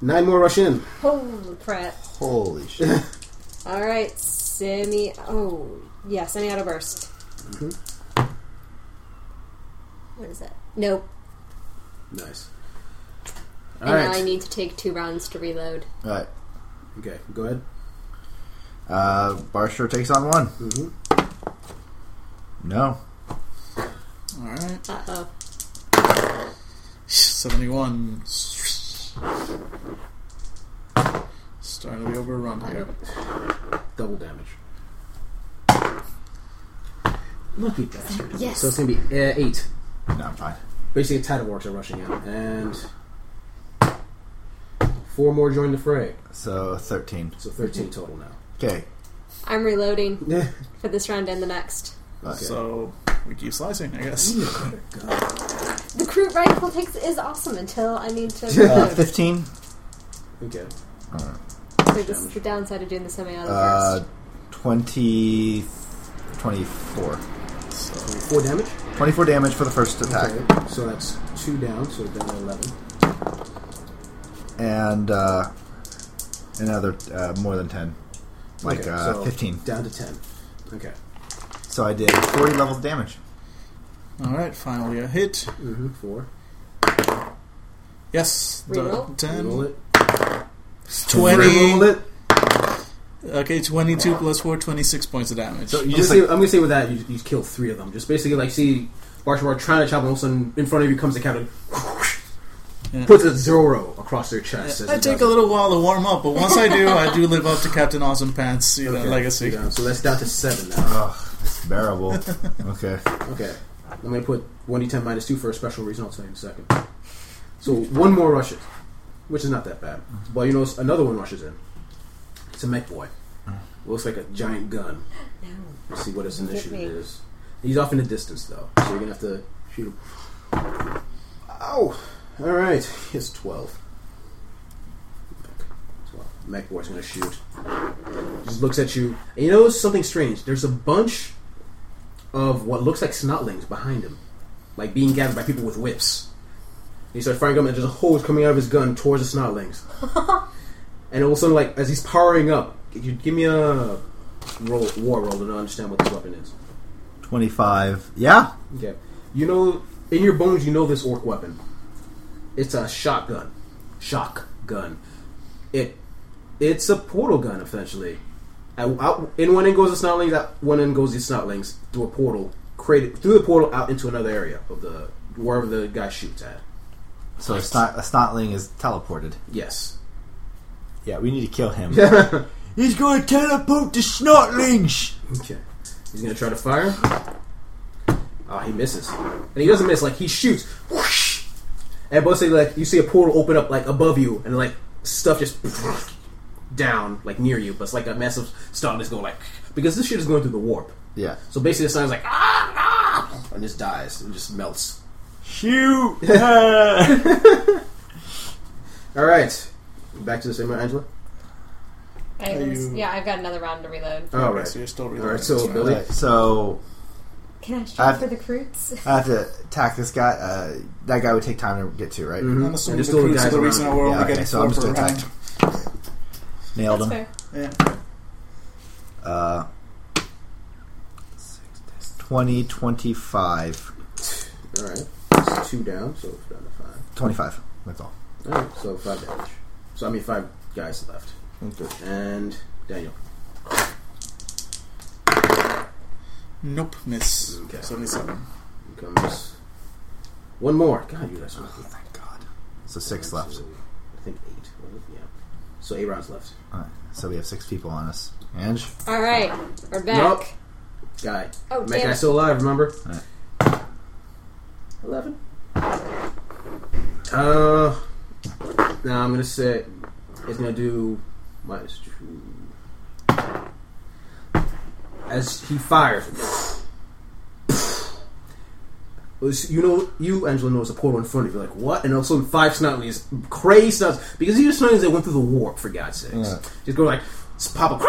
Speaker 1: Nine more rush in.
Speaker 5: Holy crap!
Speaker 4: Holy shit.
Speaker 5: All right, semi. Oh, yeah, semi-auto burst. What is that? Nope.
Speaker 1: Nice. All
Speaker 5: And
Speaker 1: right.
Speaker 5: now I need to take two rounds to reload.
Speaker 4: All right.
Speaker 1: okay, go ahead.
Speaker 4: Uh, Barsher takes on one.
Speaker 1: Mhm.
Speaker 4: No.
Speaker 2: All right,
Speaker 5: Uh oh.
Speaker 2: seventy-one. Starting to be overrun here.
Speaker 1: Double damage. Lucky bastard.
Speaker 5: Yes.
Speaker 1: So it's going to be uh, eight.
Speaker 4: No, I'm fine.
Speaker 1: Basically, Tatawarks are rushing in. And four more join the fray.
Speaker 4: So thirteen.
Speaker 1: So 13 total now.
Speaker 4: Okay.
Speaker 5: I'm reloading
Speaker 1: Yeah.
Speaker 5: for this round and the next.
Speaker 2: So we keep slicing, I guess.
Speaker 1: God.
Speaker 5: The crew rifle takes is awesome until I need to
Speaker 4: Uh,
Speaker 5: reload.
Speaker 4: Fifteen.
Speaker 1: Okay.
Speaker 5: so this is the downside of doing the semi-auto
Speaker 4: Uh,
Speaker 5: burst.
Speaker 4: 20, 24.
Speaker 1: Four damage.
Speaker 4: 24 damage for the first attack.
Speaker 1: Okay. So that's two down, so down to 11.
Speaker 4: And uh, another uh, more than 10. Like
Speaker 1: Okay,
Speaker 4: uh,
Speaker 1: so
Speaker 4: 15.
Speaker 1: Down to 10. Okay.
Speaker 4: So I did 40 levels of damage.
Speaker 2: All right, finally a hit.
Speaker 1: Mm-hmm. Four.
Speaker 2: Yes, the
Speaker 5: Reroll.
Speaker 1: Roll
Speaker 2: ten.
Speaker 1: it.
Speaker 4: Re-roll
Speaker 2: Twenty.
Speaker 4: it.
Speaker 2: Okay, twenty-two plus four, twenty-six points of damage.
Speaker 1: I'm gonna, say, I'm gonna say with that, you, you kill three of them. Just basically, like, see Barshamar trying to chop, and all of a sudden, in front of you comes the captain.
Speaker 2: Yeah.
Speaker 1: Puts a zero across their chest. as
Speaker 2: I
Speaker 1: he
Speaker 2: take
Speaker 1: does
Speaker 2: a
Speaker 1: it.
Speaker 2: little while to warm up, but once I do, I do live up to Captain Awesome Pants, you know,
Speaker 1: Okay,
Speaker 2: legacy.
Speaker 1: down. So that's down to seven now.
Speaker 4: Ugh, it's bearable. okay.
Speaker 1: Okay. I'm gonna put 1d10 minus 2 for a special reason. I'll tell you in a second. So one more rushes, which is not that bad. Well, you notice another one rushes in. It's a mech boy. Looks like a giant gun. Let's see what his initiative
Speaker 5: me.
Speaker 1: is. He's off in the distance, though, so you're gonna have to shoot him. Ow! Alright, he has 12. Mech. 12. Mech boy's gonna shoot. Just looks at you. And you notice something strange. There's a bunch of what looks like snotlings behind him, like being gathered by people with whips. He starts firing them, and there's a hose coming out of his gun towards the snotlings. and all of a sudden, like as he's powering up, could you give me a roll, war roll to understand what this weapon is.
Speaker 4: 25. Yeah.
Speaker 1: Okay, you know, in your bones, you know this orc weapon. It's a shotgun, shotgun. It, it's a portal gun essentially. Out, out, in one end goes the snotlings, out one end goes the snotlings through a portal, created through the portal out into another area of the wherever the guy shoots at.
Speaker 4: So a, snot, a snotling is teleported.
Speaker 1: Yes.
Speaker 4: Yeah, we need to kill him. He's going to teleport the snotlings.
Speaker 1: Okay. He's gonna try to fire. Oh, he misses, and he doesn't miss. Like he shoots, whoosh, and both say like you see a portal open up like above you, and like stuff just down like near you, but it's like a massive star just go like because this shit is going through the warp.
Speaker 4: Yeah.
Speaker 1: So basically, the sun's like ah, ah, and just dies and just melts.
Speaker 4: Shoot.
Speaker 1: All right, back to the same Angela.
Speaker 5: I
Speaker 2: Are
Speaker 5: was-
Speaker 2: you-
Speaker 5: yeah, I've got another round to reload.
Speaker 1: All
Speaker 2: Okay,
Speaker 1: right,
Speaker 2: so you're still
Speaker 1: all
Speaker 2: reloading.
Speaker 1: right. So
Speaker 2: Sorry.
Speaker 1: Billy,
Speaker 4: so
Speaker 6: Can I check
Speaker 4: I've-
Speaker 6: for the recruits?
Speaker 4: I have to attack this guy. Uh, that guy would take time to get to, right?
Speaker 1: Mhm.
Speaker 2: I'm assuming
Speaker 1: There's
Speaker 2: the
Speaker 1: still
Speaker 2: crews
Speaker 1: guys
Speaker 2: are the
Speaker 1: around.
Speaker 2: reason why we're only
Speaker 4: Yeah, okay,
Speaker 2: getting
Speaker 4: so
Speaker 2: four
Speaker 4: I'm
Speaker 2: per
Speaker 4: still
Speaker 2: round.
Speaker 4: attacked. Nailed
Speaker 6: That's
Speaker 4: him.
Speaker 6: fair.
Speaker 2: Yeah.
Speaker 4: Uh, 20, 25.
Speaker 1: All right, it's two down, so it's down to five.
Speaker 4: 25. That's all.
Speaker 1: All right, so five damage. So I mean, five guys left,
Speaker 4: Okay.
Speaker 1: and Daniel.
Speaker 2: Nope, miss.
Speaker 1: Okay.
Speaker 2: 77.
Speaker 1: comes one more. God, you guys are lucky.
Speaker 4: Thank God. So six left.
Speaker 1: I think eight. was it? Yeah. So eight rounds left.
Speaker 4: All right. So we have six people on us. Ange?
Speaker 5: All right, we're back.
Speaker 1: Nope. Guy.
Speaker 5: Oh,
Speaker 1: Make
Speaker 5: damn
Speaker 1: guy
Speaker 5: it.
Speaker 1: still alive, remember?
Speaker 4: Alright.
Speaker 1: Eleven. Uh now I'm gonna say it's gonna do minus two. As he fires. Was, you know, you Angela knows a portal in front of you. Like what? And all of a sudden, five Snotleys, crazy stuff because these Snotleys they went through the warp for God's sakes.
Speaker 4: Yeah.
Speaker 1: Just go like just pop up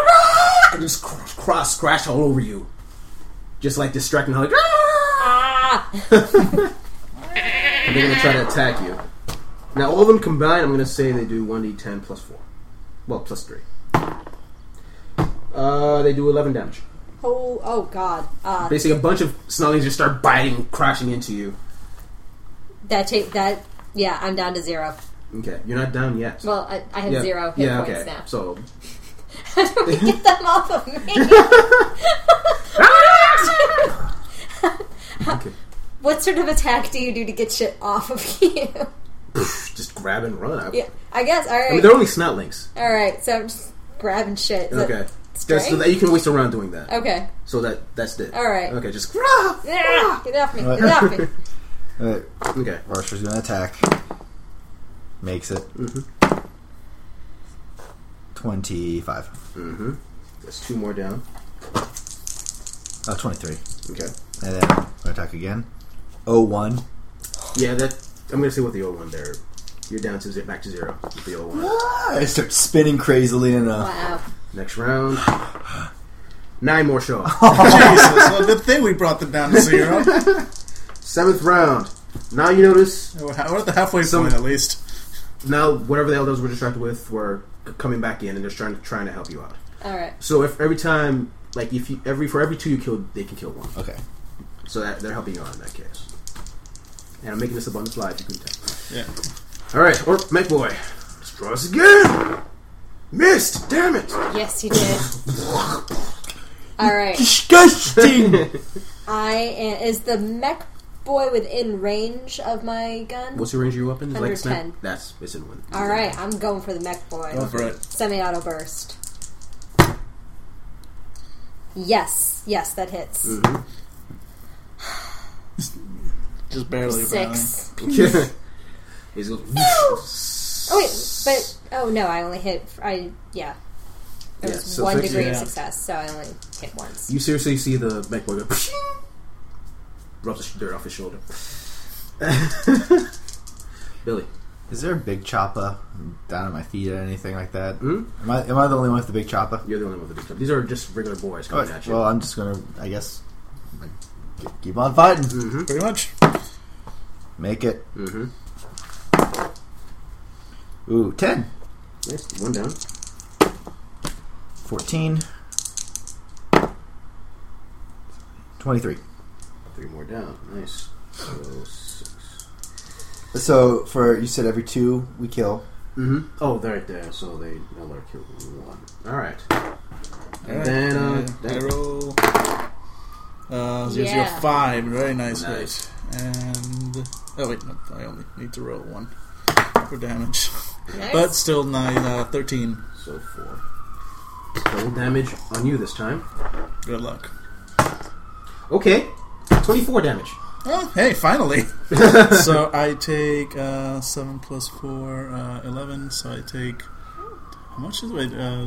Speaker 1: and just cr- cross scratch all over you, just like distracting her. Like,
Speaker 5: Ah!
Speaker 1: and they're gonna try to attack you. Now, all of them combined, I'm gonna say they do 1d10 plus 4. Well, plus 3. Uh, they do 11 damage.
Speaker 6: Oh, oh God. Uh,
Speaker 1: Basically, a bunch of snugglies just start biting, crashing into you.
Speaker 5: that take that.
Speaker 6: yeah, I'm down to zero.
Speaker 1: Okay, you're not down yet.
Speaker 5: Well, I, I have
Speaker 1: yeah.
Speaker 5: zero hit
Speaker 1: yeah,
Speaker 5: points
Speaker 1: okay.
Speaker 5: now.
Speaker 1: So,
Speaker 6: Get them off of me.
Speaker 1: okay.
Speaker 6: what sort of attack do you do to get shit off of you?
Speaker 1: just grab and run. I,
Speaker 6: yeah, I guess. All right,
Speaker 1: I mean, they're only snotlings.
Speaker 6: all right. So I'm just grabbing shit. Is it
Speaker 1: Okay. That's,
Speaker 6: strength?
Speaker 1: so that you can waste a round doing that.
Speaker 6: okay.
Speaker 1: So that that's it.
Speaker 6: All right.
Speaker 1: Okay, just
Speaker 6: Ah, Get off me.
Speaker 4: Right.
Speaker 6: Get off me.
Speaker 4: All right.
Speaker 1: okay.
Speaker 4: Archer's going to attack. Makes it.
Speaker 1: Mhm.
Speaker 4: 25.
Speaker 1: Mm-hmm. That's two more down.
Speaker 4: Oh, 23.
Speaker 1: Okay.
Speaker 4: And then I'm gonna attack again. Oh one.
Speaker 1: Yeah, that I'm gonna say with the old one there, you're down to ze- back to zero with the old one.
Speaker 4: Ah, I start spinning crazily and uh,
Speaker 5: Wow.
Speaker 1: Next round, nine more show. up.
Speaker 2: Jesus, well, good thing we brought them down to zero.
Speaker 1: Seventh round. Now you notice
Speaker 2: We're ha- we're at the halfway
Speaker 1: Some-
Speaker 2: point, at least.
Speaker 1: now whatever the elders were distracted with were c- coming back in and they're trying trying to help you out.
Speaker 5: All right.
Speaker 1: So if every time like if you every for every two you kill they can kill one.
Speaker 4: Okay.
Speaker 1: So that they're helping you out in that case. And I'm making this abundance live. You can tell.
Speaker 2: Yeah.
Speaker 1: All right, or mech boy, let's draw this again. Missed. Damn it.
Speaker 5: Yes, you did. All right.
Speaker 4: Disgusting!
Speaker 5: I am, is the mech boy within range of my gun.
Speaker 1: What's the range of your weapon? Is it like a snap?
Speaker 5: 110.
Speaker 1: That's it's in one.
Speaker 5: All right, I'm going for the mech boy.
Speaker 2: Go for it.
Speaker 5: Semi-auto burst. Yes, yes, that hits.
Speaker 2: Just barely. apparently.
Speaker 5: Six.
Speaker 1: Yeah. He's going,
Speaker 5: Oh wait, but oh no, I only hit. I yeah. There
Speaker 1: Yeah,
Speaker 5: was
Speaker 1: so
Speaker 5: one
Speaker 1: six-
Speaker 5: degree of
Speaker 2: yeah.
Speaker 5: success, so I only hit once.
Speaker 1: you seriously see the mech boy go, rubs the sh- dirt off his shoulder. Billy,
Speaker 4: Is there a big choppa down at my feet or anything like that?
Speaker 1: Hmm?
Speaker 4: Am I am I the only one with the big choppa?
Speaker 1: you're the only one with the big These are just regular boys coming
Speaker 4: Alright,
Speaker 1: at you.
Speaker 4: well, I'm just gonna, I guess, like, k- keep on fighting.
Speaker 2: Hmm? Pretty much.
Speaker 4: Make it.
Speaker 1: mm-hmm.
Speaker 4: Ooh, 10,
Speaker 1: Nice. One down.
Speaker 4: 14, 23.
Speaker 1: Three more down. Nice. So six.
Speaker 4: So, for, you said every two we kill.
Speaker 1: Mm-hmm. Oh, they're right there. So they Elder killed one. All right. And
Speaker 2: Alright,
Speaker 1: then uh,
Speaker 2: uh, I
Speaker 1: that-
Speaker 2: roll uh, zero, zero,
Speaker 5: Yeah.
Speaker 2: five. Very nice,
Speaker 1: Nice.
Speaker 2: hit. And oh wait, no, I only need to roll one for damage,
Speaker 5: Nice.
Speaker 2: but still nine, uh, thirteen.
Speaker 1: so four. Double damage on you this time.
Speaker 2: Good luck.
Speaker 1: Okay. Twenty-four damage.
Speaker 2: Oh, hey, finally. so I take uh, seven plus four, uh, eleven. So I take how much is it? Uh,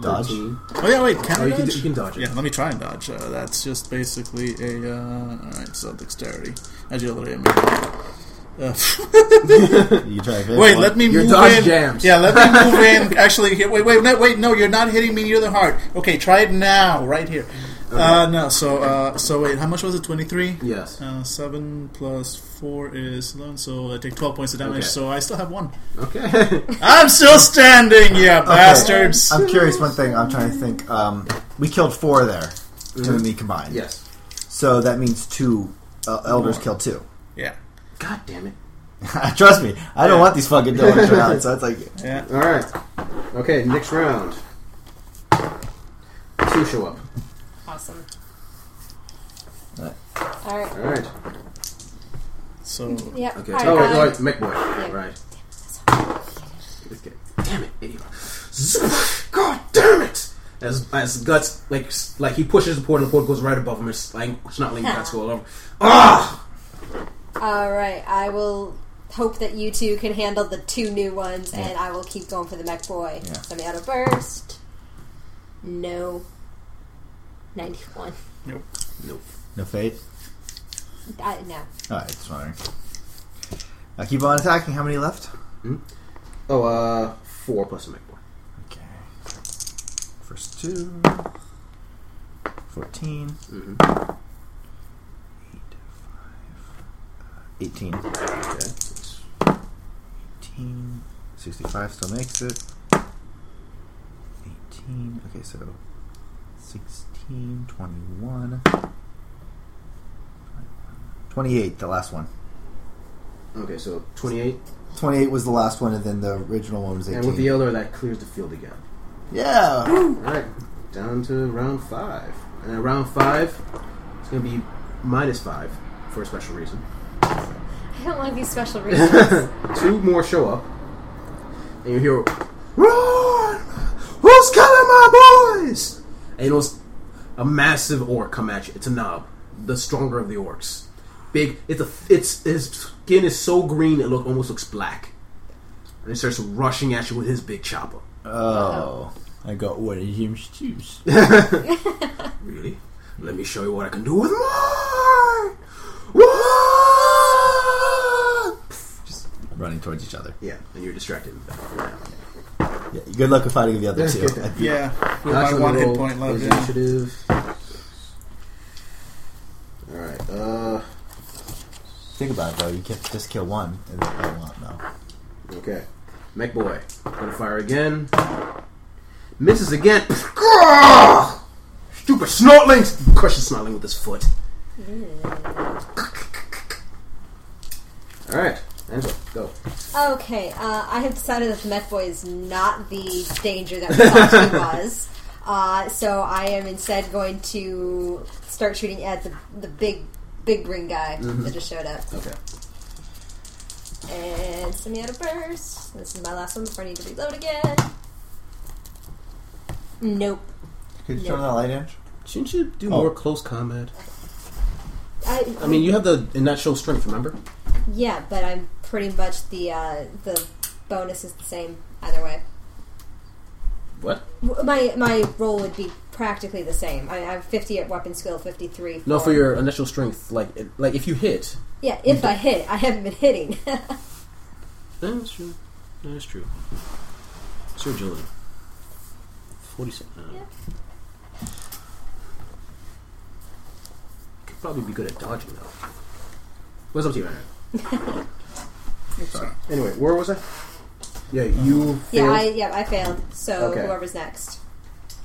Speaker 4: Dodge.
Speaker 1: Thirteen.
Speaker 2: Oh yeah, wait. Can
Speaker 1: Oh,
Speaker 2: I
Speaker 1: you can,
Speaker 2: dodge?
Speaker 1: you can dodge it.
Speaker 2: Yeah, let me try and dodge. Uh, that's just basically a. Uh, Alright, so dexterity. Agility, I mean. Uh,
Speaker 4: You try to hit
Speaker 2: wait,
Speaker 4: one.
Speaker 2: let me
Speaker 1: Your
Speaker 2: move
Speaker 1: dodge
Speaker 2: in.
Speaker 1: jams.
Speaker 2: Yeah, let me move in. Actually, here, wait, wait, no, wait, no, you're not hitting me near the heart. Okay, try it now, right here. Uh, no, so uh, so wait, how much was it? Twenty three.
Speaker 1: Yes.
Speaker 2: Uh, seven plus four is eleven, so I take twelve points of damage.
Speaker 1: Okay.
Speaker 2: So I still have one.
Speaker 1: Okay.
Speaker 2: I'm still standing, yeah, bastards.
Speaker 4: I'm curious. One thing I'm trying to think. Um, we killed four there, two
Speaker 2: Mm-hmm.
Speaker 4: and me combined.
Speaker 1: yes.
Speaker 4: So that means two uh, elders killed two.
Speaker 2: yeah,
Speaker 1: God damn it.
Speaker 4: Trust me, I don't want these fucking elders around. So it's like,
Speaker 2: yeah.
Speaker 1: All right. Okay, next round. Two show up.
Speaker 5: Awesome.
Speaker 4: Alright.
Speaker 5: All right.
Speaker 1: All right.
Speaker 2: So
Speaker 5: Yeah.
Speaker 1: Okay.
Speaker 5: All right,
Speaker 1: oh wait,
Speaker 5: um,
Speaker 1: no, it's mech boy. Right. Okay. Damn it, idiot. Zoop. God damn it! As as guts like s- like he pushes the port and the port goes right above him. It's like snotling guts go all over. Ah!
Speaker 5: All right. I will hope that you two can handle the two new ones, and I will keep going for the mech boy.
Speaker 4: Yeah.
Speaker 5: So me out of burst. No. Ninety-one.
Speaker 4: no fate.
Speaker 5: I, no.
Speaker 4: All right, just wondering. I keep on attacking. How many left?
Speaker 1: Oh, uh, four plus a mech boy.
Speaker 4: Okay. First two. 14.
Speaker 1: Mhm.
Speaker 4: Eight, five, Uh, Eighteen.
Speaker 1: Okay.
Speaker 4: 18. 65 still makes it. 18. Okay, so 16, 21. 28, the last one.
Speaker 1: Okay, so twenty-eight,
Speaker 4: 28 was the last one, and then the original one was 18.
Speaker 1: and with the elder that clears the field again.
Speaker 4: yeah!
Speaker 1: All right, down to round five, and at round five, it's gonna be minus five for a special reason.
Speaker 5: I don't like these special reasons.
Speaker 1: Two more show up, and you hear
Speaker 4: Run!
Speaker 1: Who's killing my boys? And it was a massive orc come at you. It's a knob, the stronger of the orcs. Big. It's a. It's his skin is so green it look almost looks black. And he starts rushing at you with his big chopper.
Speaker 4: Oh. I got one of him stews.
Speaker 1: Really? Let me show you what I can do with mine. What?
Speaker 4: Running towards each other.
Speaker 1: Yeah, and you're distracted.
Speaker 4: Yeah, good luck with fighting the other two. I-
Speaker 2: yeah, we have one hit point left.
Speaker 1: Is
Speaker 2: Yeah.
Speaker 1: Initiative. All right. Uh.
Speaker 4: Think about it though. You can just kill one. And then, oh, well, no.
Speaker 1: Okay. Mech boy. Gonna fire again. Misses again. Stupid snortlings! Crushes snortling with his foot. Alright, Angela, go.
Speaker 5: okay. Uh, I have decided that the mech boy is not the danger that we thought he was. Uh, so I am instead going to start shooting at the the big big green guy that just showed up.
Speaker 1: Mm-hmm. Okay.
Speaker 5: And send me out a burst. This is my last one before I need to reload again. Nope.
Speaker 4: Could you
Speaker 5: Yeah.
Speaker 4: turn that light in?
Speaker 1: Shouldn't you do
Speaker 4: more
Speaker 1: close combat?
Speaker 5: I,
Speaker 1: I mean, you have the natural strength, remember?
Speaker 5: yeah, but I'm pretty much the uh, the bonus is the same either way.
Speaker 1: What?
Speaker 5: W- My my roll would be practically the same. I, I have 50 at weapon skill, 53.
Speaker 1: No, for your initial strength, like it, like if you hit.
Speaker 5: yeah. If I hit, I haven't been hitting.
Speaker 1: That's true. That is true. It's your agility. 47. Uh, Could probably be good at dodging, though. What's up to you, Aaron? Anyway, where was I? Yeah, you.
Speaker 5: yeah,
Speaker 1: failed.
Speaker 5: I yeah I failed. So
Speaker 1: Okay.
Speaker 5: whoever's next.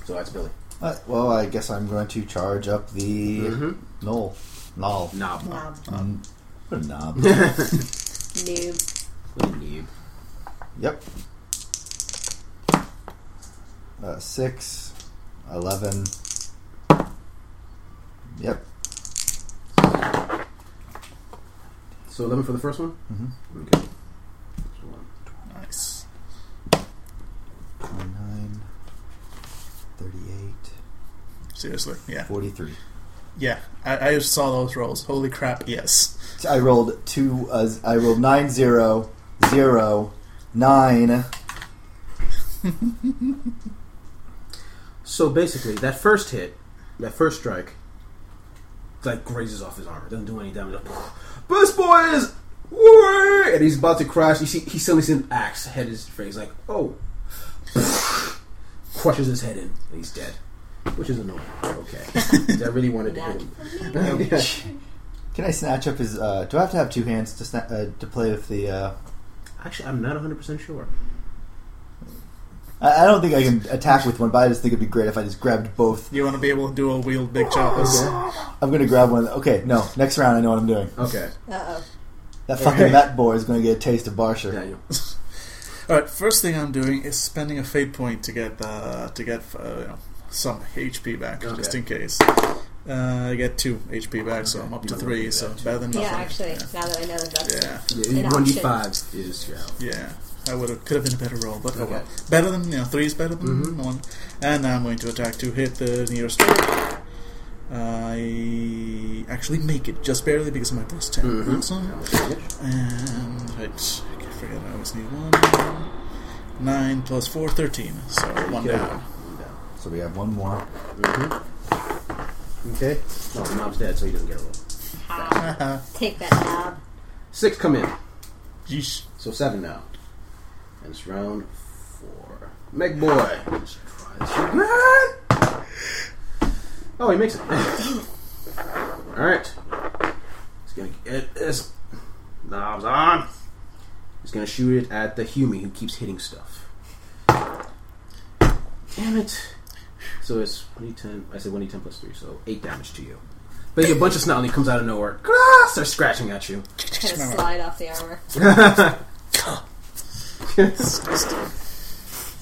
Speaker 1: So that's Billy.
Speaker 4: Uh, well, I guess I'm going to charge up the knoll. Knoll.
Speaker 1: Knob.
Speaker 5: Wow,
Speaker 4: Um, what a knob.
Speaker 5: noob.
Speaker 1: What a noob.
Speaker 4: yep. Uh, six, eleven. Yep.
Speaker 1: So 11 for the first one?
Speaker 4: Mhm.
Speaker 1: Mm-hmm. Okay. So one.
Speaker 2: Nice.
Speaker 4: 29, 38,
Speaker 2: Seriously, yeah,
Speaker 4: 43.
Speaker 2: yeah. I, I just saw those rolls. Holy crap! Yes.
Speaker 4: So I rolled two. Uh, I rolled nine zero zero nine.
Speaker 1: So basically, that first hit, that first strike, like grazes off his armor. Doesn't do any damage. Best boy is, Whee! and he's about to crash. You see, he suddenly sees an axe head his face. Like, oh, crushes his head in, and he's dead. which is annoying. Okay, 'Cause I really wanted to hit him.
Speaker 4: Can I snatch up his? Uh, do I have to have two hands to sna- uh, to play with the? Uh,
Speaker 1: Actually, I'm not 100 percent sure.
Speaker 4: I, I don't think I can attack with one, but I just think it'd be great if I just grabbed both.
Speaker 2: You want to be able to do a wheeled big choppers.
Speaker 4: I'm gonna grab one. Okay, no. Next round, I know what I'm doing.
Speaker 1: Okay,
Speaker 6: Uh oh.
Speaker 4: That fucking Met boy is gonna get a taste of Barsha.
Speaker 1: Daniel.
Speaker 2: All right, first thing I'm doing is spending a fate point to get uh, to get uh, you know, some HP back,
Speaker 1: Okay.
Speaker 2: just in case. Uh, I get two HP back, so I'm up to
Speaker 1: Not
Speaker 2: three,
Speaker 1: bad.
Speaker 2: so better than
Speaker 6: Yeah,
Speaker 2: nothing.
Speaker 6: actually, now that I know that that's
Speaker 2: Yeah,
Speaker 1: Yeah,
Speaker 6: An
Speaker 1: one d five is your health.
Speaker 2: yeah. yeah. I would have could have been a better roll, but oh
Speaker 1: Okay. Mm-hmm.
Speaker 2: well. Better than you know, three is better than one. And now I'm going to attack to hit the nearest. one. I actually make it just barely because of my plus 10
Speaker 1: Mhm.
Speaker 2: Awesome.
Speaker 1: Okay.
Speaker 4: Um,
Speaker 2: And right, I forget I always need one. Nine plus four, thirteen. So one
Speaker 1: Okay.
Speaker 2: down.
Speaker 4: So we have one more.
Speaker 1: Okay. No, Nob's dead, so he doesn't get a roll.
Speaker 6: Take that knob.
Speaker 1: Six come in,
Speaker 2: Yeesh.
Speaker 1: so seven now, and it's round four. Meg boy. Let's try this one. Oh, he makes it. All right. He's gonna get this. Knobs on. He's gonna shoot it at the Hume who keeps hitting stuff. Damn it. So it's 1d10. I said 1d10 plus 3, so 8 damage to you. But you get a bunch of snot and he comes out of nowhere. Starts scratching at you.
Speaker 6: Kind of slide off the armor.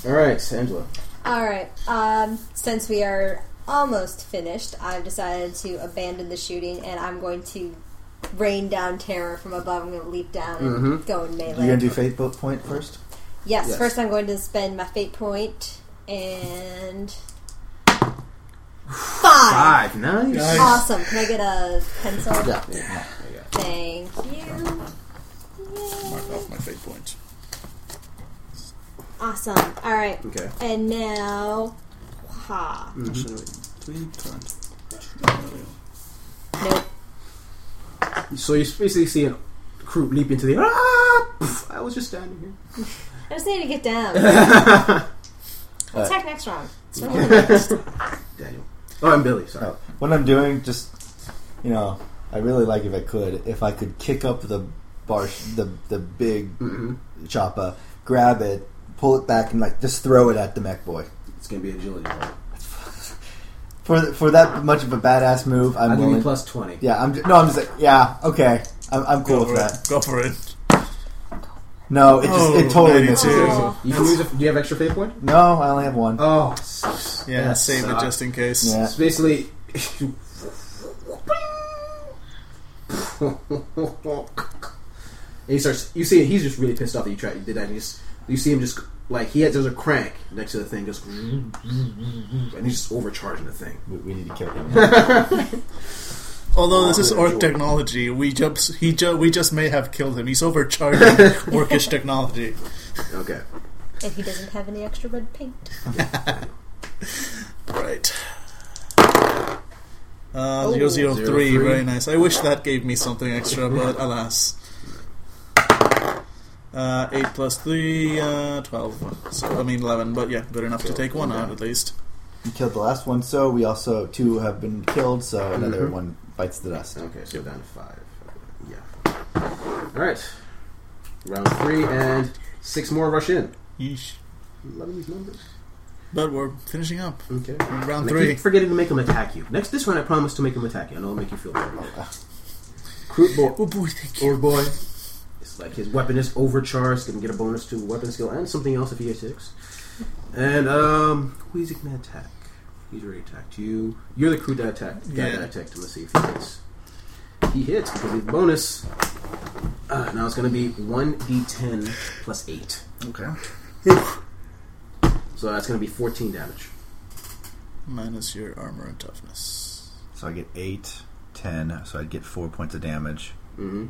Speaker 1: Alright, Angela.
Speaker 6: Alright, um, since we are almost finished, I've decided to abandon the shooting and I'm going to rain down terror from above. I'm going to leap down and
Speaker 1: Mm-hmm.
Speaker 6: go in melee.
Speaker 4: You're gonna do fate bo- point first.
Speaker 6: yes,
Speaker 1: Yes.
Speaker 6: first I'm going to spend my fate point and. Five!
Speaker 1: Five. Nice.
Speaker 2: Nice.
Speaker 6: Awesome. Can I get a pencil?
Speaker 4: Yeah.
Speaker 6: Thank you.
Speaker 2: Mark off my fate point.
Speaker 6: Awesome. Alright,
Speaker 1: Okay.
Speaker 6: and now. Ha.
Speaker 4: Mm-hmm.
Speaker 2: Actually, wait. Three times.
Speaker 6: Nope.
Speaker 1: So you basically see a crew leap into the. Ah! Poof, I was just standing here.
Speaker 6: I just need to get down. Attack next round. It's fine.
Speaker 1: Daniel. Oh, I'm Billy. Sorry.
Speaker 4: Oh, what I'm doing, just you know, I really like if I could, if I could kick up the bar, the the big
Speaker 1: Mm-hmm.
Speaker 4: choppa, grab it, pull it back, and like just throw it at the mech boy.
Speaker 1: It's gonna be agility. roll.
Speaker 4: For th- for that much of a badass move, I'm
Speaker 1: I'll give
Speaker 4: willing.
Speaker 1: you plus twenty.
Speaker 4: yeah, I'm. Ju- no, I'm just like, yeah, okay, I'm, I'm cool
Speaker 2: Go for
Speaker 4: with that.
Speaker 2: it. Go for it.
Speaker 4: No, it just it
Speaker 2: Oh,
Speaker 4: totally
Speaker 2: 92.
Speaker 4: misses.
Speaker 6: Oh.
Speaker 1: You can use. A, do you have extra fate point?
Speaker 4: No, I only have one.
Speaker 1: Oh,
Speaker 2: Yeah,
Speaker 1: that
Speaker 2: save
Speaker 1: sucks.
Speaker 2: it just in case.
Speaker 4: Yeah.
Speaker 1: It's basically. And he starts. You see, he's just really pissed off that you tried. You did that. And he's, you see him just like he has. There's a crank next to the thing. Just and he's just overcharging the thing.
Speaker 4: We, we need to kill him.
Speaker 2: Although this is orc technology, we just he ju- we just may have killed him. He's overcharging orcish technology.
Speaker 1: Okay.
Speaker 6: And he doesn't have any extra red paint.
Speaker 2: Right. Uh, zero zero
Speaker 1: Zero
Speaker 2: three.
Speaker 1: three.
Speaker 2: very nice. I wish that gave me something extra, but alas. Uh, 8 plus 3, uh, 12. So, I mean 11, but yeah, good enough to take one out at least.
Speaker 4: we killed the last one, so we also two have been killed, so
Speaker 2: Mm-hmm.
Speaker 4: another one bites the dust.
Speaker 1: Okay. So down to five. Yeah. All right. Round three and six more rush in.
Speaker 2: Yeesh.
Speaker 1: Love these numbers.
Speaker 2: But we're finishing up.
Speaker 1: Okay.
Speaker 2: Round
Speaker 1: And I
Speaker 2: 3.
Speaker 1: keep forgetting to make him attack you. Next, this one I promise to make him attack you. I know it'll make you feel better. Crude boy.
Speaker 2: Oh boy, thank you.
Speaker 1: Or boy. It's like his weapon is overcharged. Can get a bonus to weapon skill and something else if he gets six. And um, who's he gonna attack? He's already attacked you. You're the crew that attacked. Guy
Speaker 2: Yeah.
Speaker 1: that attacked him. Let's see if he hits. He hits because he's bonus. Uh, now it's gonna be one d10 plus eight.
Speaker 2: Okay.
Speaker 1: So that's gonna be 14 damage.
Speaker 2: Minus your armor and toughness.
Speaker 8: So I get eight, ten. So I'd get four points of damage.
Speaker 1: hmm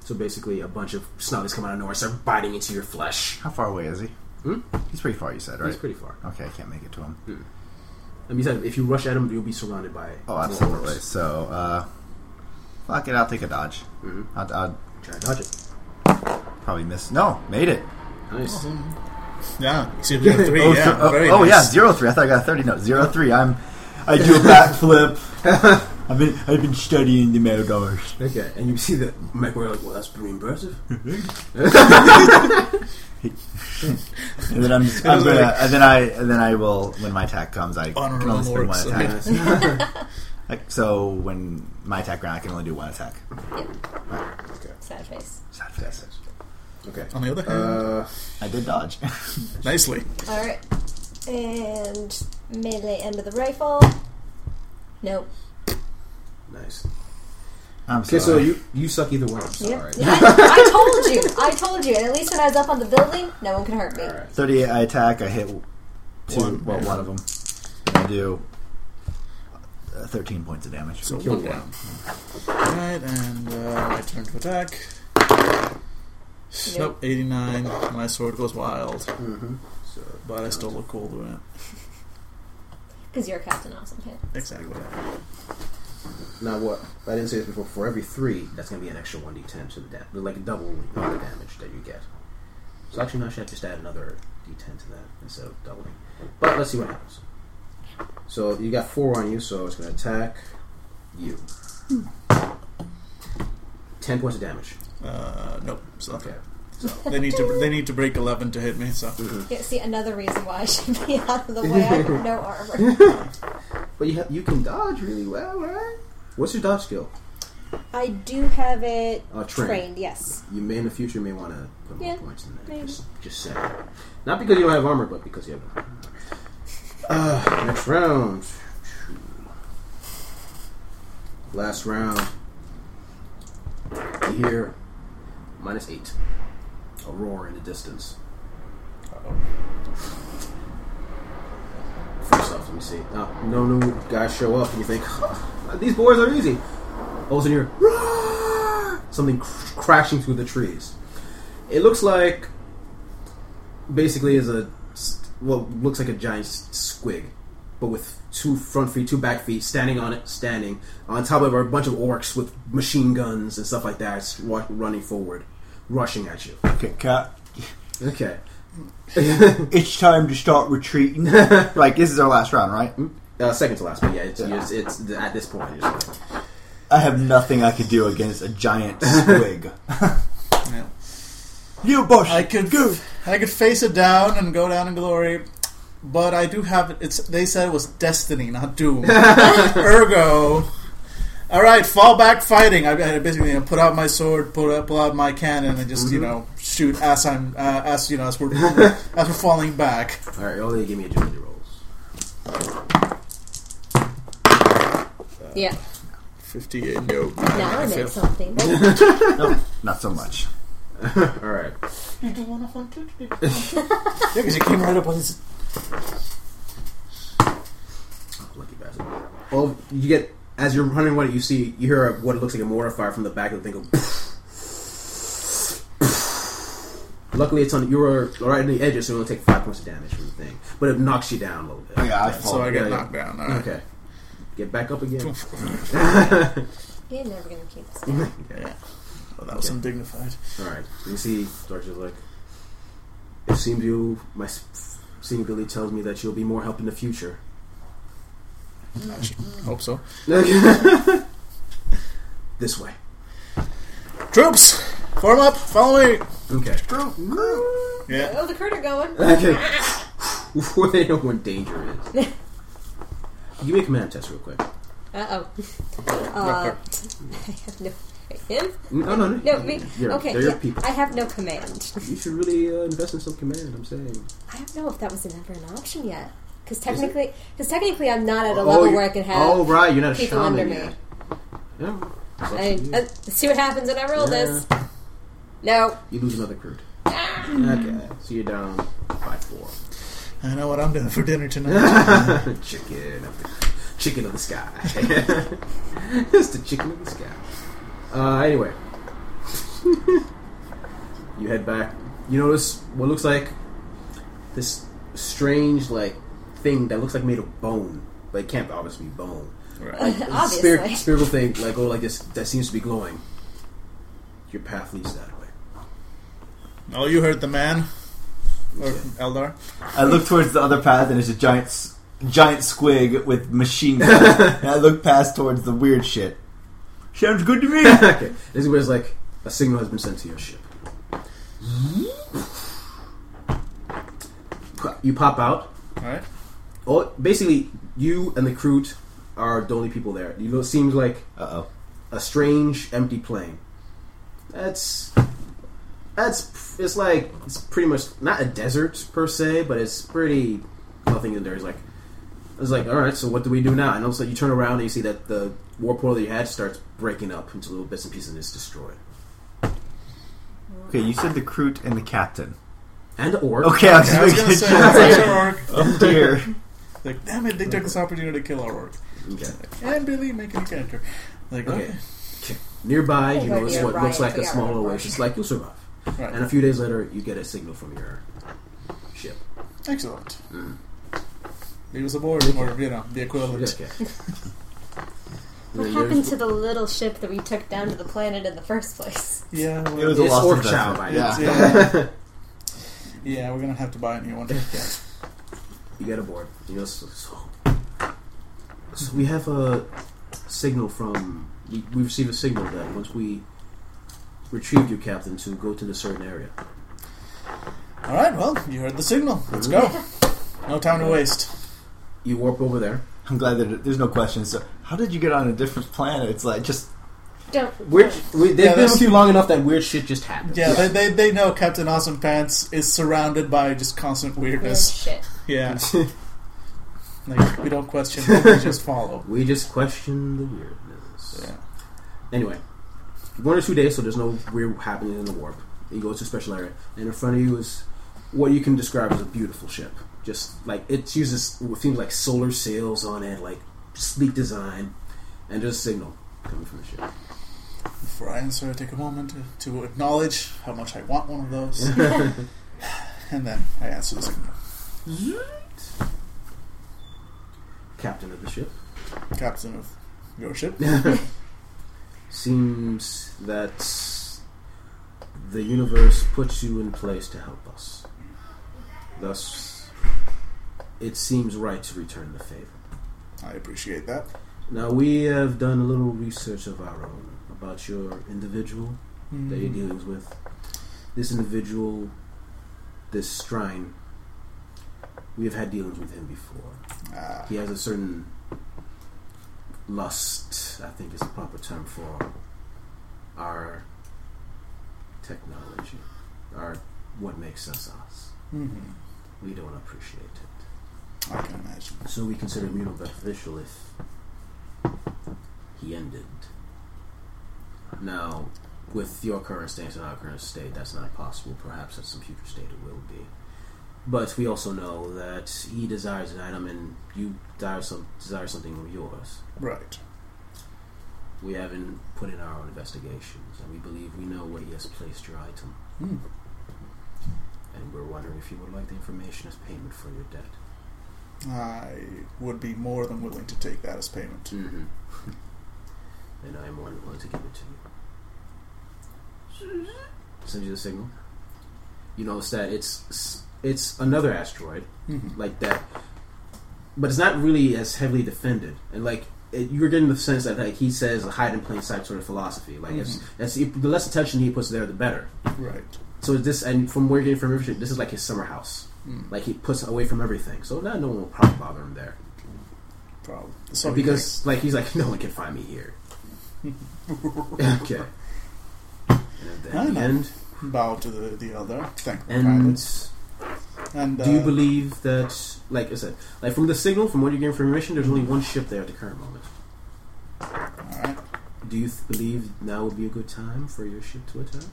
Speaker 1: So basically, a bunch of snuggies come out of nowhere, start biting into your flesh.
Speaker 8: How far away is he?
Speaker 1: Hmm?
Speaker 8: He's pretty far. You said
Speaker 1: That's
Speaker 8: right?
Speaker 1: pretty far.
Speaker 8: okay, I can't make it to him.
Speaker 2: Hmm.
Speaker 1: I mean, if you rush at him, you'll be surrounded by.
Speaker 8: Oh,
Speaker 1: more
Speaker 8: absolutely.
Speaker 1: orcs.
Speaker 8: So, uh, fuck it. I'll take a dodge.
Speaker 2: Mm-hmm.
Speaker 8: I'd, I'd
Speaker 1: Try to dodge it.
Speaker 8: probably miss. No, made it.
Speaker 1: Nice.
Speaker 2: Yeah, zero, zero, 3,
Speaker 8: Oh,
Speaker 2: yeah.
Speaker 8: th- oh,
Speaker 2: very
Speaker 8: oh,
Speaker 2: nice.
Speaker 8: yeah, zero three. I thought I got a thirty. No, zero three. I'm
Speaker 9: I do a backflip. I've been I've been studying the Meldars.
Speaker 1: Okay, and you see the mech warrior like, well, that's pretty impressive.
Speaker 4: And then I'm, I'm gonna, and then I and then I will when my attack comes I can
Speaker 2: Honorable
Speaker 4: only spend
Speaker 2: Lord,
Speaker 4: one
Speaker 2: so-
Speaker 4: attack. Like, so when my attack round I can only do one attack.
Speaker 10: Sad face.
Speaker 4: Sad face.
Speaker 11: Okay.
Speaker 2: On the other hand,
Speaker 11: Uh,
Speaker 4: I did dodge.
Speaker 2: nicely.
Speaker 5: All right, and melee end of the rifle. Nope.
Speaker 1: nice.
Speaker 4: I'm
Speaker 1: Okay,
Speaker 4: sorry.
Speaker 1: so you you suck either way. I'm
Speaker 5: Yeah.
Speaker 1: sorry.
Speaker 5: Yeah, I, I told you. I told you. And at least when I was up on the building, no one could hurt me.
Speaker 1: Alright.
Speaker 4: thirty I attack I hit two
Speaker 2: One.
Speaker 4: well one of them. I do uh, thirteen points of damage.
Speaker 2: So
Speaker 1: Kill
Speaker 2: one
Speaker 1: one.
Speaker 2: down. Alright, and uh, my turn to attack. Nope, 89. My sword goes wild.
Speaker 1: Mm-hmm. So
Speaker 2: But I still look cool doing it.
Speaker 5: Because you're Captain Awesome Pants.
Speaker 2: Exactly.
Speaker 1: now what? I didn't say this before. For every three, that's gonna be an extra one d10 to the damage, like a double amount of damage that you get. So actually, no, I should just add another d10 to that instead of doubling. But let's see what happens. So you got four on you, so it's gonna attack you. Ten points of damage.
Speaker 2: Uh, nope. So
Speaker 1: Okay.
Speaker 2: they need to they need to break eleven to hit me. So
Speaker 5: Yeah, see, another reason why I should be out of the way. I have no armor.
Speaker 1: But you ha- you can dodge really well, right? What's your dodge skill?
Speaker 5: I do have it
Speaker 1: Uh, trained.
Speaker 5: trained, yes.
Speaker 1: You may in the future may want to put more
Speaker 5: Yeah,
Speaker 1: points in there.
Speaker 5: maybe.
Speaker 1: Just, just say. Not because you don't have armor, but because you have. no armor. Uh, next round. Last round. You hear minus eight. A roar in the distance. First off, let me see. Uh, no new guys show up, and you think these boys are easy. All of a sudden, you hear "Roar!" something cr- crashing through the trees. It looks like basically is a s- well looks like a giant s- squig, but with two front feet, two back feet, standing on it, standing on top of a bunch of orcs with machine guns and stuff like that, s- wa- running forward, rushing at you.
Speaker 9: Okay, cat.
Speaker 1: Okay,
Speaker 9: It's time to start retreating.
Speaker 4: like this is our last round, right?
Speaker 1: uh, second to last, but yeah, it's, it's, it's at this point. It's
Speaker 4: I have nothing I could do against a giant squig.
Speaker 2: yeah.
Speaker 9: you boss.
Speaker 2: I could I could face it down and go down in glory, but I do have it. It's they said it was destiny, not doom. Ergo, all right, fall back fighting. I, I basically you know, put out my sword, put out, pull out my cannon, and just you know shoot as I'm uh, as you know as we're as we're falling back.
Speaker 1: All right, all they give me agility rolls. Uh,
Speaker 10: Yeah.
Speaker 2: Fifty eight. No.
Speaker 10: Now I
Speaker 2: I
Speaker 10: made
Speaker 2: fail.
Speaker 10: something.
Speaker 4: Not so much.
Speaker 1: All right.
Speaker 2: You do want to hunt it? yeah, because you came right up on this.
Speaker 1: Lucky bastard. Well, you get as you're running away, you see you hear a, what looks like a mortar fire from the back of the thing. Go Luckily, it's on. You were right on the edges, so you only take five points of damage from the thing, but it knocks you down a little bit.
Speaker 4: Yeah, I
Speaker 2: So Oh, I
Speaker 4: fall.
Speaker 2: get
Speaker 1: Yeah, yeah.
Speaker 2: knocked down. All right.
Speaker 1: Okay, get back up again.
Speaker 5: You're never going to keep this down.
Speaker 2: Yeah. Well, that was
Speaker 1: Okay.
Speaker 2: undignified.
Speaker 1: All right, you see, Dark's is like, it seems you, my s- seeing Billy tells me that you'll be more help in the future.
Speaker 2: Hope so.
Speaker 1: this way.
Speaker 2: Troops, form up, follow me.
Speaker 1: Okay.
Speaker 2: Yeah.
Speaker 5: Oh, the critter going.
Speaker 1: Okay. Before they know what danger is. Give me a command test real quick.
Speaker 5: Uh oh. Uh, I have no. Him?
Speaker 1: No, no, no.
Speaker 5: No, me?
Speaker 1: You're-
Speaker 5: okay,
Speaker 1: they're your
Speaker 5: yeah,
Speaker 1: people.
Speaker 5: I have no command.
Speaker 1: You should really uh, invest in some command, I'm saying.
Speaker 5: I don't know if that was ever an option yet. Because technically, because technically, I'm not at a
Speaker 1: Oh,
Speaker 5: level
Speaker 1: you-
Speaker 5: where I can have.
Speaker 1: Oh, right, you're not a
Speaker 5: people
Speaker 1: shaman
Speaker 5: under me.
Speaker 1: yet. Yeah. It's up to
Speaker 5: I,
Speaker 1: you.
Speaker 5: uh, see what happens when I roll
Speaker 1: Yeah.
Speaker 5: this. Ah. No.
Speaker 1: You lose another crude. Okay, so you're down by four.
Speaker 2: I know what I'm doing for dinner tonight.
Speaker 1: chicken of the chicken of the sky. it's the chicken of the sky. Uh, anyway, you head back. You notice what looks like this strange like thing that looks like made of bone, but it can't obviously be bone.
Speaker 2: right.
Speaker 1: It's a
Speaker 5: Obviously.
Speaker 1: spirit, spiritual thing like oh like this that seems to be glowing. Your path leads that way.
Speaker 2: Oh, you heard the man, or Eldar.
Speaker 4: I look towards the other path and it's a giant s-
Speaker 8: giant squig with machine gun. and I look past towards the weird shit. Sounds good to me.
Speaker 1: okay. This is where it's like a signal has been sent to your ship. You pop out.
Speaker 2: Alright.
Speaker 1: Oh, basically, you and the crew are the only people there. You know, it seems like
Speaker 8: Uh oh.
Speaker 1: a strange, empty plane. That's that's it's like it's pretty much not a desert per se, but it's pretty nothing in there. It's like it's like all right, so what do we do now? And also, you turn around and you see that the war portal that you had starts breaking up into little bits and pieces and it's destroyed.
Speaker 8: Okay, you said the crew and the captain.
Speaker 1: And or
Speaker 8: Okay, I was
Speaker 2: I was
Speaker 8: just
Speaker 2: gonna
Speaker 8: making
Speaker 2: say,
Speaker 8: sure.
Speaker 2: that's our orc.
Speaker 8: Oh dear.
Speaker 2: Like, damn it, they took this opportunity to kill our orc.
Speaker 1: Okay.
Speaker 2: And Billy making a character. Like,
Speaker 1: Okay.
Speaker 2: okay.
Speaker 1: Nearby,
Speaker 6: Hey,
Speaker 1: you
Speaker 6: there'd
Speaker 1: notice
Speaker 6: be a
Speaker 1: what
Speaker 6: riot
Speaker 1: looks
Speaker 6: if
Speaker 1: like
Speaker 6: we
Speaker 1: a
Speaker 6: got
Speaker 1: small
Speaker 6: rid of
Speaker 1: oasis. Like you'll survive.
Speaker 2: Right.
Speaker 8: Uh-huh.
Speaker 1: And a few days later, you get a signal from your ship.
Speaker 2: Excellent.
Speaker 8: Mm.
Speaker 2: Leave us aboard, or, you know, the equivalent.
Speaker 1: Okay.
Speaker 5: What happened to the little ship that we took down to the planet in the first place?
Speaker 2: Yeah, well,
Speaker 8: It was a
Speaker 1: It's
Speaker 8: lost
Speaker 1: orc
Speaker 8: investment.
Speaker 1: child, right?
Speaker 3: Yeah.
Speaker 2: yeah. yeah, we're gonna have to buy a new one.
Speaker 1: You get aboard. You know, so, so, so we have a signal from. We, we receive a signal that once we retrieve you, Captain, to go to the certain area.
Speaker 2: Alright, well, you heard the signal. Let's go. No time to waste.
Speaker 1: You warp over there.
Speaker 8: I'm glad that there's no question. So, how did you get on a different planet? It's like just
Speaker 5: Don't.
Speaker 1: Weird, we, they've
Speaker 2: Yeah,
Speaker 1: been
Speaker 2: that's-
Speaker 1: with you long enough that weird shit just happens.
Speaker 2: Yeah, They, they, they know Captain Awesome Pants is surrounded by just constant
Speaker 5: Weird
Speaker 2: weirdness.
Speaker 5: shit.
Speaker 2: Yeah. like, we don't question, we just follow.
Speaker 1: We just question the weirdness.
Speaker 2: Yeah.
Speaker 1: Anyway, one or two days, so there's no weird happening in the warp. You go to a special area, and in front of you is what you can describe as a beautiful ship. Just like it uses what seems like solar sails on it, like sleek design, and there's a signal coming from the ship.
Speaker 2: Before I answer, I take a moment to, to acknowledge how much I want one of those. and then I answer the signal.
Speaker 1: Captain of the ship
Speaker 2: Captain of your ship.
Speaker 1: seems that the universe puts you in place to help us. Thus, it seems right to return the favor.
Speaker 2: I appreciate that.
Speaker 1: Now we have done a little research of our own about your individual
Speaker 2: Mm-hmm.
Speaker 1: that you're dealing with. This individual, this shrine, we have had dealings with him before.
Speaker 2: Ah,
Speaker 1: He has a certain lust, I think is the proper term for our technology, our what makes us us.
Speaker 2: mhm.
Speaker 1: We don't appreciate it.
Speaker 2: I can imagine.
Speaker 1: So we consider him beneficial if he ended. Now, with your current stance and our current state, that's not possible. Perhaps at some future state it will be. But we also know that he desires an item and you desire, some, desire something of yours.
Speaker 2: Right.
Speaker 1: We haven't put in our own investigations, and we believe we know where he has placed your item.
Speaker 2: Hmm.
Speaker 1: And we're wondering if you would like the information as payment for your debt.
Speaker 2: I would be more than willing to take that as payment.
Speaker 1: Mm-hmm. And I am more than willing to give it to you. Send you the signal. You notice that it's it's another asteroid
Speaker 2: Mm-hmm.
Speaker 1: like that, but it's not really as heavily defended. And like it, you're getting the sense that like he says a hide in plain sight sort of philosophy. Like it's, it's, the less attention he puts there, the better.
Speaker 2: Right.
Speaker 1: So this and from where you're getting from information, this is like his summer house.
Speaker 2: Mm,
Speaker 1: Like he puts away from everything, so now no one will probably bother him there
Speaker 2: Problem. So
Speaker 1: because like he's like no one can find me here. okay. And at the
Speaker 2: I know.
Speaker 1: end,
Speaker 2: bow to the, the other. Thank the
Speaker 1: and
Speaker 2: pilots. And uh,
Speaker 1: do you believe that, like I said, like from the signal, from what you're getting from information, there's only one ship there at the current moment.
Speaker 2: all right.
Speaker 1: Do you th- believe now would be a good time for your ship to attack?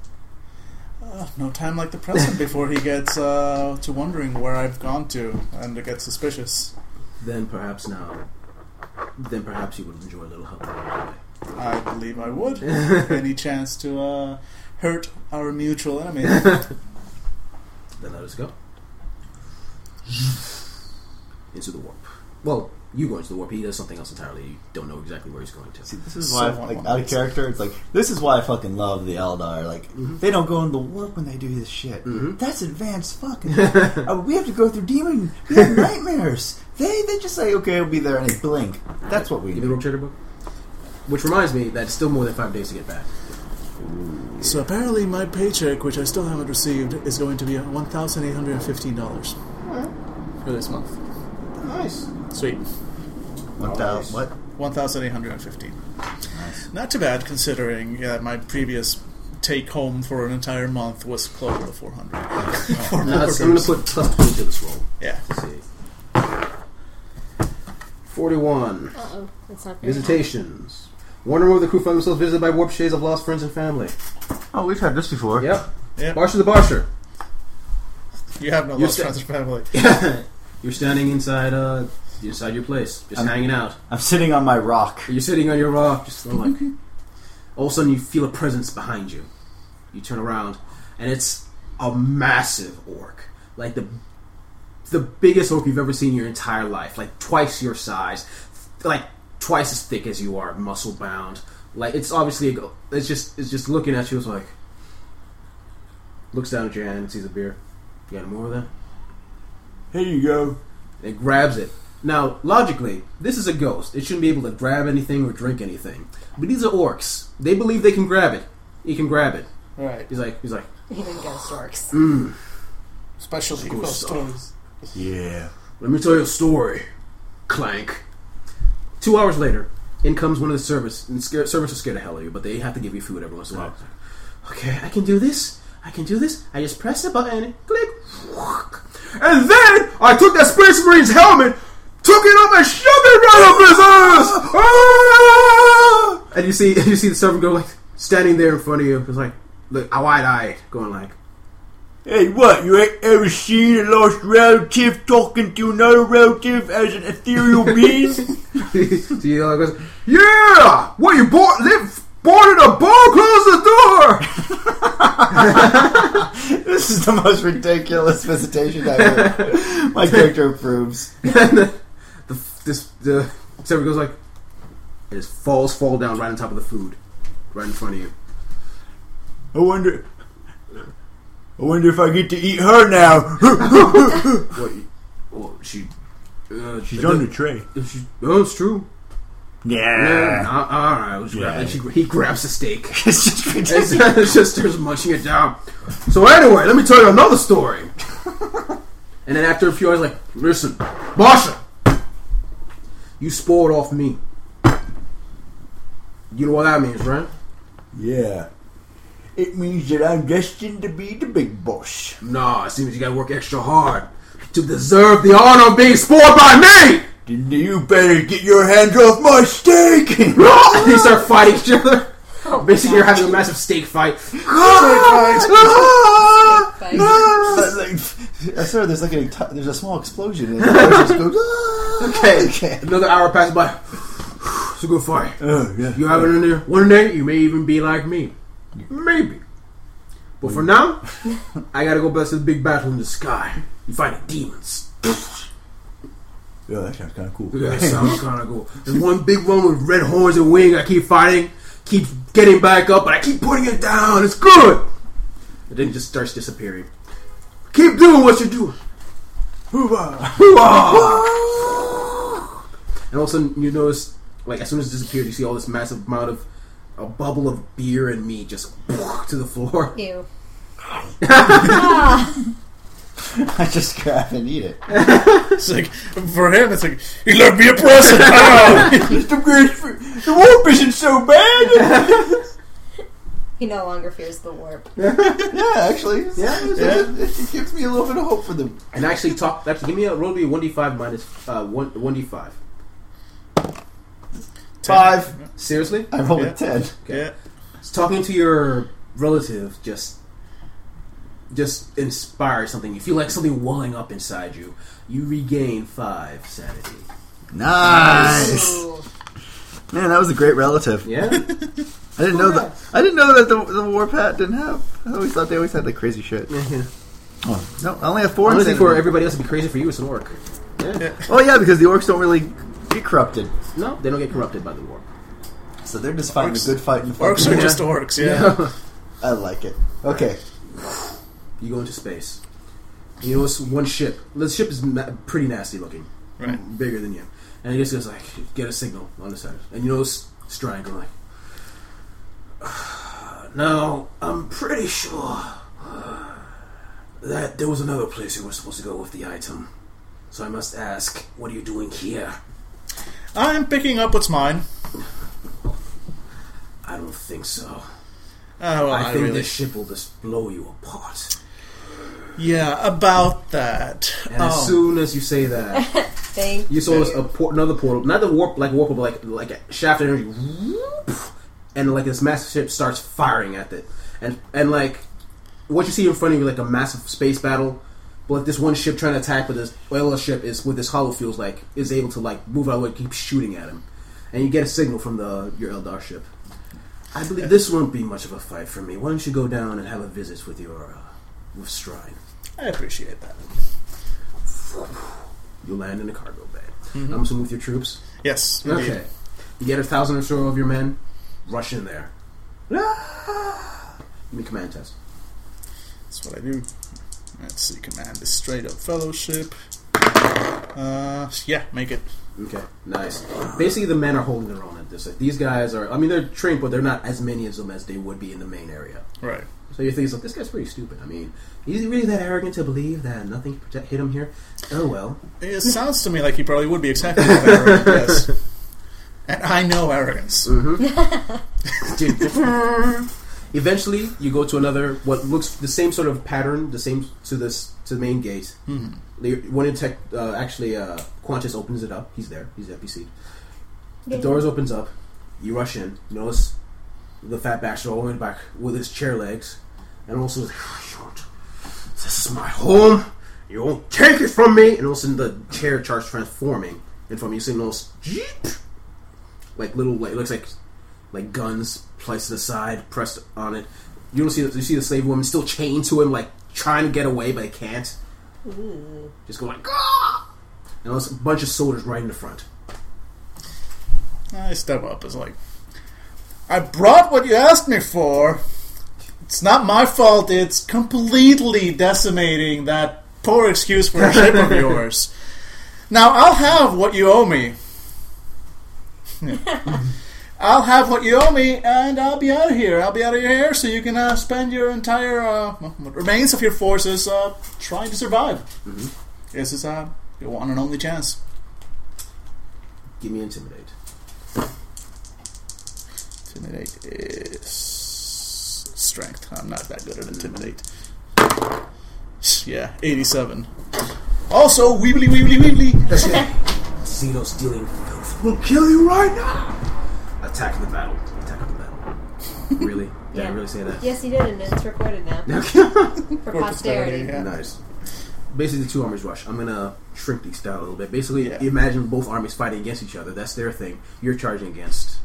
Speaker 2: Uh, no time like the present before he gets uh, to wondering where I've gone to and it gets suspicious.
Speaker 1: Then perhaps now, then perhaps you would enjoy a little help along the way.
Speaker 2: I believe I would. Any chance to uh, hurt our mutual enemy?
Speaker 1: Then let us go into the warp. Well, you going to the warp. He does something else entirely. You don't know exactly where he's going to.
Speaker 4: See, this is
Speaker 2: So
Speaker 4: why,
Speaker 2: I
Speaker 4: like,
Speaker 2: want
Speaker 4: out of
Speaker 2: this.
Speaker 4: character, it's like this is why I fucking love the Eldar. Like, they don't go into the warp when they do this shit. That's advanced fucking. Uh, we have to go through demon. We have nightmares. They they just say, okay, I'll be there, and they blink. That's what we
Speaker 1: You know
Speaker 4: do.
Speaker 1: what I'm book? Which reminds me that it's still more than five days to get back.
Speaker 2: So apparently, my paycheck, which I still haven't received, is going to be one thousand eight hundred and fifteen dollars for this month.
Speaker 12: Nice.
Speaker 2: Sweet,
Speaker 4: What? The, what?
Speaker 2: one thousand eight hundred and fifteen. Not too bad considering uh, my previous take home for an entire month was close to four hundred.
Speaker 1: Now, that's- I'm going to put plus 20 to this roll.
Speaker 2: yeah.
Speaker 1: Let's see. 41.
Speaker 13: Uh oh, that's not good.
Speaker 1: Visitations. One or more of the crew found themselves visited by warp shades of lost friends and family.
Speaker 14: Oh, we've had this before.
Speaker 1: Yep.
Speaker 2: Yep.
Speaker 1: Marsha the Barsher.
Speaker 2: You have no
Speaker 1: You're
Speaker 2: lost
Speaker 1: sta-
Speaker 2: friends or family.
Speaker 1: You're standing inside uh inside your place, just
Speaker 4: I'm-
Speaker 1: hanging out.
Speaker 4: I'm sitting on my rock.
Speaker 1: You're sitting on your rock, just sort of like all of a sudden you feel a presence behind you. You turn around, and it's a massive orc, like the the biggest orc you've ever seen in your entire life, like twice your size, like twice as thick as you are, muscle bound. Like it's obviously a, go- it's just it's just looking at you. It's like looks down at your hand and sees a beer. You got any more of that?
Speaker 4: Here you go.
Speaker 1: It grabs it. Now, logically, this is a ghost. It shouldn't be able to grab anything or drink anything. But these are orcs. They believe they can grab it. He can grab it.
Speaker 2: All right,
Speaker 1: He's like, he's like,
Speaker 5: Even ghost orcs.
Speaker 1: Mm,
Speaker 2: specialty
Speaker 1: Cool
Speaker 2: ghost
Speaker 1: stuff.
Speaker 2: stories.
Speaker 4: Yeah.
Speaker 1: let me tell you a story. Clank. Two hours later, in comes one of the servants. And sca- servants are scared the hell of you, but they have to give you food every once in a while. Okay, I can do this. I can do this. I just press the button, click, and then I took that Space Marine's helmet, took it up, and shoved it right up his ass. Ah! And you see, you see the servant go like standing there in front of you, it's like, look, wide-eyed, going like,
Speaker 4: Hey, what? You ain't ever seen a lost relative talking to another relative as an ethereal being?
Speaker 1: so you know, goes, yeah, what you bought? They boarded a bar, closed the
Speaker 15: This is the most ridiculous visitation I've ever. My character approves.
Speaker 1: door. and the, the this the servant goes like, and his falls fall down right on top of the food, right in front of you.
Speaker 4: I wonder. I wonder if I get to eat her now.
Speaker 1: What? you- Well, she. Uh,
Speaker 4: She's Ah.
Speaker 1: uh,
Speaker 4: on the tray.
Speaker 1: She, oh, it's true. Yeah.
Speaker 4: Yeah.
Speaker 1: nah, all right. Let's grab-
Speaker 4: Yeah.
Speaker 1: and she, he grabs the steak.
Speaker 4: It's just
Speaker 1: It's,
Speaker 4: ridiculous.
Speaker 1: it's just starts munching it down. So anyway, let me tell you another story. and then after a few hours, like, listen, Marsha, you spoiled off me. You know what that means, right?
Speaker 4: Yeah. It means that I'm destined to be the big boss.
Speaker 1: Nah, it seems you gotta work extra hard to deserve the honor of being spoiled by me.
Speaker 4: Then you better get your hands off my steak!
Speaker 1: they start fighting each other.
Speaker 5: Oh,
Speaker 1: Basically, you're having a massive steak fight.
Speaker 15: I swear, there's like a there's a small explosion. And the just goes, "Ah!"
Speaker 1: Okay. Another hour passes by. It's a good fight.
Speaker 4: oh, yeah.
Speaker 1: You have it in there. One day you may even be like me. Maybe. But for now, I gotta go bless this big battle in the sky. You fighting demons.
Speaker 4: Yeah, that sounds kind of cool.
Speaker 1: That sounds kinda cool. There's one big one with red horns and wing I keep fighting, keep getting back up, but I keep putting it down. It's good. And then it just starts disappearing. Keep doing what you're doing. And all of a sudden, you notice, like, as soon as it disappears, you see all this massive amount of a bubble of beer and meat just to the floor.
Speaker 5: Ew.
Speaker 15: I just grab and eat it.
Speaker 2: It's like for him, it's like he left me a present.
Speaker 4: It's the greatest fr- The warp isn't so bad!
Speaker 5: He no longer fears the warp.
Speaker 15: Yeah, actually, it's- it's- It, it gives me a little bit of hope for the
Speaker 1: And actually, talk. Actually, give me a roll to be one d five minus uh, one one d five.
Speaker 15: five.
Speaker 1: Seriously,
Speaker 15: I rolled
Speaker 2: Yeah.
Speaker 15: a ten.
Speaker 2: yeah.
Speaker 1: It's talking to your relative just just inspires something. You feel like something welling up inside you. You regain five sanity.
Speaker 4: Nice!
Speaker 5: Ooh.
Speaker 15: Man, that was a great relative.
Speaker 1: Yeah,
Speaker 15: I didn't know that. I didn't know that the, the warp hat didn't have. I always thought they always had like crazy shit. Oh,
Speaker 1: yeah.
Speaker 15: No, I only have four. in
Speaker 1: Honestly,
Speaker 15: sanity.
Speaker 1: for everybody else, it'd be crazy for you. It's an orc.
Speaker 8: Oh yeah, because the orcs don't really get corrupted,
Speaker 1: No, they don't get corrupted by the war.
Speaker 8: so they're just fighting
Speaker 2: Orcs-
Speaker 8: a good fight. In the
Speaker 2: Orcs are
Speaker 8: fucking-
Speaker 2: just orcs, yeah.
Speaker 8: I like it. Okay,
Speaker 1: You go into space. You notice one ship. The ship is ma- pretty nasty looking,
Speaker 2: Right.
Speaker 1: bigger than you. And it just goes like, get a signal on the side. And you notice Strang going like, now, I'm pretty sure that there was another place you were supposed to go with the item. So I must ask, what are you doing here?
Speaker 2: I'm picking up what's mine.
Speaker 1: I don't think so.
Speaker 2: Oh, well,
Speaker 1: I,
Speaker 2: I,
Speaker 1: think
Speaker 2: really.
Speaker 1: this ship will just blow you apart.
Speaker 2: Yeah, about that.
Speaker 1: And as
Speaker 2: Oh,
Speaker 1: soon as you say that,
Speaker 6: Thank
Speaker 1: You saw a por- another portal, not the warp like warp, but like like a shaft of energy, whoop, and like this massive ship starts firing at it, and and like what you see in front of you like a massive space battle, but like this one ship trying to attack, but this oil ship is with this hollow feels like is able to like move out of the way, keep shooting at him, and you get a signal from the your Eldar ship. I believe this won't be much of a fight for me. Why don't you go down and have a visit with your uh, with Strine?
Speaker 2: I appreciate that.
Speaker 1: You land in a cargo bay. I'm assuming with your troops.
Speaker 2: Yes. indeed.
Speaker 1: Okay. You get a thousand or so of your men, rush in there. Give me a command test.
Speaker 2: That's what I do. Let's see, command is straight up fellowship. Uh, yeah, make it.
Speaker 1: Okay, nice. Basically, the men are holding their own at this. Like, these guys are, I mean, they're trained, but they're not as many of them as they would be in the main area.
Speaker 2: Right.
Speaker 1: So you think, it's like, this guy's pretty stupid. I mean, is he really that arrogant to believe that nothing can protect, hit him here? Oh, well.
Speaker 2: It sounds to me like he probably would be exactly that arrogant, yes. And I know arrogance.
Speaker 1: Dude. Eventually, you go to another what looks the same sort of pattern, the same to this to the main gate. Mm-hmm. When it tech, uh, actually uh, Qantas opens it up, he's there. He's NPC. The doors opens up. You rush in. Notice the fat bastard all the way back with his chair legs, and also is like, "You won't- this is my home. You won't take it from me. And all of a sudden, the chair starts transforming, and from you signals, like little, like, it looks like like guns placed to the side, pressed on it. You don't see the, you see the slave woman still chained to him, like trying to get away, but they can't. Just going like, "Ah!" and there's a bunch of soldiers right in the front.
Speaker 2: I step up. It's like, I brought what you asked me for. It's not my fault. It's completely decimating that poor excuse for a ship of yours. Now I'll have what you owe me. Yeah. I'll have what you owe me, and I'll be out of here. I'll be out of your hair, so you can uh, spend your entire uh, what remains of your forces uh, trying to survive. This is uh, your one and only chance.
Speaker 1: Give me intimidate.
Speaker 2: Intimidate is strength. I'm not that good at intimidate. Yeah, 87. Also, weebly weebly weebly.
Speaker 1: Zeno stealing filth will kill you right now. Attack the battle. Attack the battle. really? Did I
Speaker 6: Yeah.
Speaker 1: really say that?
Speaker 6: Yes, he did, and it's recorded now for posterity.
Speaker 2: Yeah.
Speaker 1: Nice. Basically, the two armies rush. I'm gonna shrink these down a little bit. Basically,
Speaker 2: Yeah.
Speaker 1: imagine both armies fighting against each other. That's their thing. You're charging against.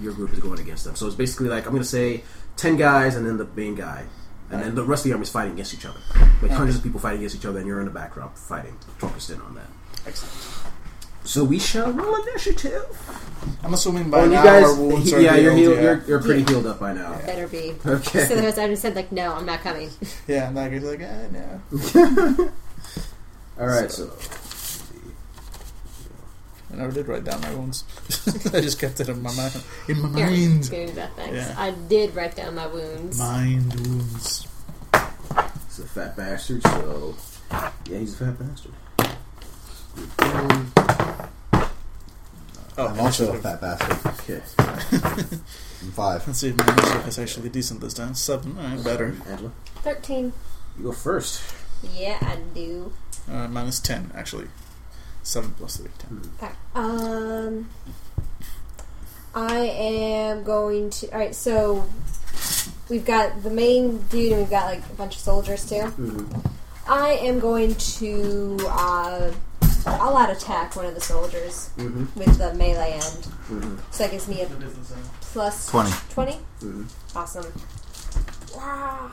Speaker 1: Your group is going against them. So it's basically like I'm gonna say ten guys and then the main guy, and then the rest of the army's fighting against each other. Like hundreds of people fighting against each other, and you're in the background fighting, focused in on that. Excellent. So we shall roll initiative.
Speaker 2: I'm assuming by
Speaker 1: Oh, you
Speaker 2: now
Speaker 1: guys,
Speaker 2: our wounds are
Speaker 1: yeah, you're
Speaker 2: healed,
Speaker 1: healed.
Speaker 2: yeah.
Speaker 1: You're, you're pretty healed up by now.
Speaker 6: Better be.
Speaker 1: Okay.
Speaker 6: So there was, I just said like, no, I'm not coming.
Speaker 2: Yeah, and that guy's like, eh, no.
Speaker 1: All right. So
Speaker 2: I never did write down my wounds. I just kept it in my mind. In my
Speaker 5: Here,
Speaker 2: mind.
Speaker 5: give me that, thanks.
Speaker 2: Yeah.
Speaker 5: I did write down my wounds.
Speaker 2: Mind wounds.
Speaker 1: He's a fat bastard, so yeah, he's a fat bastard. Um,
Speaker 2: Oh,
Speaker 8: I'm also a
Speaker 2: initiative.
Speaker 8: fat bastard.
Speaker 1: Okay,
Speaker 8: I'm five.
Speaker 2: Let's see if my initiative is actually decent this time. Seven, alright, better.
Speaker 1: Angela,
Speaker 6: Thirteen.
Speaker 1: you go first.
Speaker 6: Yeah, I do.
Speaker 2: Uh, minus ten, actually. Seven plus three, ten.
Speaker 6: Um, I am going to. All right, so we've got the main dude, and we've got like a bunch of soldiers too. I am going to. Uh, I'll out attack one of the soldiers with the melee end. So that gives me a plus
Speaker 8: 20.
Speaker 6: 20? Awesome. Wow.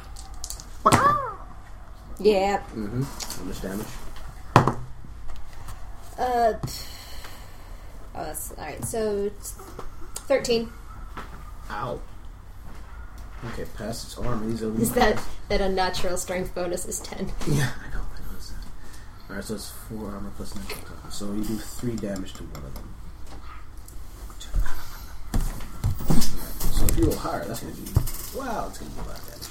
Speaker 6: Yeah,
Speaker 1: How much damage?
Speaker 5: Uh, oh, that's all right. So, it's thirteen.
Speaker 1: Ow. Okay, past its arm. He's over.
Speaker 5: Is that that unnatural strength bonus is ten?
Speaker 1: Yeah, I know. I noticed that. All right, so it's four armor plus nine. total. So you do three damage to one of them. So if you roll higher, that's going to be wow. It's going to be a lot of damage.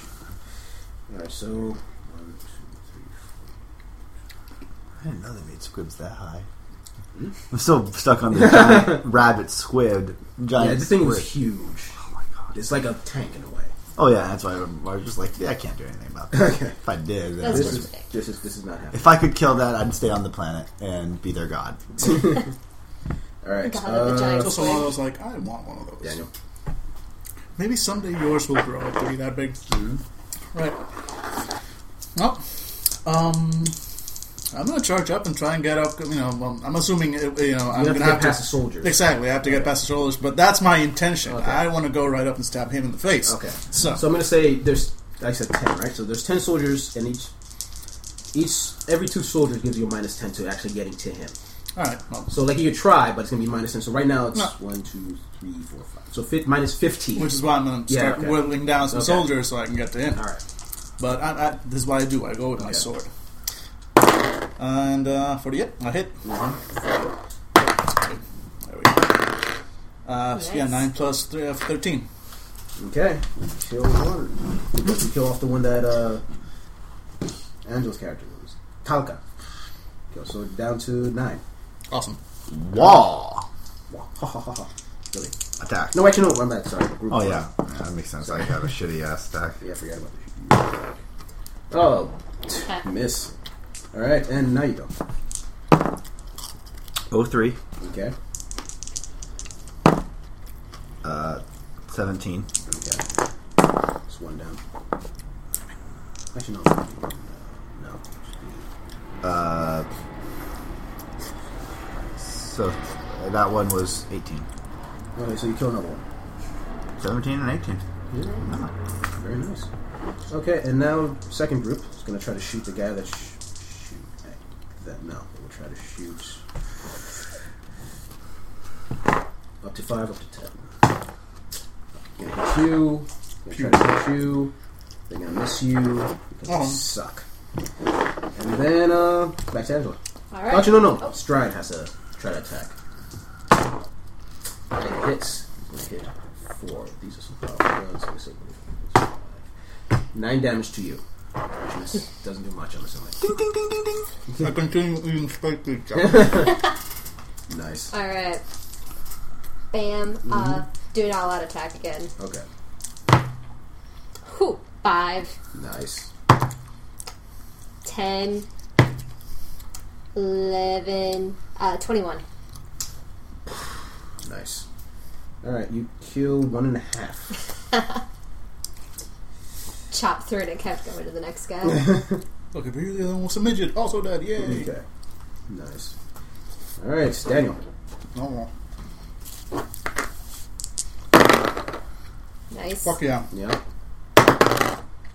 Speaker 1: All right, so one, two, three,
Speaker 4: I didn't know they made squibs that high. I'm still stuck on the giant rabbit squid.
Speaker 1: four.
Speaker 4: Giant
Speaker 1: Hmm? Yeah, this thing was
Speaker 4: squid.
Speaker 1: huge.
Speaker 4: Oh my god.
Speaker 1: It's like a tank in a way.
Speaker 4: Oh yeah, that's why I'm- I was just like, yeah, I can't do anything about that.
Speaker 1: Okay.
Speaker 4: If I did, then
Speaker 5: That's
Speaker 1: This
Speaker 5: just
Speaker 1: is
Speaker 5: big.
Speaker 1: this is this is not happening.
Speaker 4: if I could kill that, I'd stay on the planet and be their god.
Speaker 1: All right,
Speaker 5: God,
Speaker 1: uh,
Speaker 5: the
Speaker 2: It's also one
Speaker 5: giant
Speaker 2: of
Speaker 5: squid.
Speaker 2: those like I want one of those.
Speaker 1: Daniel.
Speaker 2: Maybe someday yours will grow up to be that big.
Speaker 1: Mm-hmm.
Speaker 2: Right. Well, um, I'm gonna charge up and try and get up. You know, um, I'm assuming it, you know I'm
Speaker 1: You have
Speaker 2: gonna
Speaker 1: to get
Speaker 2: have
Speaker 1: past the
Speaker 2: to.
Speaker 1: soldiers.
Speaker 2: Exactly, I have to get past the shoulders, but that's my intention. I want to go right up and stab him in the face.
Speaker 1: Okay.
Speaker 2: So,
Speaker 1: So I'm gonna say there's I said ten, right? So there's ten soldiers, and each each every two soldiers gives you a minus ten to actually getting to him.
Speaker 2: all right. Well,
Speaker 1: So like you could try, but it's gonna be minus ten. So right now it's
Speaker 2: No.
Speaker 1: one, two, three, four, five. So fi- minus fifteen.
Speaker 2: which is why I'm gonna
Speaker 1: Yeah,
Speaker 2: start
Speaker 1: okay.
Speaker 2: whittling down some
Speaker 1: Okay.
Speaker 2: soldiers so I can get to him.
Speaker 1: all right.
Speaker 2: But I, I, this is what I do. I go with my
Speaker 1: Okay.
Speaker 2: sword. And uh, 48, I hit. There we go. Uh, so Yeah,
Speaker 5: Nice.
Speaker 2: 9 plus 3 of 13.
Speaker 1: Okay. Kill one. You kill off the one that uh, Angel's character was. Kalka. Okay, so down to nine.
Speaker 2: Awesome.
Speaker 4: Wall
Speaker 1: Wow. Ha, ha, ha, ha. Really?
Speaker 4: attack.
Speaker 1: No, actually, no. I'm back. Sorry. Group
Speaker 4: Oh
Speaker 1: one.
Speaker 4: yeah, that makes sense. I got a shitty ass attack.
Speaker 1: Yeah, I forgot about the Oh,
Speaker 5: Okay.
Speaker 1: miss. All right, and now you go.
Speaker 4: Oh three,
Speaker 1: Okay.
Speaker 4: uh, seventeen.
Speaker 1: Okay. It's one down. Actually, no. No.
Speaker 4: Uh, so uh, that one was 18.
Speaker 1: Okay, so you kill another one.
Speaker 4: 17 and 18.
Speaker 1: Very nice. Okay, and now second group is going to try to shoot the guy that sh- shoot at that. No, they will try to shoot up to five, up to ten. Gonna hit you. Gonna try to hit you. They're gonna miss you. Because
Speaker 2: Oh.
Speaker 1: they suck. And then uh, back to Angela.
Speaker 5: All
Speaker 1: Actually,
Speaker 5: right.
Speaker 1: no, no. Stride has to try to attack. It hits. It's gonna hit four. These are some powerful guns. Let's see what it is. Five. Nine damage to you. Which is- doesn't do much, I'm assuming.
Speaker 2: I continue eating spiked meat. Jack.
Speaker 1: Nice.
Speaker 5: All right. Bam. Uh,
Speaker 1: Mm-hmm.
Speaker 5: do an all-out attack again.
Speaker 1: Okay.
Speaker 5: Whew. Five.
Speaker 1: Nice.
Speaker 5: 10, 11, uh, 21.
Speaker 1: Nice. Alright, you kill one and a half.
Speaker 5: Chop through it and kept going to the next guy.
Speaker 2: Look, if you're the other one with a midget, also dead. Yay.
Speaker 1: Okay. Nice. Alright, Daniel.
Speaker 2: No more.
Speaker 5: nice.
Speaker 2: Fuck yeah.
Speaker 1: Yeah.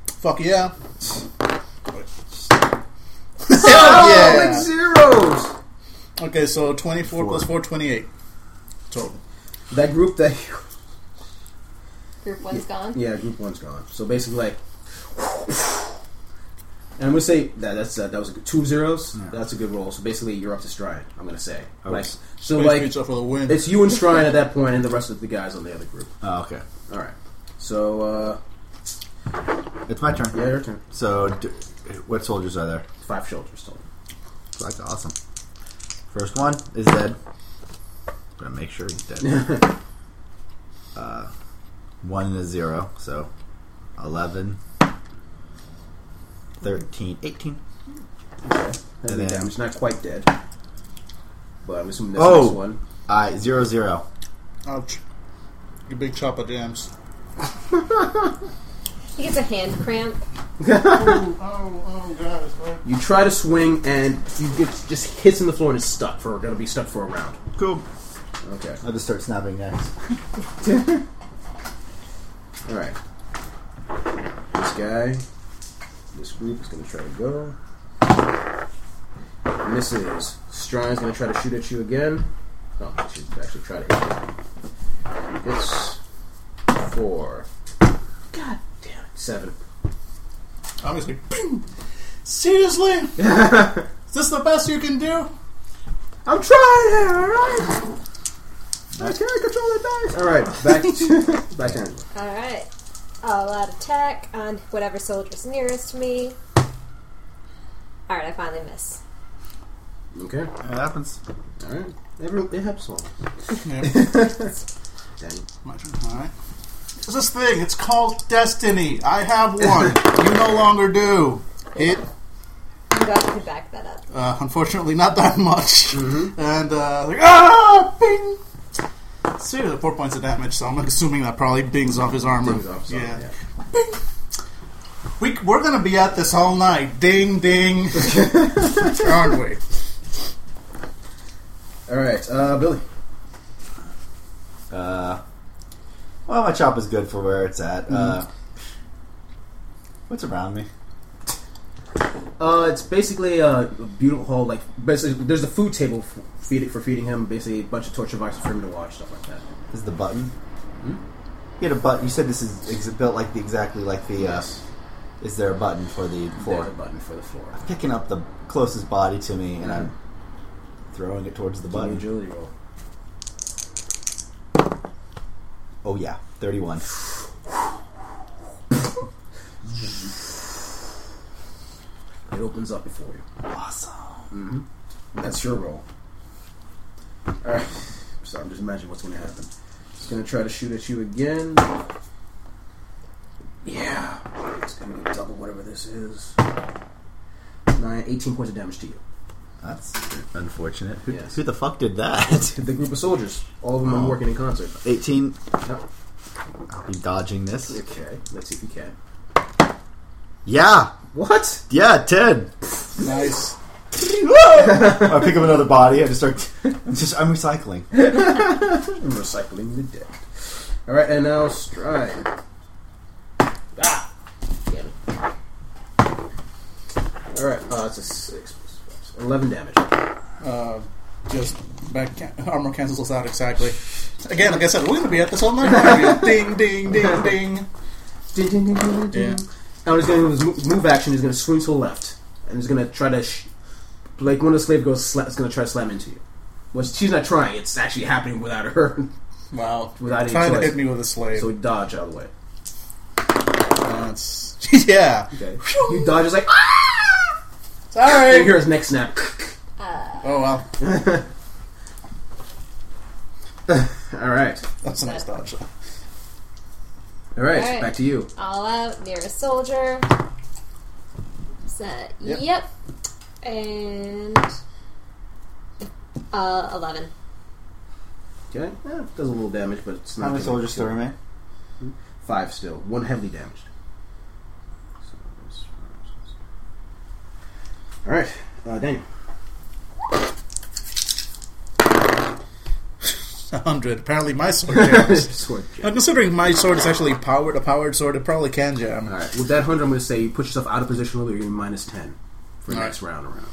Speaker 2: Fuck yeah.
Speaker 4: Oh,
Speaker 1: With zeros!
Speaker 2: Okay, so 24 plus 4, 28. Total.
Speaker 1: That group that you
Speaker 5: Group one's gone.
Speaker 1: Yeah, group one's gone. So basically, like, and I'm gonna say that that's uh, that was a good, two zeros. That's a good roll. So basically, you're up to Strine. I'm gonna say. Like, so
Speaker 2: Space
Speaker 1: like,
Speaker 2: pizza for the win.
Speaker 1: it's you and Strine at that point, and the rest of the guys on the other group.
Speaker 4: Oh, okay.
Speaker 1: All right. So uh,
Speaker 4: It's my turn.
Speaker 1: yeah, your turn.
Speaker 4: So, d what soldiers are there?
Speaker 1: Five shoulders total.
Speaker 4: That's awesome. First one is dead. Gonna make sure he's dead. uh, one and a zero, so 11, 13, 18.
Speaker 1: That's
Speaker 4: And
Speaker 1: the
Speaker 4: then-
Speaker 1: damage. Not quite dead, but I'm assuming this
Speaker 4: Oh!
Speaker 1: next one.
Speaker 4: I zero zero.
Speaker 2: Ouch. You big chop of jams.
Speaker 5: He gets a hand cramp.
Speaker 2: Oh, oh, guys. Right?
Speaker 1: You try to swing, and you get just hits in the floor and is stuck for gonna be stuck for a round.
Speaker 4: Cool.
Speaker 1: Okay.
Speaker 4: I'll just start snapping next.
Speaker 1: All right. This guy, this group is going to try to go. Misses. Strine's gonna try to shoot at you again. No, she actually try to hit you. It's four. God damn it. Seven.
Speaker 2: I'm just like, "Ping! seriously? Is this the best you can do?
Speaker 1: I'm trying here, alright? I can't control the dice. Alright, back to back to Angela.
Speaker 16: All right. I'll add attack on whatever soldier's nearest me. All right, I finally miss.
Speaker 1: Okay.
Speaker 4: It happens.
Speaker 1: Alright. Everyone it helps one.
Speaker 2: Yeah,
Speaker 1: Dang.
Speaker 2: my turn. All right. There's this thing. It's called destiny. I have one. you no longer do. It
Speaker 16: You guys can back that up.
Speaker 2: uh, unfortunately not that much. And uh, like ah, bing. Seriously, four points of damage. So I'm assuming that probably bings off his armor.
Speaker 1: Bings off his armor,
Speaker 2: yeah. Bing. We, we're gonna be at this all night. Ding, ding, aren't we?
Speaker 1: Alright, uh Billy.
Speaker 4: Uh, well, my chop is good for where it's at. Uh, what's around me?
Speaker 1: Uh, it's basically a beautiful hall. Like basically, there's a food table for, feed, for feeding him. Basically, a bunch of torture boxes for him to watch, stuff like that.
Speaker 4: This is the button. Hmm? You had a button. You said this is ex- built like the exactly like the. Uh, is there a button for the floor?
Speaker 1: There's a button for the floor.
Speaker 4: Picking up the closest body to me, and I'm throwing it towards the
Speaker 1: Button
Speaker 4: button.
Speaker 1: agility roll.
Speaker 4: Oh yeah, thirty-one.
Speaker 1: It opens up before you.
Speaker 4: Awesome.
Speaker 1: That's your roll. All right. So I'm just imagining what's going to happen. It's going to try to shoot at you again. Yeah. It's going to double whatever this is. Nine, 18 points of damage to you.
Speaker 4: That's unfortunate. Who,
Speaker 1: Yes.
Speaker 4: who the fuck did that?
Speaker 1: To the group of soldiers. All of them are working in concert.
Speaker 4: Eighteen.
Speaker 1: Yep.
Speaker 4: You dodging this?
Speaker 1: Okay. Let's see if you can.
Speaker 4: Yeah,
Speaker 1: What?
Speaker 4: yeah, ten.
Speaker 2: Nice.
Speaker 4: I pick up another body. I just start. I'm just. I'm recycling.
Speaker 1: I'm recycling the deck. All right, and now stride. Ah, damn it! All right, uh, it's a six, plus five, so eleven damage.
Speaker 2: Uh, just back can- armor cancels us out exactly. Again, like I said, we're gonna be at this all night. aren't we? ding, ding, ding, ding.
Speaker 1: Ding, ding, ding, ding, ding, ding.
Speaker 2: Yeah.
Speaker 1: Now he's going to his mo- move action. He's going to swing to the left, and he's going to try to, sh- like when the slave goes, sla- is going to try to slam into you. Well, she's not trying; it's actually happening without her.
Speaker 2: Wow.
Speaker 1: Without any
Speaker 2: Trying to
Speaker 1: choice.
Speaker 2: hit me with a slave.
Speaker 1: so we dodge out of the way.
Speaker 2: That's- yeah.
Speaker 1: Okay, you dodge. It's like ah! you
Speaker 2: Sorry.
Speaker 1: hear his neck snap.
Speaker 2: Oh well,
Speaker 1: All right,
Speaker 2: that's a nice dodge.
Speaker 1: all right,
Speaker 5: All right.
Speaker 1: back to you.
Speaker 5: All out, nearest soldier. So, yep. And. Uh, 11.
Speaker 1: Okay, yeah, Eh, it does a little damage, but it's not.
Speaker 4: How many
Speaker 1: gonna
Speaker 4: soldiers still
Speaker 1: kill.
Speaker 4: remain?
Speaker 1: Five still. One heavily damaged. All right, uh, Daniel.
Speaker 2: A hundred. Apparently, my sword jams.
Speaker 1: Sword jab.
Speaker 2: Uh, considering my sword is actually powered, a powered sword, it probably can jam.
Speaker 1: All right, with that hundred, I'm going to say you put yourself out of position a little. You're minus ten for
Speaker 2: All
Speaker 1: next round around.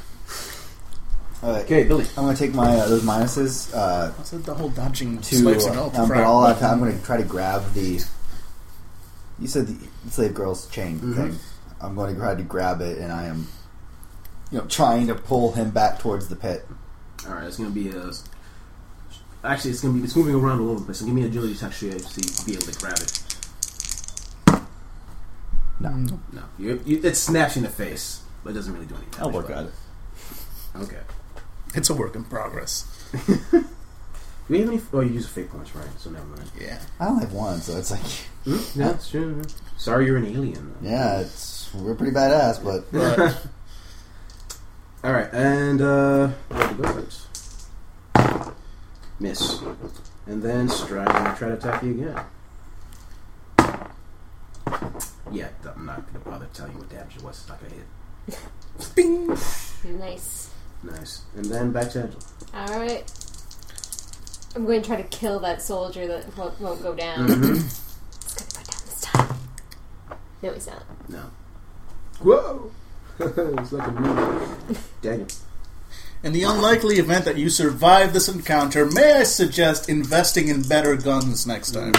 Speaker 4: All right.
Speaker 1: Okay, Billy.
Speaker 4: I'm gonna take my uh, those minuses uh,
Speaker 2: That's the whole dodging
Speaker 4: to,
Speaker 2: slaves and all
Speaker 4: um, but
Speaker 2: crap.
Speaker 4: all I've, I'm gonna try to grab the. You said the slave girl's chain thing. I'm going to try to grab it, and I am, you know, trying to pull him back towards the pit.
Speaker 1: All right, it's going to be a. Actually, it's going to be it's moving around a little bit. So give me an agility check to actually be able to grab it.
Speaker 2: Mm.
Speaker 1: No, you, you, it snaps you in the face, but it doesn't really do any damage.
Speaker 4: I'll work
Speaker 1: but-
Speaker 4: on it.
Speaker 1: Okay.
Speaker 2: It's a work in progress.
Speaker 1: Do we have any? Oh, you use fake points, right? So never mind.
Speaker 2: Yeah.
Speaker 4: I only have one, so it's like,
Speaker 1: Hmm? Yeah, that's true. yeah. Sorry, you're an alien. though.
Speaker 4: yeah, it's we're pretty badass, but
Speaker 2: But
Speaker 1: All right, and uh, where to go first? Miss, and then strike and try to attack you again. Yeah, th- I'm not gonna bother telling you what damage it was. It's not gonna hit.
Speaker 5: Nice.
Speaker 1: Nice, and then back to Angela.
Speaker 5: Alright. I'm going to try to kill that soldier that won't, won't go down.
Speaker 1: Mm-hmm.
Speaker 5: It's going to go down this time. No, he's not.
Speaker 1: No. Whoa! it's like a movie. Daniel.
Speaker 2: In the unlikely event that you survive this encounter, may I suggest investing in better guns next time?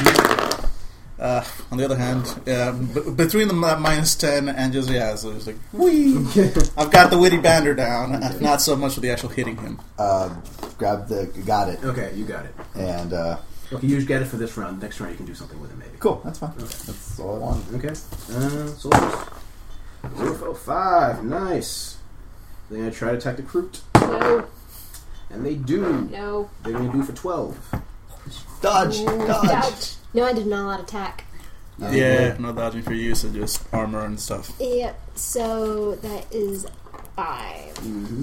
Speaker 2: Uh, on the other hand, uh, b- between the mi- minus 10 and just, yeah, so it's like, whee! I've got the witty bander down, not so much for the actual hitting him.
Speaker 8: Um, grab the got it
Speaker 1: Okay, you got it.
Speaker 8: and uh,
Speaker 1: Okay, you just got it for this round. Next round, you can do something with it, maybe.
Speaker 8: cool. That's fine. That's all I want.
Speaker 1: Okay. Uh, soldiers. Zero four five. Nice. They're gonna try to attack the recruit,
Speaker 5: No,
Speaker 1: and they do.
Speaker 5: no,
Speaker 1: They're gonna do for twelve.
Speaker 8: Dodge, dodge.
Speaker 5: doubt. No, I did not allow attack.
Speaker 2: yeah, no dodging for you, so just armor and stuff.
Speaker 5: Yep. So that is 5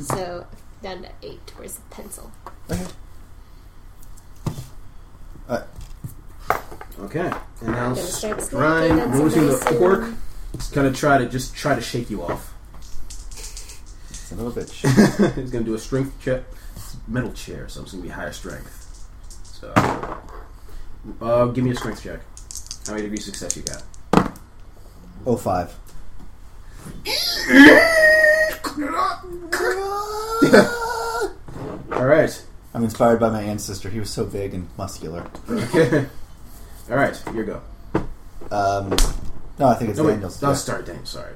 Speaker 5: So down to eight. Where's the pencil?
Speaker 1: Okay. And now
Speaker 5: Gonna start sniping
Speaker 1: Ryan,
Speaker 5: at
Speaker 1: noticing the
Speaker 5: somebody
Speaker 1: orc,
Speaker 5: soon.
Speaker 1: is gonna try to just try to shake you off.
Speaker 8: Son of a bitch.
Speaker 1: He's gonna do a strength check. It's a metal chair, so it's gonna be higher strength. So, uh, give me a strength check. How many degrees of success you got?
Speaker 8: Oh five.
Speaker 1: All right.
Speaker 8: I'm inspired by my ancestor. He was so big and muscular.
Speaker 1: Okay. All right. Here go.
Speaker 8: Um, no, I think it's
Speaker 1: No wait.
Speaker 8: Daniel's.
Speaker 1: I'll
Speaker 8: Yeah.
Speaker 1: start, Daniel. Sorry.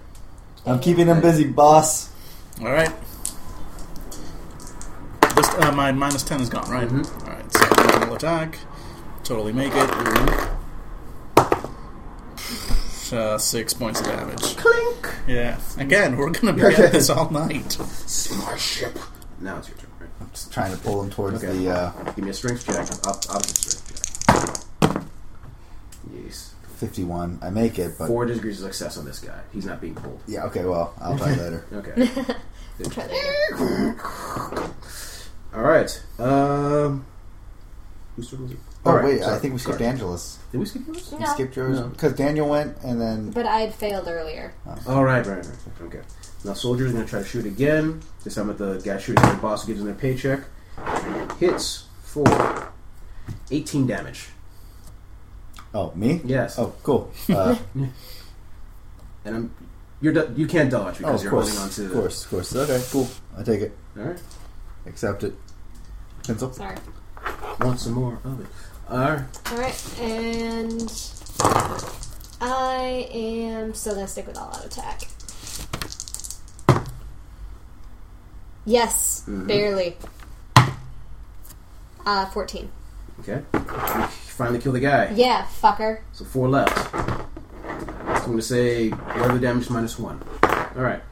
Speaker 8: I'm keeping him busy, boss.
Speaker 2: Alright. This, uh, my minus 10 is gone,
Speaker 1: hmm?
Speaker 2: right?
Speaker 1: Mm-hmm.
Speaker 2: Alright, so normal attack. Totally make it. Mm-hmm. Uh, six points of damage.
Speaker 1: Clink.
Speaker 2: Yeah. Again, we're gonna be at this all night.
Speaker 1: Now it's your turn. Right?
Speaker 8: Just trying to pull him towards
Speaker 1: Okay.
Speaker 8: the uh,
Speaker 1: Give me a strength check. Op- opposite strength check. Yes.
Speaker 8: 51. I make it, but
Speaker 1: Four degrees of success on this guy. He's not being pulled.
Speaker 8: yeah, okay. Well, I'll try later.
Speaker 1: Okay.
Speaker 5: Try that again.
Speaker 1: All right. Um. Whose turn was it?
Speaker 8: Oh
Speaker 1: All right,
Speaker 8: wait, I
Speaker 1: sorry.
Speaker 8: think we skipped
Speaker 1: Sorry.
Speaker 8: Angela's.
Speaker 1: Did we skip yours?
Speaker 8: We
Speaker 5: No.
Speaker 8: skipped yours
Speaker 1: No.
Speaker 8: because Daniel went, and then
Speaker 5: But I had failed earlier.
Speaker 1: All right, right, right. Okay. Now soldiers are gonna try to shoot again. This time at the guy shooting at the boss who gives them their paycheck. Hits for 18 damage.
Speaker 8: oh me.
Speaker 1: Yes.
Speaker 8: Oh, cool. Uh,
Speaker 1: And I'm you're do- you can't dodge
Speaker 8: oh,
Speaker 1: because
Speaker 8: of
Speaker 1: you're
Speaker 8: course,
Speaker 1: holding on to.
Speaker 8: of course, of course. Okay, cool. I take it.
Speaker 1: All right.
Speaker 8: Accept it. Pencil.
Speaker 5: Sorry.
Speaker 1: Want some more of it? All right.
Speaker 5: All right, and I am still gonna stick with all out attack. Yes, barely. Uh, fourteen.
Speaker 1: Okay. You finally kill the guy.
Speaker 5: Yeah, fucker.
Speaker 1: So four left. So I'm gonna say weather damage minus one. All right.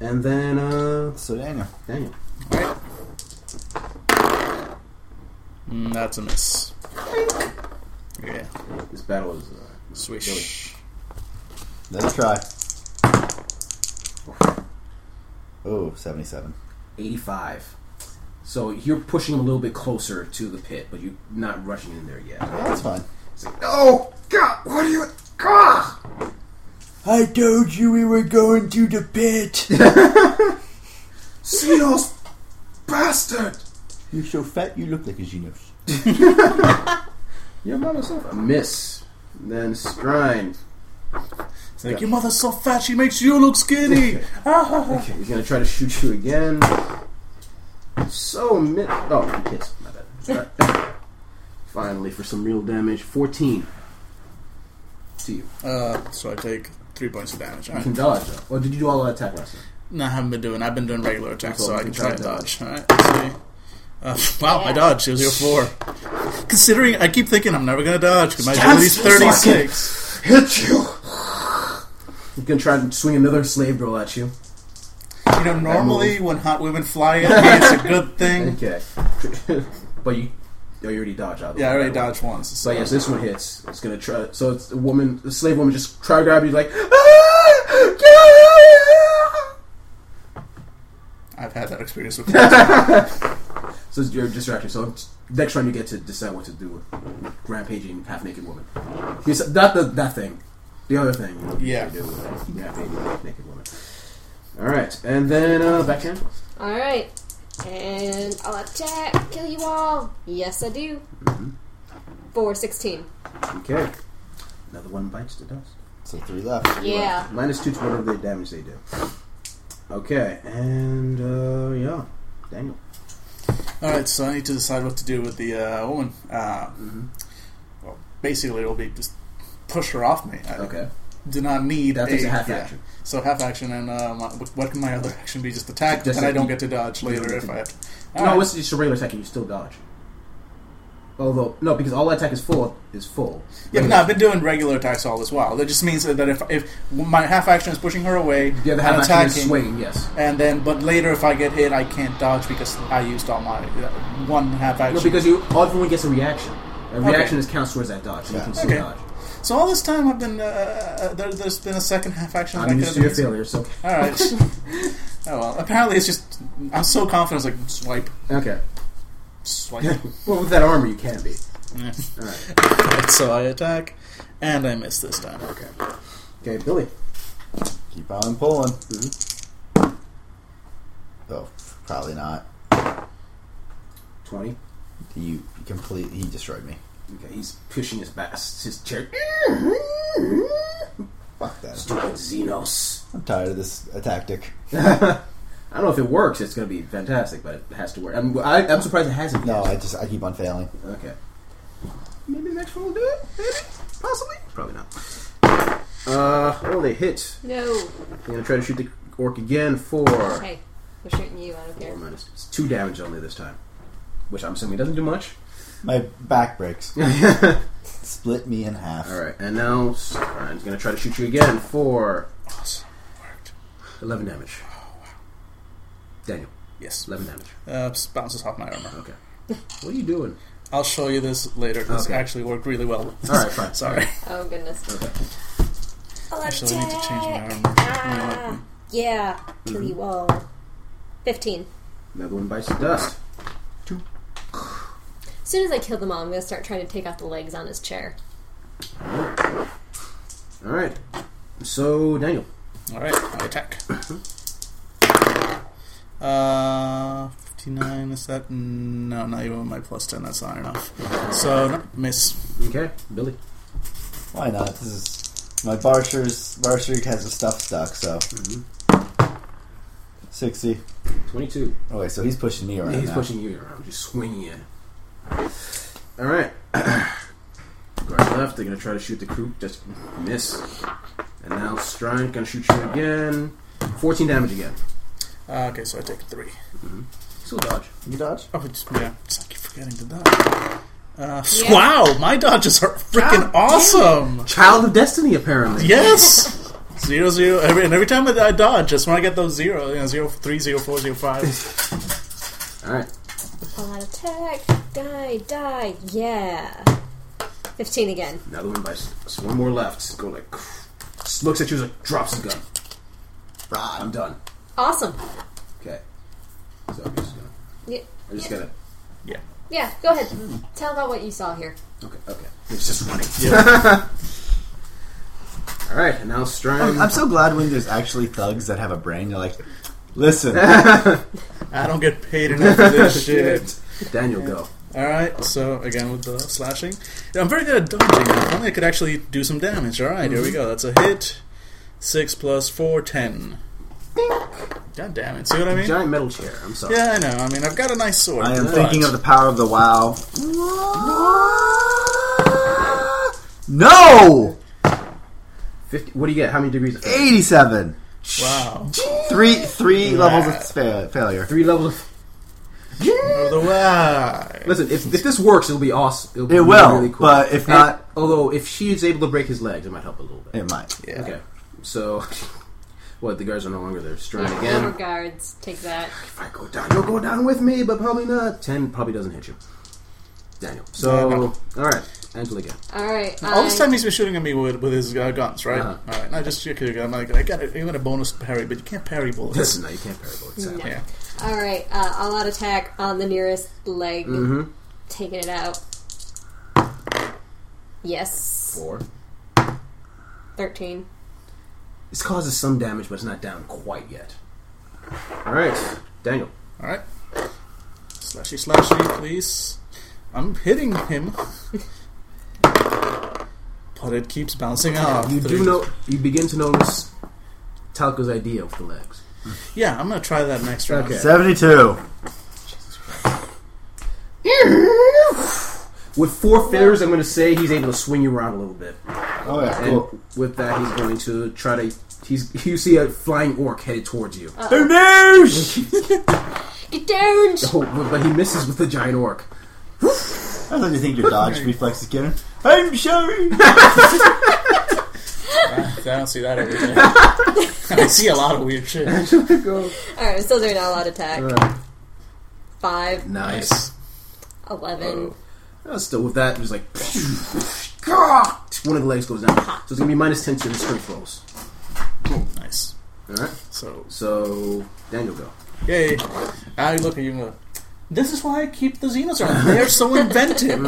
Speaker 1: And then uh,
Speaker 8: So Daniel,
Speaker 1: Daniel.
Speaker 2: Alright. Mm, that's a miss. Yeah.
Speaker 1: This battle is uh,
Speaker 2: Swish.
Speaker 8: let's try. Oh, 77.
Speaker 1: 85. So you're pushing him a little bit closer to the pit, but you're not rushing in there yet.
Speaker 8: That's fine.
Speaker 1: It's like, oh God, what are you? God!
Speaker 8: I told you we were going to the pit.
Speaker 1: Xenos bastard!
Speaker 8: You're so fat, you look like a genius.
Speaker 1: Your mama's so a miss. Then Strine.
Speaker 2: It's like, your mother's so fat, she makes you look skinny!
Speaker 1: Okay, he's gonna try to shoot you again. So miss. Oh, he hits. My bad. Sorry. Finally, for some real damage, 14 to you.
Speaker 2: uh, so I take three points of damage.
Speaker 1: You
Speaker 2: Alright.
Speaker 1: can dodge though. Or did you do all that attack last time?
Speaker 2: No, I haven't been doing. I've been doing regular attacks,
Speaker 1: That's
Speaker 2: so
Speaker 1: all
Speaker 2: I
Speaker 1: we
Speaker 2: can
Speaker 1: can
Speaker 2: try and
Speaker 1: try to
Speaker 2: dodge. All right. let's see. Uh, wow, I dodged. It was your four. Considering, I keep thinking I'm never gonna dodge because my ability's thirty-six.
Speaker 1: Hit you! He's gonna try and swing another slave girl at you.
Speaker 2: You know, normally when hot women fly at me, it's a good thing.
Speaker 1: Okay. but you, oh, you already dodged out. of the
Speaker 2: Yeah, I
Speaker 1: way,
Speaker 2: already
Speaker 1: that one.
Speaker 2: dodged once. So
Speaker 1: So yes, this one hits. It's gonna try. So it's the woman, the slave woman, just try to grab you, like. "Ah! Get out
Speaker 2: I've had that experience before.
Speaker 1: of here!" So it's your distraction. So it's- next round you get to decide what to do with rampaging half naked woman. Yes, not the that thing. The other thing. you know, you
Speaker 2: Yeah.
Speaker 1: do with a rampaging half naked woman. All right, and then uh, backhand.
Speaker 5: All right, and I'll attack. Kill you all. Yes, I do.
Speaker 2: Mm-hmm.
Speaker 5: Four sixteen.
Speaker 1: Okay. Another one bites the dust.
Speaker 8: So three left.
Speaker 5: Yeah.
Speaker 1: Minus two to whatever the damage they do. Okay, and uh, yeah, Daniel.
Speaker 2: All right, so I need to decide what to do with the uh, woman. Uh, Well, basically, it'll be just push her off me. I
Speaker 8: Okay.
Speaker 2: do not need
Speaker 8: That
Speaker 2: a,
Speaker 8: takes a half
Speaker 2: yeah.
Speaker 8: action.
Speaker 2: So half action, and uh, my, what can my other action be? Just attack,
Speaker 8: Just
Speaker 2: and I
Speaker 8: a-
Speaker 2: don't get to dodge
Speaker 8: you don't
Speaker 2: later
Speaker 8: get
Speaker 2: if
Speaker 8: to-
Speaker 2: I. Have
Speaker 1: no, it's just a regular attack. and You still dodge. Although no, because all attack is full is full.
Speaker 2: yeah, but no, I've been doing regular attacks all this while. That just means that if if my half action is pushing her away,
Speaker 1: The other
Speaker 2: I'm
Speaker 1: half action is
Speaker 2: attacking,
Speaker 1: swinging. Yes.
Speaker 2: and then but later if I get hit, I can't dodge because I used all my uh, one half action.
Speaker 1: No, because you everyone gets a reaction. A
Speaker 2: Okay.
Speaker 1: reaction is counts towards that dodge. So you can still
Speaker 2: Okay.
Speaker 1: dodge.
Speaker 2: so all this time I've been uh, uh, there, there's been a second half action. that I
Speaker 1: I'm used
Speaker 2: could've
Speaker 1: to your failures.
Speaker 2: used.
Speaker 1: So
Speaker 2: All right. oh well. Apparently, it's just I'm so confident. It's like swipe,
Speaker 1: okay.
Speaker 2: swipe.
Speaker 1: Well, with that armor, you can be.
Speaker 2: Yeah.
Speaker 1: All right.
Speaker 2: so I attack, and I miss this time. Okay.
Speaker 1: Okay, Billy.
Speaker 8: Keep on pulling. Oh, probably not.
Speaker 1: Twenty.
Speaker 8: You complete. He destroyed me.
Speaker 1: Okay, he's pushing his best. His chair.
Speaker 8: Fuck that.
Speaker 1: Stupid Xenos.
Speaker 8: I'm tired of this uh, tactic.
Speaker 1: I don't know if it works. It's going to be fantastic, but it has to work. I'm, I, I'm surprised it hasn't.
Speaker 8: No,
Speaker 1: yet.
Speaker 8: I just I keep on failing.
Speaker 1: Okay. Maybe the next one will do it. Maybe, possibly, probably not. Uh, well, they hit.
Speaker 5: No.
Speaker 1: I'm gonna try to shoot the orc again for
Speaker 5: Hey, we're shooting you. I don't
Speaker 1: Four
Speaker 5: care.
Speaker 1: minus. It's two damage only this time, which I'm assuming doesn't do much.
Speaker 8: My back breaks.
Speaker 1: all
Speaker 8: Split me in half.
Speaker 1: right, and now Ryan's gonna try to shoot you again for
Speaker 2: Awesome. Worked.
Speaker 1: eleven damage. Daniel,
Speaker 2: Yes.
Speaker 1: eleven damage.
Speaker 2: Uh, just bounces off my armor.
Speaker 1: Okay. What are you doing?
Speaker 2: I'll show you this later. This
Speaker 1: Okay.
Speaker 2: actually worked really well.
Speaker 1: All right, fine.
Speaker 2: Sorry.
Speaker 5: Oh goodness.
Speaker 2: Actually, I need to change my Mm-hmm. armor.
Speaker 6: Ah, yeah, kill you all.
Speaker 5: Fifteen.
Speaker 1: Another one bites the dust.
Speaker 5: As soon as I kill them all, I'm gonna start trying to take out the legs on his chair.
Speaker 1: All right. So Daniel,
Speaker 2: All right. I attack.
Speaker 1: Mm-hmm.
Speaker 2: Uh, fifty-nine. Is that no? Not even with my plus ten. That's not enough. So no, miss.
Speaker 1: okay, Billy.
Speaker 8: Why not? This is my Barsher's Barsher has a stuff stock, so
Speaker 1: Mm-hmm.
Speaker 8: sixty.
Speaker 1: 22.
Speaker 8: Oh wait, so he's pushing me around.
Speaker 1: Yeah, he's
Speaker 8: now.
Speaker 1: pushing you around, just swinging you. All right. Guard left. They're gonna try to shoot the crew, just miss. And now Strine gonna shoot you again. 14 damage again.
Speaker 2: Uh, okay, so I take three.
Speaker 1: Still dodge.
Speaker 8: You dodge.
Speaker 2: Oh, it's, yeah. It's like you're forgetting to dodge. Uh, Wow, my dodges are freaking awesome.
Speaker 1: Child of Destiny, apparently.
Speaker 2: Yes. Zero zero every, and every time I, I dodge, that's when I get those zero, you know, zero three, zero four, zero five.
Speaker 1: All right.
Speaker 5: Full out attack. Die, die. Yeah. Fifteen again.
Speaker 1: Another one by s- one more left. Go like looks at you like drops the gun. Rah, I'm done.
Speaker 5: Awesome.
Speaker 1: Okay. So I'm just gonna.
Speaker 5: Yeah.
Speaker 1: I'm just gonna.
Speaker 5: Yeah. Go ahead.
Speaker 2: Mm-hmm.
Speaker 5: Tell about what you saw here.
Speaker 1: Okay. Okay. It's just running. All right. And now Strine.
Speaker 8: I'm, I'm so glad when there's actually thugs that have a brain. You're like, listen,
Speaker 2: I don't get paid enough for this shit.
Speaker 1: Daniel, go.
Speaker 2: All right, so again with the slashing, Yeah, I'm very good at dodging. If only I could actually do some damage. All right, here
Speaker 8: Mm-hmm.
Speaker 2: we go. That's a hit. Six plus four, ten. God damn it! See what I mean?
Speaker 1: Giant metal chair. I'm sorry.
Speaker 2: Yeah, I know. I mean, I've got a nice sword.
Speaker 8: I am
Speaker 2: but-
Speaker 8: thinking of the power of the WoW. No,
Speaker 1: 50, what do you get? How many degrees of failure?
Speaker 8: eighty-seven.
Speaker 2: Wow.
Speaker 8: Three, three levels of fa- failure.
Speaker 1: Three levels. Of,
Speaker 2: Oh, the wow.
Speaker 1: listen, if, if this works, it'll be awesome. It'll be
Speaker 8: It will,
Speaker 1: really cool.
Speaker 8: but if
Speaker 1: And-
Speaker 8: not,
Speaker 1: although if she is able to break his legs, it might help a little bit.
Speaker 8: it might.
Speaker 2: Yeah.
Speaker 1: Okay, so what? The guards are no longer there. Strike
Speaker 5: Yeah,
Speaker 1: again.
Speaker 5: Lower guards. Take that.
Speaker 1: If I go down, you'll go down with me, but probably not. Ten probably doesn't hit you, Daniel. So
Speaker 2: No, no.
Speaker 1: all right, Angela again.
Speaker 5: All right.
Speaker 2: All this
Speaker 5: I-
Speaker 2: time he's been shooting at me with, with his uh, guns, right?
Speaker 1: Uh-huh.
Speaker 2: All right. And I just okay, okay, I'm like, I got it. You got a bonus parry, but you can't parry bullets.
Speaker 1: Listen, no, you can't uh, parry bullets. sadly.
Speaker 5: No.
Speaker 2: Yeah.
Speaker 5: All right. Uh, all out attack on the nearest leg.
Speaker 1: Mhm.
Speaker 5: Taking it out. Yes.
Speaker 1: Four.
Speaker 5: Thirteen.
Speaker 1: This causes some damage, but it's not down quite yet. All right, Daniel.
Speaker 2: All right. Slashy, slashy, please. I'm hitting him, but it keeps bouncing off.
Speaker 1: You
Speaker 2: Three.
Speaker 1: do know. You begin to notice Talco's idea of the legs.
Speaker 2: Yeah, I'm gonna try that next round.
Speaker 1: Okay.
Speaker 8: Seventy-two.
Speaker 1: With four fingers, I'm going to say he's able to swing you around a little bit.
Speaker 17: Oh yeah,
Speaker 1: And
Speaker 17: cool.
Speaker 1: with that, he's going to try to. He's you see a flying orc headed towards you.
Speaker 4: Oh.
Speaker 5: Get down!
Speaker 1: Oh, but- but he misses with the giant orc.
Speaker 4: I thought you think your dodge reflex is getting. I'm sorry.
Speaker 2: I don't see that every day. I see a lot of weird shit.
Speaker 5: Alright, I'm still doing all out attack.
Speaker 1: Alright.
Speaker 5: Five,
Speaker 1: Nice.
Speaker 5: eleven.
Speaker 1: Uh, still with that, he's like one of the legs goes down. So it's gonna be minus ten to the strength rolls.
Speaker 2: Nice.
Speaker 1: All right.
Speaker 2: So,
Speaker 1: So Daniel, go.
Speaker 2: yay. I look at you and go, this is why I keep the Xenos around. They are so inventive.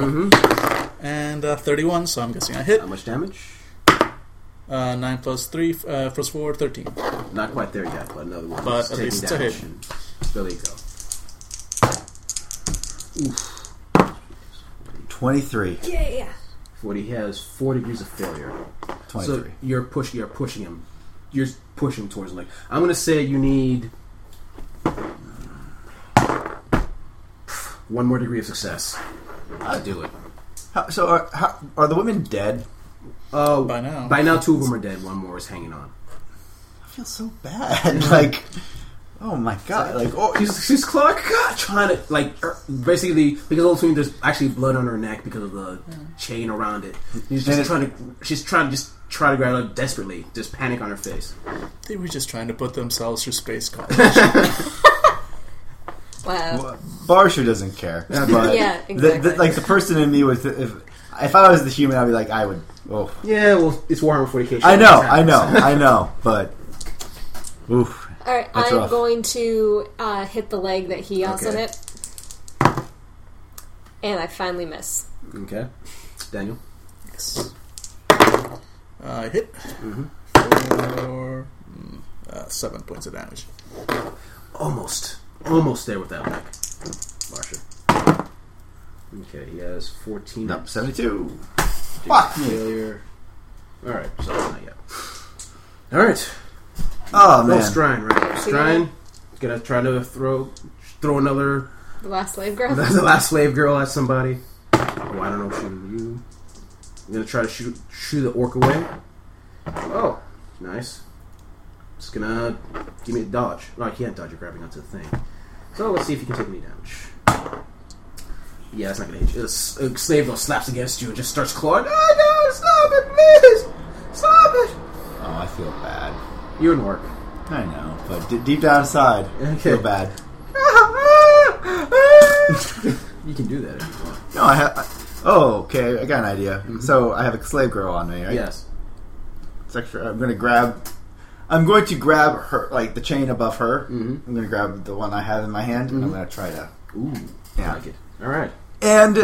Speaker 2: And uh, 31, so I'm guessing I hit.
Speaker 1: How much damage?
Speaker 2: Uh, 9 plus 3, f- uh, plus 4, 13.
Speaker 1: Not quite there yet, but another one.
Speaker 2: But
Speaker 1: is
Speaker 2: at
Speaker 1: taking
Speaker 2: least it's a
Speaker 1: damage.
Speaker 2: hit.
Speaker 1: And Billy, go.
Speaker 4: 23.
Speaker 18: Yeah, yeah.
Speaker 1: Forty has four degrees of failure.
Speaker 4: 23.
Speaker 1: So you're push you're pushing him. You're pushing towards him. Like I'm gonna say you need one more degree of success. I do it.
Speaker 4: How, so are, how, are the women dead?
Speaker 1: Oh,
Speaker 2: By now.
Speaker 1: By now, two of them are dead. One more is hanging on.
Speaker 4: I feel so bad. like, oh my god. Like, oh,
Speaker 1: She's, she's Clark God, trying to like er, basically because ultimately there's actually blood on her neck because of the chain around it. She's just
Speaker 4: And it-
Speaker 1: trying to. She's trying to just try to grab it up desperately. Just panic on her face.
Speaker 2: They were just trying to put themselves through space college.
Speaker 5: Wow.
Speaker 4: Barsha doesn't care. but
Speaker 5: Yeah,
Speaker 4: the- The,
Speaker 5: exactly.
Speaker 4: like the person in me was if if I was the human, I'd be like, I would. Oh,
Speaker 1: Yeah, well, it's Warhammer 40k.
Speaker 4: I know, I know, I know, but oof.
Speaker 5: Alright,
Speaker 4: That's
Speaker 5: I'm
Speaker 4: rough.
Speaker 5: going to uh, hit the leg that he also
Speaker 1: Okay.
Speaker 5: hit. And I finally miss.
Speaker 1: Okay, Daniel.
Speaker 2: Yes. Uh, hit. For mm, uh, seven points of damage.
Speaker 1: Almost. Almost there with that one. Marsha. Okay, he has 14.
Speaker 4: No, seventy-two.
Speaker 1: Degree
Speaker 4: Fuck me.
Speaker 1: failure. Alright, so not yet. Alright.
Speaker 4: Oh
Speaker 1: No,
Speaker 4: man,
Speaker 1: Strine, right? Strine. Gonna try to throw throw another
Speaker 5: The last leg grab.
Speaker 1: the last slave girl at somebody. Oh, I don't know, shooting you. I'm gonna try to shoot shoot the orc away. Oh, nice. It's gonna give me a dodge. No, I can't dodge. You're grabbing onto the thing. So let's see if you can take any damage. Yeah, it's not gonna hit you. It's- A slave girl slaps against you and just starts clawing. Oh no! Stop it, please! Stop it!
Speaker 4: oh I feel bad.
Speaker 1: You're an orc.
Speaker 4: I know, but d- deep down inside, I feel
Speaker 1: Okay.
Speaker 4: bad.
Speaker 1: You can do that if you want.
Speaker 4: No, I have. Oh, okay, I got an idea. So I have a slave girl on me, right?
Speaker 1: Yes.
Speaker 4: It's extra. I'm gonna grab. I'm going to grab her, like the chain above her.
Speaker 1: Mhm.
Speaker 4: I'm gonna grab the one I have in my hand. and I'm gonna try to.
Speaker 1: Ooh,
Speaker 4: Yeah.
Speaker 1: I like it. All right.
Speaker 4: And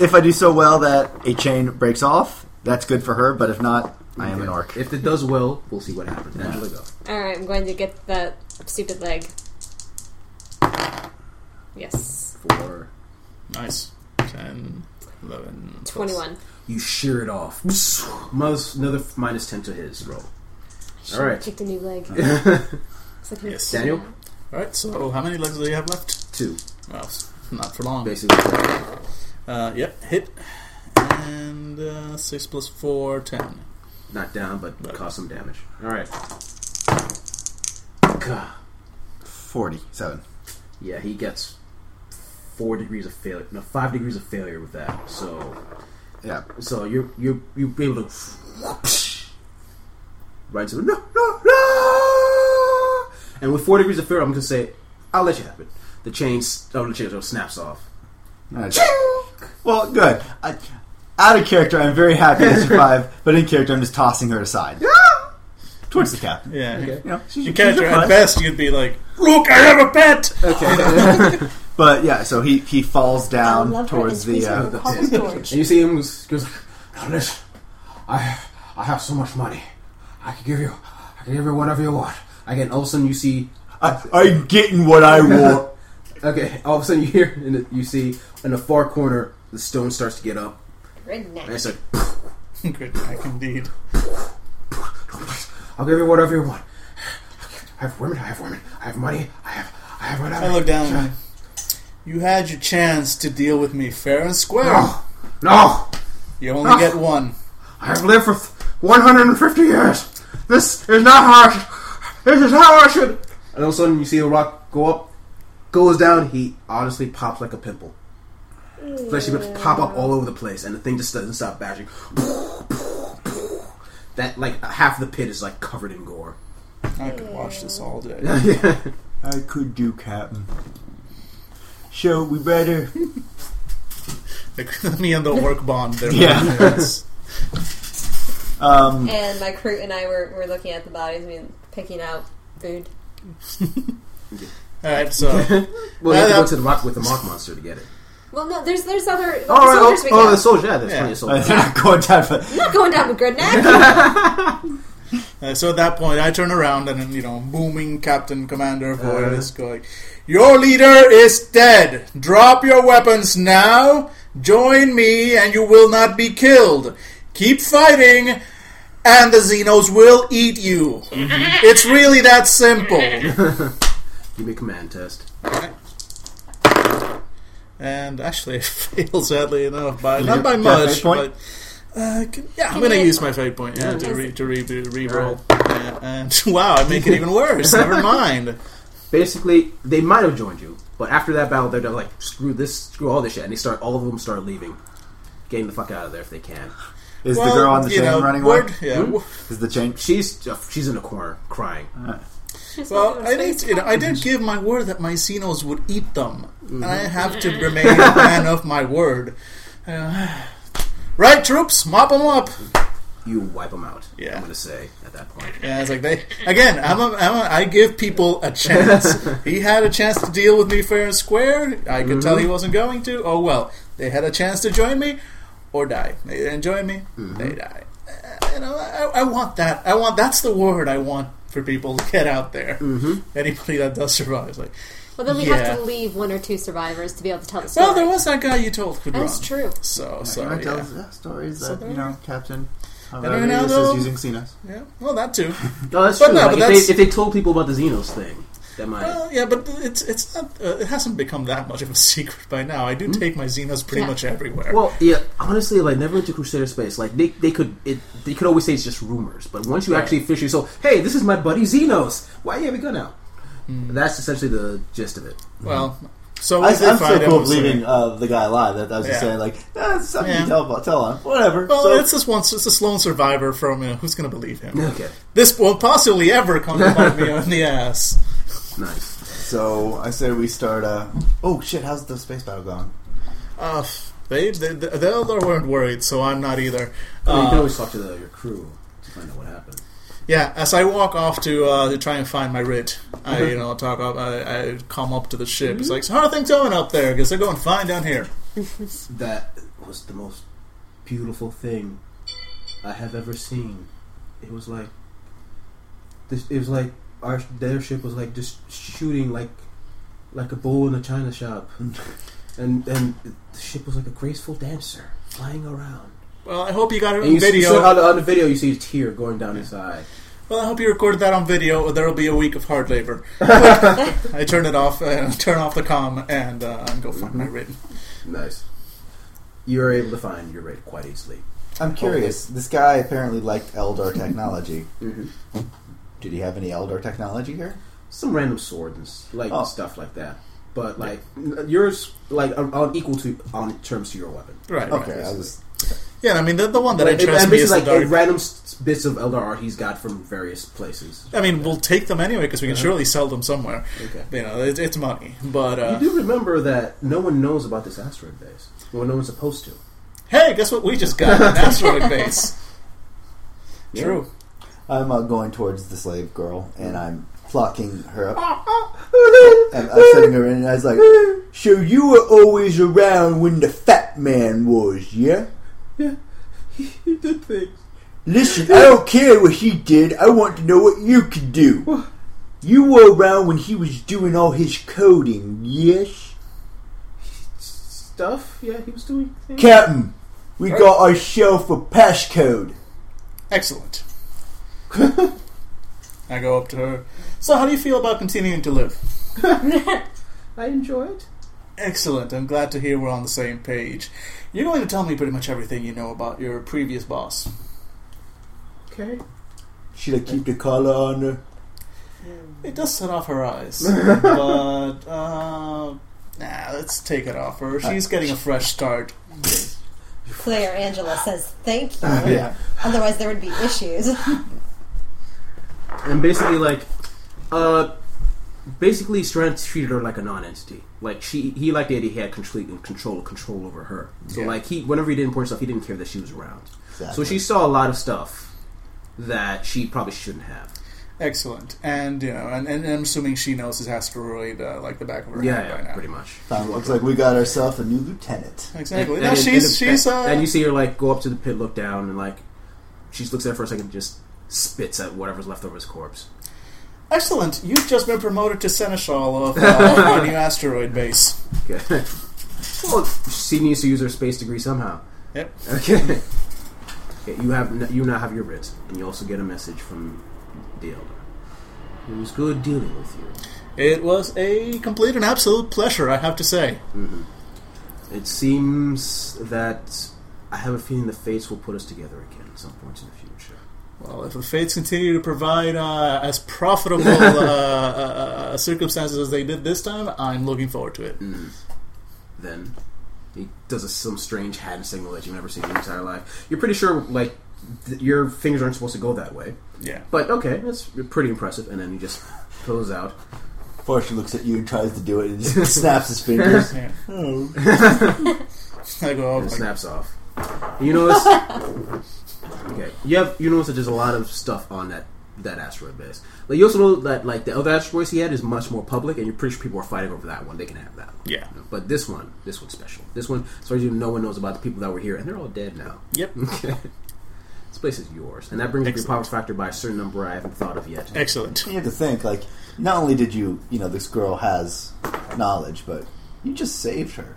Speaker 4: if I do so well that a chain breaks off, that's good for her. But if not, I am an orc.
Speaker 1: If it does well, we'll see what happens. Angela, go.
Speaker 5: Alright, I'm going to get that stupid leg. Yes.
Speaker 1: Four.
Speaker 2: Nice. 10, 11,
Speaker 5: 21.
Speaker 1: You shear it off. Minus, another minus 10 to his roll. All right.
Speaker 5: Picked a new leg. It's like,
Speaker 2: Yes.
Speaker 1: Daniel,
Speaker 2: Alright, so how many legs do you have left?
Speaker 1: two.
Speaker 2: Well, s- not for long.
Speaker 1: Basically,
Speaker 2: Uh, yep, hit. And uh, 6 plus 4, 10.
Speaker 1: not down, but cause some damage. All right. Gah.
Speaker 4: Forty-seven.
Speaker 1: Yeah, he gets four degrees of failure. No, five degrees of failure with that. So,
Speaker 4: Yeah.
Speaker 1: so you you you be able to right to the no no no. And with four degrees of failure, I'm gonna say, I'll let you have it. The chain, s- oh, the chain snaps off.
Speaker 4: Alright. Well, good. I, out of character, I'm very happy to survive, but in character, I'm just tossing her aside towards the captain.
Speaker 2: Yeah.
Speaker 1: Okay.
Speaker 4: You know, she's,
Speaker 2: You
Speaker 4: she's
Speaker 2: catch her
Speaker 4: your
Speaker 2: at
Speaker 4: crush.
Speaker 2: best, you'd be like, Look, I have a pet!
Speaker 4: But yeah, so he he falls
Speaker 18: I
Speaker 4: down
Speaker 18: love her and
Speaker 4: towards
Speaker 18: squeeze
Speaker 4: the.
Speaker 18: her
Speaker 4: Uh,
Speaker 18: with cold storage.
Speaker 1: And you see him goes, goes "Now listen, I I have so much money. I can give you I can give you whatever you want. Again, all of a sudden you see uh,
Speaker 4: I, I'm getting what I want.
Speaker 1: okay, all of a sudden you hear and it- you see in the far corner the stone starts to get up and
Speaker 5: redneck.
Speaker 1: it's like
Speaker 2: Good back indeed.
Speaker 1: I'll give you whatever you want. I have women, I have women, I have money, I have I have whatever. Ah.
Speaker 2: I look down and I'm like, You had your chance to deal with me fair and square.
Speaker 19: No!
Speaker 2: You only get one.
Speaker 19: I have lived for 150 years! This is not how I should, This is how I should. And all of a sudden, you see the rock go up, goes down. He honestly pops like a pimple. Fleshy pips pop up all over the place, and the thing just doesn't stop bashing. That like half the pit is like covered in gore.
Speaker 2: I could watch this all day.
Speaker 4: I could do, Captain. Show we better.
Speaker 2: Like, me and the work bond. There.
Speaker 4: Yeah.
Speaker 2: Yes.
Speaker 4: Um,
Speaker 5: And my crew and I were, were looking at the bodies and picking out food.
Speaker 2: All right. So
Speaker 1: Well, you have to
Speaker 2: Yeah,
Speaker 1: go
Speaker 2: that-
Speaker 1: to the rock with the mock monster to get it.
Speaker 5: Well, no, there's there's other
Speaker 1: Oh, right,
Speaker 5: soldiers
Speaker 1: oh,
Speaker 5: we
Speaker 1: oh,
Speaker 5: got.
Speaker 1: the soldier. Yeah, there's
Speaker 2: Yeah.
Speaker 1: plenty of
Speaker 4: uh,
Speaker 1: soldiers.
Speaker 4: they're not going down for.
Speaker 5: I'm not going down to Gridneck.
Speaker 2: uh, so at that point, I turn around and then, you know, booming Captain Commander voice going, "Your leader is dead. Drop your weapons now. Join me, and you will not be killed. Keep fighting." And the Xenos will eat you.
Speaker 5: Mm-hmm.
Speaker 2: It's really that simple.
Speaker 1: Give me a command test.
Speaker 2: and actually, I fail sadly enough by not by much,
Speaker 4: fate point?
Speaker 2: but uh, can, yeah, I'm
Speaker 5: Can
Speaker 2: gonna
Speaker 5: you-
Speaker 2: use my fate point yeah, to re to re to re-roll. Yeah, and wow, I make it even worse. Never mind.
Speaker 1: Basically, they might have joined you, but after that battle, they're done, like, screw this, screw all this shit, and they start. All of them start leaving, getting the fuck out of there if they can.
Speaker 4: Is
Speaker 2: Well,
Speaker 4: the girl on the
Speaker 2: you
Speaker 4: chain
Speaker 2: know,
Speaker 4: running
Speaker 2: word-
Speaker 4: away? Hmm?
Speaker 2: Yeah. w-
Speaker 4: Is the chain?
Speaker 1: She's uh, she's in a corner crying.
Speaker 2: Uh. Well, I did, you know, I did give my word that my Xenos would eat them.
Speaker 4: Mm-hmm.
Speaker 2: And I have to remain a man of my word. Uh, right, troops, mop them up.
Speaker 1: You wipe them out.
Speaker 2: Yeah.
Speaker 1: I'm gonna say at that point.
Speaker 2: Yeah, it's like they again. I'm a, I'm a, I give people a chance. he had a chance to deal with me fair and square. I could tell he wasn't going to. Oh well, they had a chance to join me or die. They didn't join me. They die. Uh, you know, I, I want that. I want that's the word I want for people to get out there. Mm-hmm. Anybody that does survive, is like
Speaker 20: Well, then we
Speaker 2: Yeah.
Speaker 20: have to leave one or two survivors to be able to tell the story.
Speaker 2: well, there was that guy you told could
Speaker 20: That's
Speaker 2: run.
Speaker 20: true.
Speaker 2: So
Speaker 4: You
Speaker 2: so
Speaker 4: know,
Speaker 2: yeah.
Speaker 4: tells uh, stories that you know, Captain.
Speaker 2: don't know,
Speaker 4: This
Speaker 2: though.
Speaker 4: is using Xenos.
Speaker 2: yeah. Well, that too.
Speaker 1: No, that's
Speaker 2: But
Speaker 1: true.
Speaker 2: no,
Speaker 1: like,
Speaker 2: but
Speaker 1: if,
Speaker 2: that's- Uh.
Speaker 1: They, if they told people about the Xenos thing, that might.
Speaker 2: Well, yeah, but it's it's not. Uh, it hasn't become that much of a secret by now. I do take my Xenos pretty
Speaker 20: Yeah.
Speaker 2: much everywhere.
Speaker 1: Well, yeah. Honestly, like never into Crusader space. Like they, they could it, they could always say it's just rumors, but once you actually officially so, hey, this is my buddy Xenos. Why you have a gun out?
Speaker 2: Hmm.
Speaker 1: That's essentially the gist of it.
Speaker 2: Well, so
Speaker 4: I,
Speaker 2: if they
Speaker 4: I'm
Speaker 2: find
Speaker 4: still cool
Speaker 2: out, so-
Speaker 4: believing uh, the guy alive. That I was just
Speaker 2: Yeah.
Speaker 4: saying, like, ah, it's something
Speaker 2: Yeah.
Speaker 4: you tell, about- tell on. Whatever.
Speaker 2: Well,
Speaker 4: so,
Speaker 2: it's this one. It's this lone survivor from you know, who's going to believe him.
Speaker 1: Okay,
Speaker 2: This will possibly ever come to bite me on the ass.
Speaker 1: nice.
Speaker 4: so I say we start. Uh, oh shit! How's the space battle going?
Speaker 2: Uh, they, they, the the elder weren't worried, so I'm not either.
Speaker 1: I mean, you
Speaker 2: Uh,
Speaker 1: can always talk to the, your crew to find out what happened.
Speaker 2: Yeah, as I walk off to uh, to try and find my writ, I you know talk up, I, I come up to the ship. It's like, so how are things going up there? Because they're going fine down here.
Speaker 1: That was the most beautiful thing I have ever seen. It was like this. It was like our their ship was like just shooting like like a bull in a china shop, and and the ship was like a graceful dancer flying around.
Speaker 2: Well, I hope you got it
Speaker 1: And you
Speaker 2: on
Speaker 1: video.
Speaker 2: video.
Speaker 1: on, the, on the video, you see a tear going down his eye.
Speaker 2: Well, I hope you recorded that on video, or there'll be a week of hard labor. I turn it off, uh, turn off the com, and uh, and go find my written.
Speaker 1: Nice. You are able to find your rate quite easily.
Speaker 4: I'm curious. This guy apparently liked Eldor technology.
Speaker 1: Mhm.
Speaker 4: Did he have any Eldor technology here?
Speaker 1: some random swords and s- like
Speaker 4: Oh.
Speaker 1: stuff like that. But like n- yours, like on- on equal to on terms to your weapon.
Speaker 2: Right.
Speaker 4: Okay,
Speaker 2: right.
Speaker 4: I was.
Speaker 2: Yeah, I mean the, the one that
Speaker 1: Like, it-
Speaker 2: interests
Speaker 1: and
Speaker 2: me is
Speaker 1: basically,
Speaker 2: the
Speaker 1: like
Speaker 2: dark.
Speaker 1: random s- bits of Eldar art he's got from various places.
Speaker 2: I mean, we'll take them anyway because we can surely sell them somewhere.
Speaker 1: Okay. Mm-hmm.
Speaker 2: You know, it, it's money. But
Speaker 1: You
Speaker 2: uh,
Speaker 1: do remember that no one knows about this asteroid base. Well, no one's supposed to.
Speaker 2: hey, guess what? We just got an asteroid base. True.
Speaker 4: I'm uh, going towards the slave girl, and I'm plucking her up. and I'm setting her in, and I was like, "So you were always around when the fat man was, yeah?"
Speaker 1: He did things.
Speaker 4: Listen, I don't care what he did. I want to know what you can do. You were around when he was doing all his coding, yes?
Speaker 1: Stuff, yeah, he was doing things.
Speaker 4: Captain, we got ourselves a passcode.
Speaker 2: Excellent. I go up to her. So, how do you feel about continuing to live?
Speaker 1: I enjoyed.
Speaker 2: Excellent. I'm glad to hear we're on the same page. You're going to tell me pretty much everything you know about your previous boss.
Speaker 1: Okay.
Speaker 4: Should I keep the collar on her?
Speaker 2: It does set off her eyes, but uh, nah, let's take it off her.
Speaker 1: Uh,
Speaker 2: She's getting a fresh start.
Speaker 5: Claire Angela says thank you.
Speaker 1: Oh, yeah.
Speaker 5: Otherwise, there would be issues.
Speaker 1: and basically like uh basically Strand treated her like a non-entity like she he liked the idea he had complete control control over her so
Speaker 2: Yeah.
Speaker 1: like he whenever he did important stuff he didn't care that she was around so
Speaker 4: Exactly.
Speaker 1: she saw a lot of stuff that she probably shouldn't have
Speaker 2: Excellent, and you know, and, and I'm assuming she knows his asteroid uh, like the back of her
Speaker 1: yeah,
Speaker 2: hand
Speaker 1: yeah,
Speaker 2: by now.
Speaker 1: pretty much
Speaker 4: Found- looks like we got ourselves a new lieutenant.
Speaker 2: Exactly.
Speaker 1: And-
Speaker 2: now
Speaker 1: and-
Speaker 2: she's
Speaker 1: and-
Speaker 2: she's uh,
Speaker 1: and you see her like go up to the pit look down and like she looks at it for a second and just spits at whatever's left over his corpse
Speaker 2: excellent. You've just been promoted to seneschal of uh, our new asteroid base.
Speaker 1: okay well she needs to use her space degree somehow
Speaker 2: Yep.
Speaker 1: Okay. okay you have n- you now have your wrist, and you also get a message from the elder. It was good dealing with you.
Speaker 2: It was a complete and absolute pleasure, I have to say.
Speaker 1: It seems that I have a feeling the fates will put us together again at some point in the future.
Speaker 2: Well, if the fates continue to provide uh, as profitable uh, uh, uh, circumstances as they did this time, I'm looking forward to it.
Speaker 1: Hmm. Then he does a, some strange hand signal that you've never seen in your entire life. You're pretty sure like th- your fingers aren't supposed to go that way,
Speaker 2: Yeah.
Speaker 1: but okay, that's pretty impressive. And then he just pulls out.
Speaker 4: Forrester looks at you and tries to do it and just snaps his fingers.
Speaker 2: Yeah. I go, oh,
Speaker 1: and
Speaker 2: my
Speaker 1: snaps off. You notice, okay, you have you notice that there's a lot of stuff on that that asteroid base. Like you also know that like the other asteroids he had is much more public, and you're pretty sure people are fighting over that one. They can have that,
Speaker 2: Yeah.
Speaker 1: but this one, this one's special. This one, as far as you know, no one knows about the people that were here, and they're all dead now.
Speaker 2: Yep.
Speaker 1: Okay, this place is yours, and that brings up your power factor by a certain number I haven't thought of yet.
Speaker 2: Excellent.
Speaker 4: You have to think, like, not only did you, you know, this girl has knowledge, but you just saved her.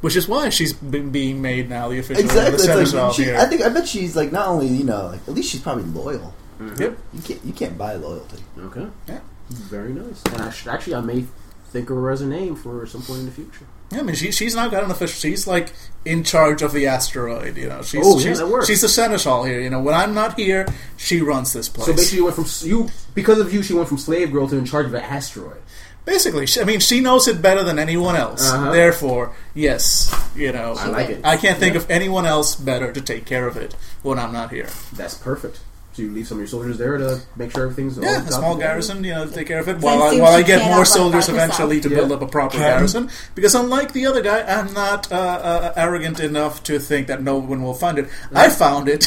Speaker 2: Which is why she's been being made now the official
Speaker 4: Exactly.
Speaker 2: the
Speaker 4: It's
Speaker 2: seneschal
Speaker 4: like, she,
Speaker 2: here.
Speaker 4: I think I bet she's like not only you know like at least she's probably loyal.
Speaker 2: Yep.
Speaker 4: You can't you can't buy loyalty.
Speaker 1: Okay,
Speaker 2: Yeah.
Speaker 1: very nice. And I should, actually, I may think of her as a name for some point in the future.
Speaker 2: Yeah, I mean, she, she's not got an official. She's like in charge of the asteroid. You know, she's
Speaker 1: Oh, yeah,
Speaker 2: she's,
Speaker 1: that works.
Speaker 2: she's the seneschal here. You know, when I'm not here, she runs this place.
Speaker 1: So basically, you went from you because of you, she went from slave girl to in charge of an asteroid.
Speaker 2: Basically, she, I mean, she knows it better than anyone else.
Speaker 1: Uh-huh.
Speaker 2: Therefore, yes, you know, I
Speaker 1: like it.
Speaker 2: can't think of anyone else better to take care of it when I'm not here.
Speaker 1: That's perfect. So you leave some of your soldiers there to make sure everything's all
Speaker 2: Yeah, a
Speaker 1: top
Speaker 2: small
Speaker 1: together.
Speaker 2: garrison, you know, to take care of it while I,
Speaker 5: seems
Speaker 2: while I
Speaker 5: she
Speaker 2: get
Speaker 5: can't
Speaker 2: more
Speaker 5: help but
Speaker 2: soldiers
Speaker 5: help herself.
Speaker 2: eventually to
Speaker 1: Yeah.
Speaker 2: build up a proper garrison. Because unlike the other guy, I'm not uh, uh, arrogant enough to think that no one will find it. I found it.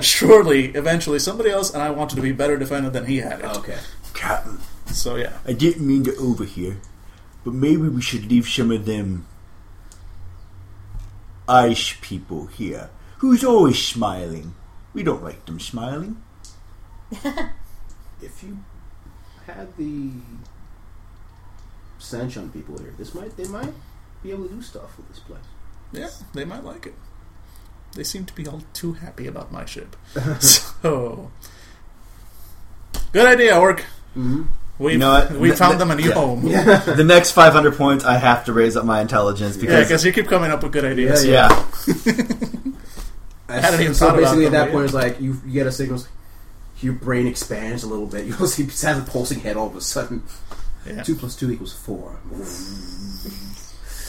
Speaker 2: Surely, eventually, somebody else, and I wanted to be better defended than he had it.
Speaker 1: Okay.
Speaker 4: Captain,
Speaker 2: So yeah,
Speaker 4: I didn't mean to over here, but maybe we should leave some of them Irish people here, who's always smiling. We don't like them smiling.
Speaker 1: If you had the Sanchon people here, this might they might be able to do stuff with this place.
Speaker 2: yeah, they might like it. They seem to be all too happy about my ship. so, good idea, Orc. We
Speaker 4: You know what?
Speaker 2: we
Speaker 4: Th-
Speaker 2: found
Speaker 4: th-
Speaker 2: them a new
Speaker 4: yeah.
Speaker 2: home. Yeah,
Speaker 4: the next 500 points, I have to raise up my intelligence because
Speaker 2: because you keep coming up with good ideas.
Speaker 4: yeah,
Speaker 1: I
Speaker 2: hadn't even
Speaker 1: so
Speaker 2: thought about
Speaker 1: basically,
Speaker 2: them,
Speaker 1: at that
Speaker 2: but
Speaker 1: point, it's like you, you get a signal. Your brain expands a little bit. You see, it has a pulsing head all of a sudden.
Speaker 2: Yeah.
Speaker 1: Two plus two equals four.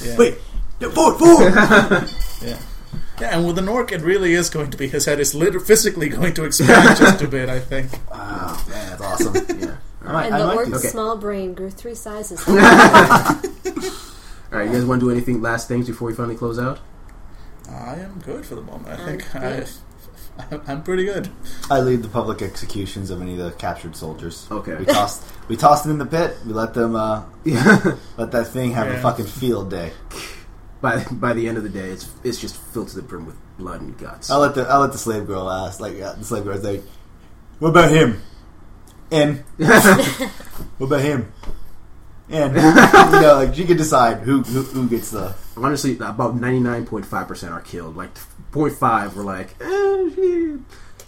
Speaker 2: Yeah.
Speaker 4: wait, no, forward, forward.
Speaker 2: Yeah. Yeah, and with an orc, it really is going to be his head is lit- physically going to expand just a bit. I think.
Speaker 4: oh man, that's awesome.
Speaker 1: Yeah.
Speaker 4: All right,
Speaker 21: And
Speaker 4: I
Speaker 21: the
Speaker 4: like
Speaker 21: orc's
Speaker 4: these.
Speaker 1: Okay.
Speaker 21: small brain grew three sizes.
Speaker 1: All right, you guys want to do anything? Last things before we finally close out.
Speaker 2: I am good for the moment. I
Speaker 21: I'm
Speaker 4: Oh,
Speaker 2: think I,
Speaker 21: good.
Speaker 2: I, am pretty good.
Speaker 4: I lead the public executions of any of the captured soldiers.
Speaker 1: Okay.
Speaker 4: We toss we toss them in the pit. We let them uh,
Speaker 1: Yeah.
Speaker 4: let that thing have
Speaker 2: Yeah.
Speaker 4: a fucking field day.
Speaker 1: by by the end of the day, it's it's just filled to the brim with blood and guts.
Speaker 4: I let the I let the slave girl ask like uh, the slave girl's like, what about him? And what about him? And you know, like you can decide who who, who gets the
Speaker 1: Honestly, about ninety nine point five percent are killed. Like 0.5 were like, eh, he,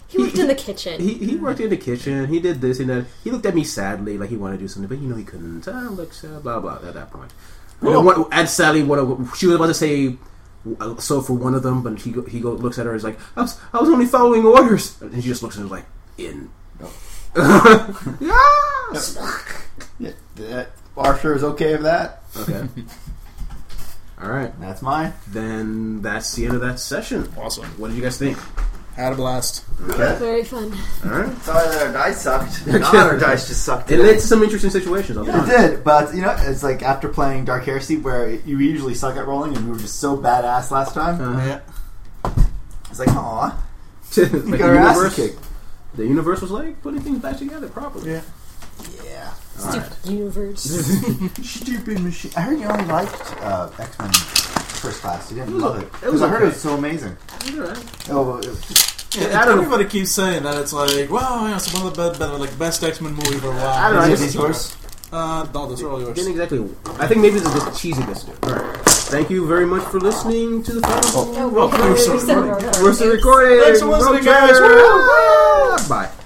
Speaker 21: He worked in the kitchen.
Speaker 1: he he worked in the kitchen. He Ah, did this and that. He looked at me sadly, like he wanted to do something, but you know he couldn't. I look sad, blah blah. At that point, And, one, and sadly, what I- she was about to say, uh, so for one of them, but he go, he go, looks at her and is like, I was, I was only following orders, and she just looks at him like, in. yes.
Speaker 4: Yeah, that, Arthur is okay with that.
Speaker 1: Okay. All right.
Speaker 4: That's mine.
Speaker 1: Then that's the end of that session.
Speaker 2: Awesome.
Speaker 1: What did you guys think?
Speaker 2: Had a blast.
Speaker 5: Very fun.
Speaker 1: All right.
Speaker 22: Sorry that our dice sucked. Not our dice just sucked.
Speaker 1: It led to some interesting situations. I'll be
Speaker 4: Yeah, it
Speaker 1: honest.
Speaker 4: did, but you know, it's like after playing Dark Heresy, where you usually suck at rolling, and we were just so badass last time.
Speaker 2: Uh.
Speaker 1: Uh-huh.
Speaker 4: It's like, aw,
Speaker 1: Like the,
Speaker 4: got our asses
Speaker 1: universe,
Speaker 4: kicked.
Speaker 1: the universe was like putting things back together properly.
Speaker 2: Yeah.
Speaker 4: yeah,
Speaker 5: Stupid universe.
Speaker 4: stupid machine. I heard you only liked uh, X Men First Class. You
Speaker 1: It
Speaker 4: didn't
Speaker 1: was
Speaker 4: love
Speaker 1: o-
Speaker 4: it
Speaker 1: it
Speaker 4: because
Speaker 1: was
Speaker 4: I heard it
Speaker 1: okay.
Speaker 4: was so amazing.
Speaker 1: All right.
Speaker 4: Oh, well, it-
Speaker 1: I don't-
Speaker 2: everybody keeps saying that it's like, wow, yeah, it's one of the be- better, like best X Men movies for a while.
Speaker 1: I don't know. I
Speaker 4: is
Speaker 1: just-
Speaker 4: it yours?
Speaker 2: Uh, no, those are all yours.
Speaker 1: Didn't exactly. I think maybe this is just cheesiness. to it. All right. Thank you very much for listening to the final.
Speaker 5: No,
Speaker 1: Well,
Speaker 5: we're-
Speaker 1: we're
Speaker 5: we're still
Speaker 1: We're still recording.
Speaker 2: Thanks for
Speaker 1: Roger.
Speaker 2: listening, guys. Woo!
Speaker 1: Bye.